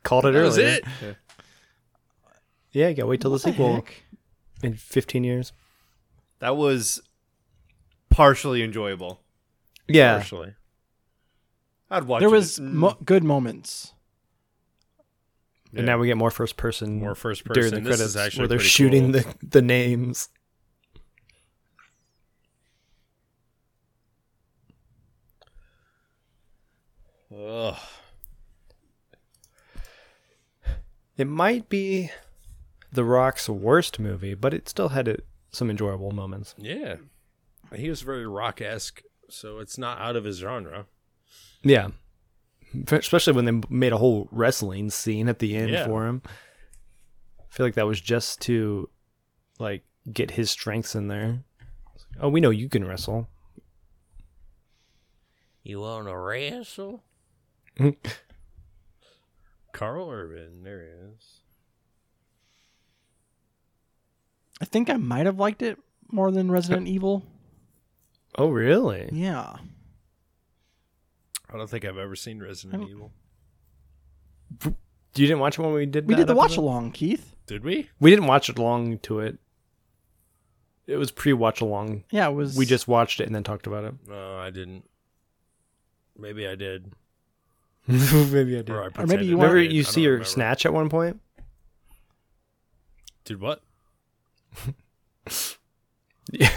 [SPEAKER 3] Called it
[SPEAKER 4] That
[SPEAKER 3] earlier.
[SPEAKER 4] was it.
[SPEAKER 3] Yeah, you gotta wait till the
[SPEAKER 5] What the
[SPEAKER 3] sequel
[SPEAKER 5] heck?
[SPEAKER 3] in 15 years.
[SPEAKER 2] That was partially enjoyable.
[SPEAKER 3] Yeah,
[SPEAKER 4] Partially.
[SPEAKER 2] I'd watch
[SPEAKER 5] There
[SPEAKER 2] it.
[SPEAKER 5] was
[SPEAKER 2] Mm,
[SPEAKER 5] mo- good moments.
[SPEAKER 2] yeah.
[SPEAKER 3] and now we get more first person.
[SPEAKER 4] More first person.
[SPEAKER 3] during the
[SPEAKER 4] this
[SPEAKER 3] credits
[SPEAKER 4] is actually
[SPEAKER 3] where they're
[SPEAKER 4] pretty
[SPEAKER 3] shooting
[SPEAKER 4] cool.
[SPEAKER 3] the the names.
[SPEAKER 4] Ugh.
[SPEAKER 3] It might be The Rock's worst movie, but it still had it, some enjoyable moments.
[SPEAKER 4] Yeah. He was very rock esque, so it's not out of his genre.
[SPEAKER 3] Yeah, especially when they made a whole wrestling scene at the end
[SPEAKER 4] Yeah.
[SPEAKER 3] for him. I feel like that was just to like get his strengths in there. It's like, Oh, we know you can wrestle.
[SPEAKER 9] You want to wrestle?
[SPEAKER 3] Mm.
[SPEAKER 4] Carl Urban, there he is.
[SPEAKER 5] I think I might have liked it more than Resident Evil.
[SPEAKER 3] Oh, really?
[SPEAKER 5] Yeah,
[SPEAKER 4] I don't think I've ever seen Resident Evil.
[SPEAKER 3] You didn't watch it when we did.
[SPEAKER 5] we
[SPEAKER 3] that
[SPEAKER 5] did the watch
[SPEAKER 3] episode?
[SPEAKER 5] along, Keith.
[SPEAKER 4] Did we?
[SPEAKER 3] We didn't watch along to it. It was pre watch along.
[SPEAKER 5] Yeah, it was.
[SPEAKER 3] We just watched it and then talked about it.
[SPEAKER 4] No, I didn't. Maybe I did.
[SPEAKER 3] Maybe I did.
[SPEAKER 4] Or,
[SPEAKER 5] Or
[SPEAKER 4] I
[SPEAKER 5] maybe
[SPEAKER 4] pretended
[SPEAKER 5] you
[SPEAKER 4] I
[SPEAKER 3] Remember
[SPEAKER 4] did. I
[SPEAKER 3] you
[SPEAKER 4] don't
[SPEAKER 3] see her
[SPEAKER 4] remember.
[SPEAKER 3] snatch at one point?
[SPEAKER 4] Did what?
[SPEAKER 3] Yeah.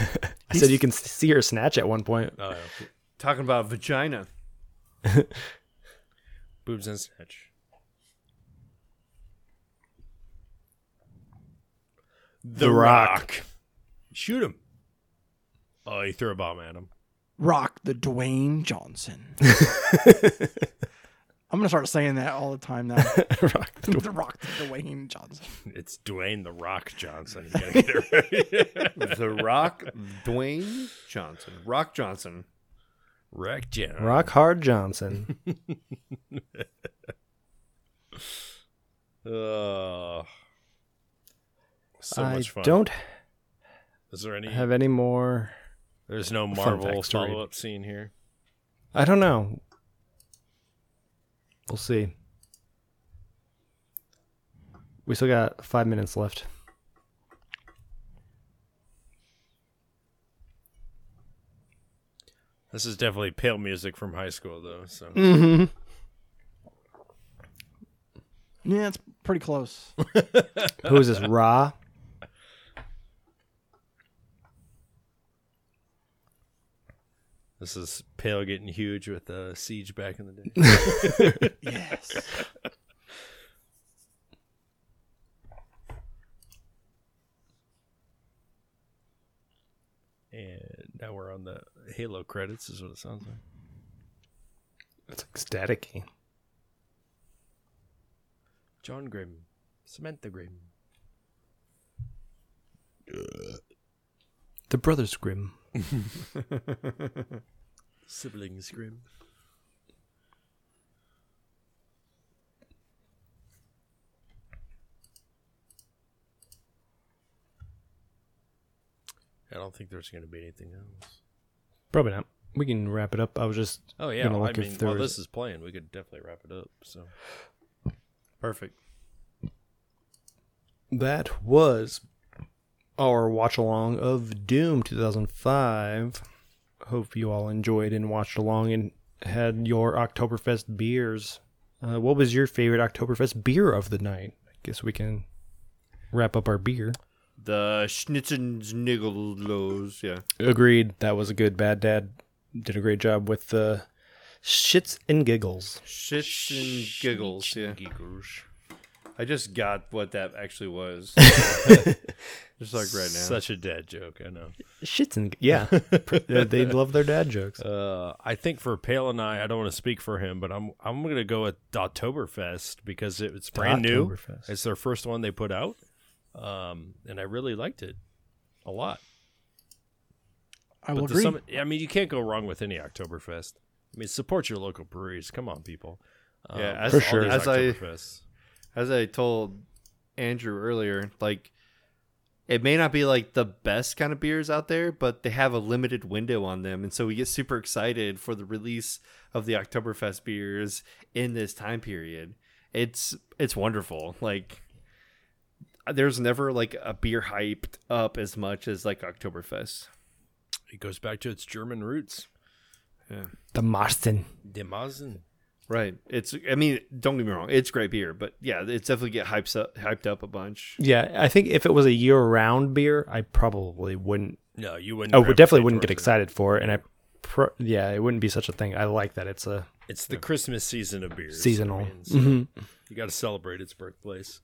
[SPEAKER 3] I said you can s- see her snatch at one point.
[SPEAKER 4] Oh, yeah.
[SPEAKER 2] talking about vagina.
[SPEAKER 4] boobs and snatch. The,
[SPEAKER 3] Rock.
[SPEAKER 4] Shoot him. Oh, he threw a bomb at him.
[SPEAKER 5] rock the Dwayne Johnson. I'm gonna start saying that all the time now.
[SPEAKER 3] Rock the door.
[SPEAKER 5] the rock the Dwayne Johnson.
[SPEAKER 4] It's Dwayne the Rock Johnson. You gotta get it right.
[SPEAKER 2] The Rock Dwayne Johnson. Rock Johnson.
[SPEAKER 4] Rock Johnson.
[SPEAKER 3] Rock Hard Johnson.
[SPEAKER 4] Uh, so
[SPEAKER 3] I
[SPEAKER 4] much fun.
[SPEAKER 3] don't
[SPEAKER 4] Is there any?
[SPEAKER 3] have any more.
[SPEAKER 4] There's no
[SPEAKER 3] fun
[SPEAKER 4] Marvel
[SPEAKER 3] facts to read.
[SPEAKER 4] follow up scene here.
[SPEAKER 3] I don't know. We'll see. We still got five minutes left.
[SPEAKER 4] This is definitely pale music from high school, though. So
[SPEAKER 3] Mm-hmm.
[SPEAKER 5] Yeah, it's pretty close.
[SPEAKER 3] Who is this? Ra?
[SPEAKER 4] this is pale getting huge with uh, Siege back in the day.
[SPEAKER 5] yes.
[SPEAKER 4] And now we're on the Halo credits, is what it sounds like.
[SPEAKER 3] It's ecstatic.
[SPEAKER 4] John Grimm, Samantha Grimm.
[SPEAKER 3] The Brothers Grimm.
[SPEAKER 4] Siblings Grimm. I don't think there's going to be anything else.
[SPEAKER 3] Probably not. We can wrap it up. I was just
[SPEAKER 4] Oh yeah,
[SPEAKER 3] gonna
[SPEAKER 4] well, I
[SPEAKER 3] look if
[SPEAKER 4] mean,
[SPEAKER 3] there
[SPEAKER 4] while
[SPEAKER 3] was-
[SPEAKER 4] this is playing, we could definitely wrap it up. So
[SPEAKER 2] Perfect.
[SPEAKER 3] That was our watch along of Doom 2005. Hope you all enjoyed and watched along and had your Oktoberfest beers. Uh, what was your favorite Oktoberfest beer of the night? I guess we can wrap up our beer.
[SPEAKER 2] The Schnitzensniggelos, yeah.
[SPEAKER 3] Agreed. That was a good bad dad. Did a great job with the shits and giggles.
[SPEAKER 2] Shits and giggles, yeah. I just got what that actually was. just like right now.
[SPEAKER 4] such a dad joke, I know.
[SPEAKER 3] Shits and yeah, uh, they love their dad jokes.
[SPEAKER 4] Uh, I think for Pale and I, I don't want to speak for him, but I'm I'm going to go with Dottoberfest because it, it's brand new.
[SPEAKER 3] Oktoberfest.
[SPEAKER 4] It's their first one they put out, um, and I really liked it a lot.
[SPEAKER 5] I will
[SPEAKER 4] to
[SPEAKER 5] agree.
[SPEAKER 4] some- I mean, you can't go wrong with any Oktoberfest. I mean, support your local breweries. Come on, people. Um,
[SPEAKER 2] Yeah, as-
[SPEAKER 4] all
[SPEAKER 3] sure.
[SPEAKER 4] these
[SPEAKER 2] as I-
[SPEAKER 4] Oktoberfests.
[SPEAKER 2] As I told Andrew earlier, like it may not be like the best kind of beers out there, but they have a limited window on them, and so we get super excited for the release of the Oktoberfest beers in this time period. It's it's wonderful. Like there's never like a beer hyped up as much as like Oktoberfest.
[SPEAKER 4] it goes back to its German roots.
[SPEAKER 3] The Marsten.
[SPEAKER 4] Die Masen.
[SPEAKER 2] Right. It's I mean, don't get me wrong, it's great beer, but yeah, it's definitely get hypes up hyped up a bunch.
[SPEAKER 3] Yeah, I think if it was a year-round beer, I probably wouldn't.
[SPEAKER 4] No, you wouldn't.
[SPEAKER 3] I would Oh, definitely
[SPEAKER 4] gravitate
[SPEAKER 3] wouldn't get
[SPEAKER 4] towards it.
[SPEAKER 3] excited for it, and I, pro- yeah, it wouldn't be such a thing. I like that it's a
[SPEAKER 4] It's the Christmas season of beers.
[SPEAKER 3] Seasonal.
[SPEAKER 4] so You got to celebrate its birthplace.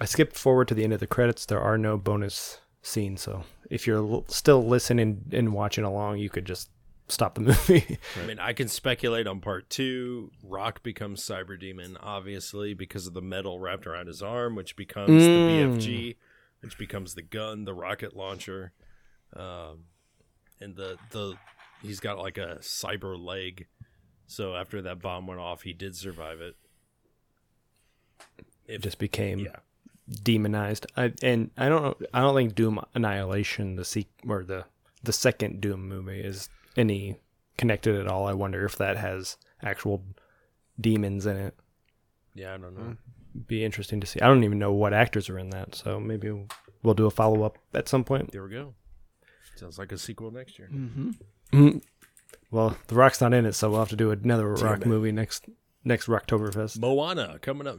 [SPEAKER 3] I skipped forward to the end of the credits. There are no bonus scenes, so if you're l- still listening and watching along, you could just stop the movie.
[SPEAKER 4] I mean, I can speculate on part two. Rock becomes Cyber Demon, obviously, because of the metal wrapped around his arm, which becomes
[SPEAKER 3] Mm.
[SPEAKER 4] the BFG, which becomes the gun, the rocket launcher, um, and the the he's got like a cyber leg. So after that bomb went off, he did survive it.
[SPEAKER 3] it just became
[SPEAKER 4] Yeah.
[SPEAKER 3] demonized. I and I don't know. I don't think Doom Annihilation, the sequ- or the the second Doom movie, is any connected at all. I wonder if that has actual demons in it.
[SPEAKER 4] Yeah, I don't know.
[SPEAKER 3] Be interesting to see. I don't even know what actors are in that, so maybe we'll do a follow up at some point.
[SPEAKER 4] There we go. Sounds like a sequel next year.
[SPEAKER 3] Well, The Rock's not in it, so we'll have to do another Rock movie next next Rocktoberfest,
[SPEAKER 4] Moana coming up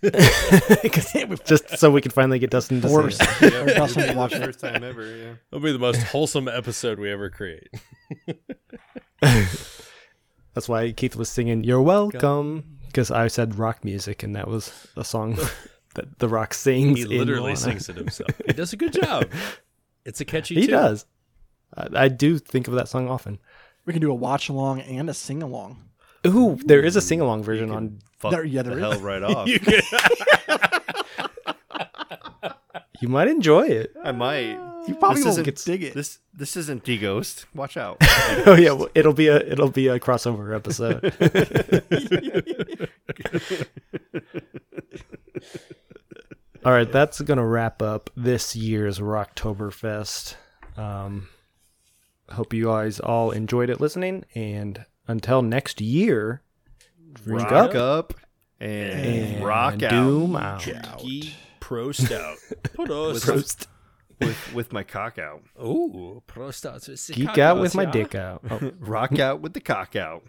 [SPEAKER 3] 'Cause it was- just so we can finally get Dustin to see
[SPEAKER 5] Forced.
[SPEAKER 3] it.
[SPEAKER 5] or Dustin to watch it.
[SPEAKER 2] First time ever, yeah.
[SPEAKER 4] It'll be the most wholesome episode we ever create.
[SPEAKER 3] That's why Keith was singing "You're Welcome" because I said rock music, and that was a song that The Rock sings.
[SPEAKER 4] He
[SPEAKER 3] in
[SPEAKER 4] literally
[SPEAKER 3] Moana.
[SPEAKER 4] sings it himself. He does a good job. It's a catchy
[SPEAKER 3] He
[SPEAKER 4] tune.
[SPEAKER 3] does. I, I do think of that song often.
[SPEAKER 5] We can do a watch along and a sing along.
[SPEAKER 3] Ooh, there is a sing along version on.
[SPEAKER 2] Fuck
[SPEAKER 5] There- yeah, there
[SPEAKER 2] the
[SPEAKER 5] is.
[SPEAKER 2] hell right off.
[SPEAKER 3] You might enjoy it.
[SPEAKER 2] I might.
[SPEAKER 5] You probably
[SPEAKER 2] This
[SPEAKER 5] won't
[SPEAKER 2] isn't-
[SPEAKER 5] get dig it.
[SPEAKER 2] This this isn't D Ghost. Watch out.
[SPEAKER 3] oh yeah, well, it'll be a it'll be a crossover episode. All right, that's gonna wrap up this year's Rocktoberfest. Um, hope you guys all enjoyed it listening, and until next year, drink
[SPEAKER 2] rock up,
[SPEAKER 3] up
[SPEAKER 2] and, rock out
[SPEAKER 3] doom out.
[SPEAKER 4] Geeky pro stout. Prost.
[SPEAKER 3] Prost.
[SPEAKER 2] with with my cock out.
[SPEAKER 4] Ooh, pro stout.
[SPEAKER 3] Geek out with my dick out. Oh,
[SPEAKER 2] Rock out with the cock out.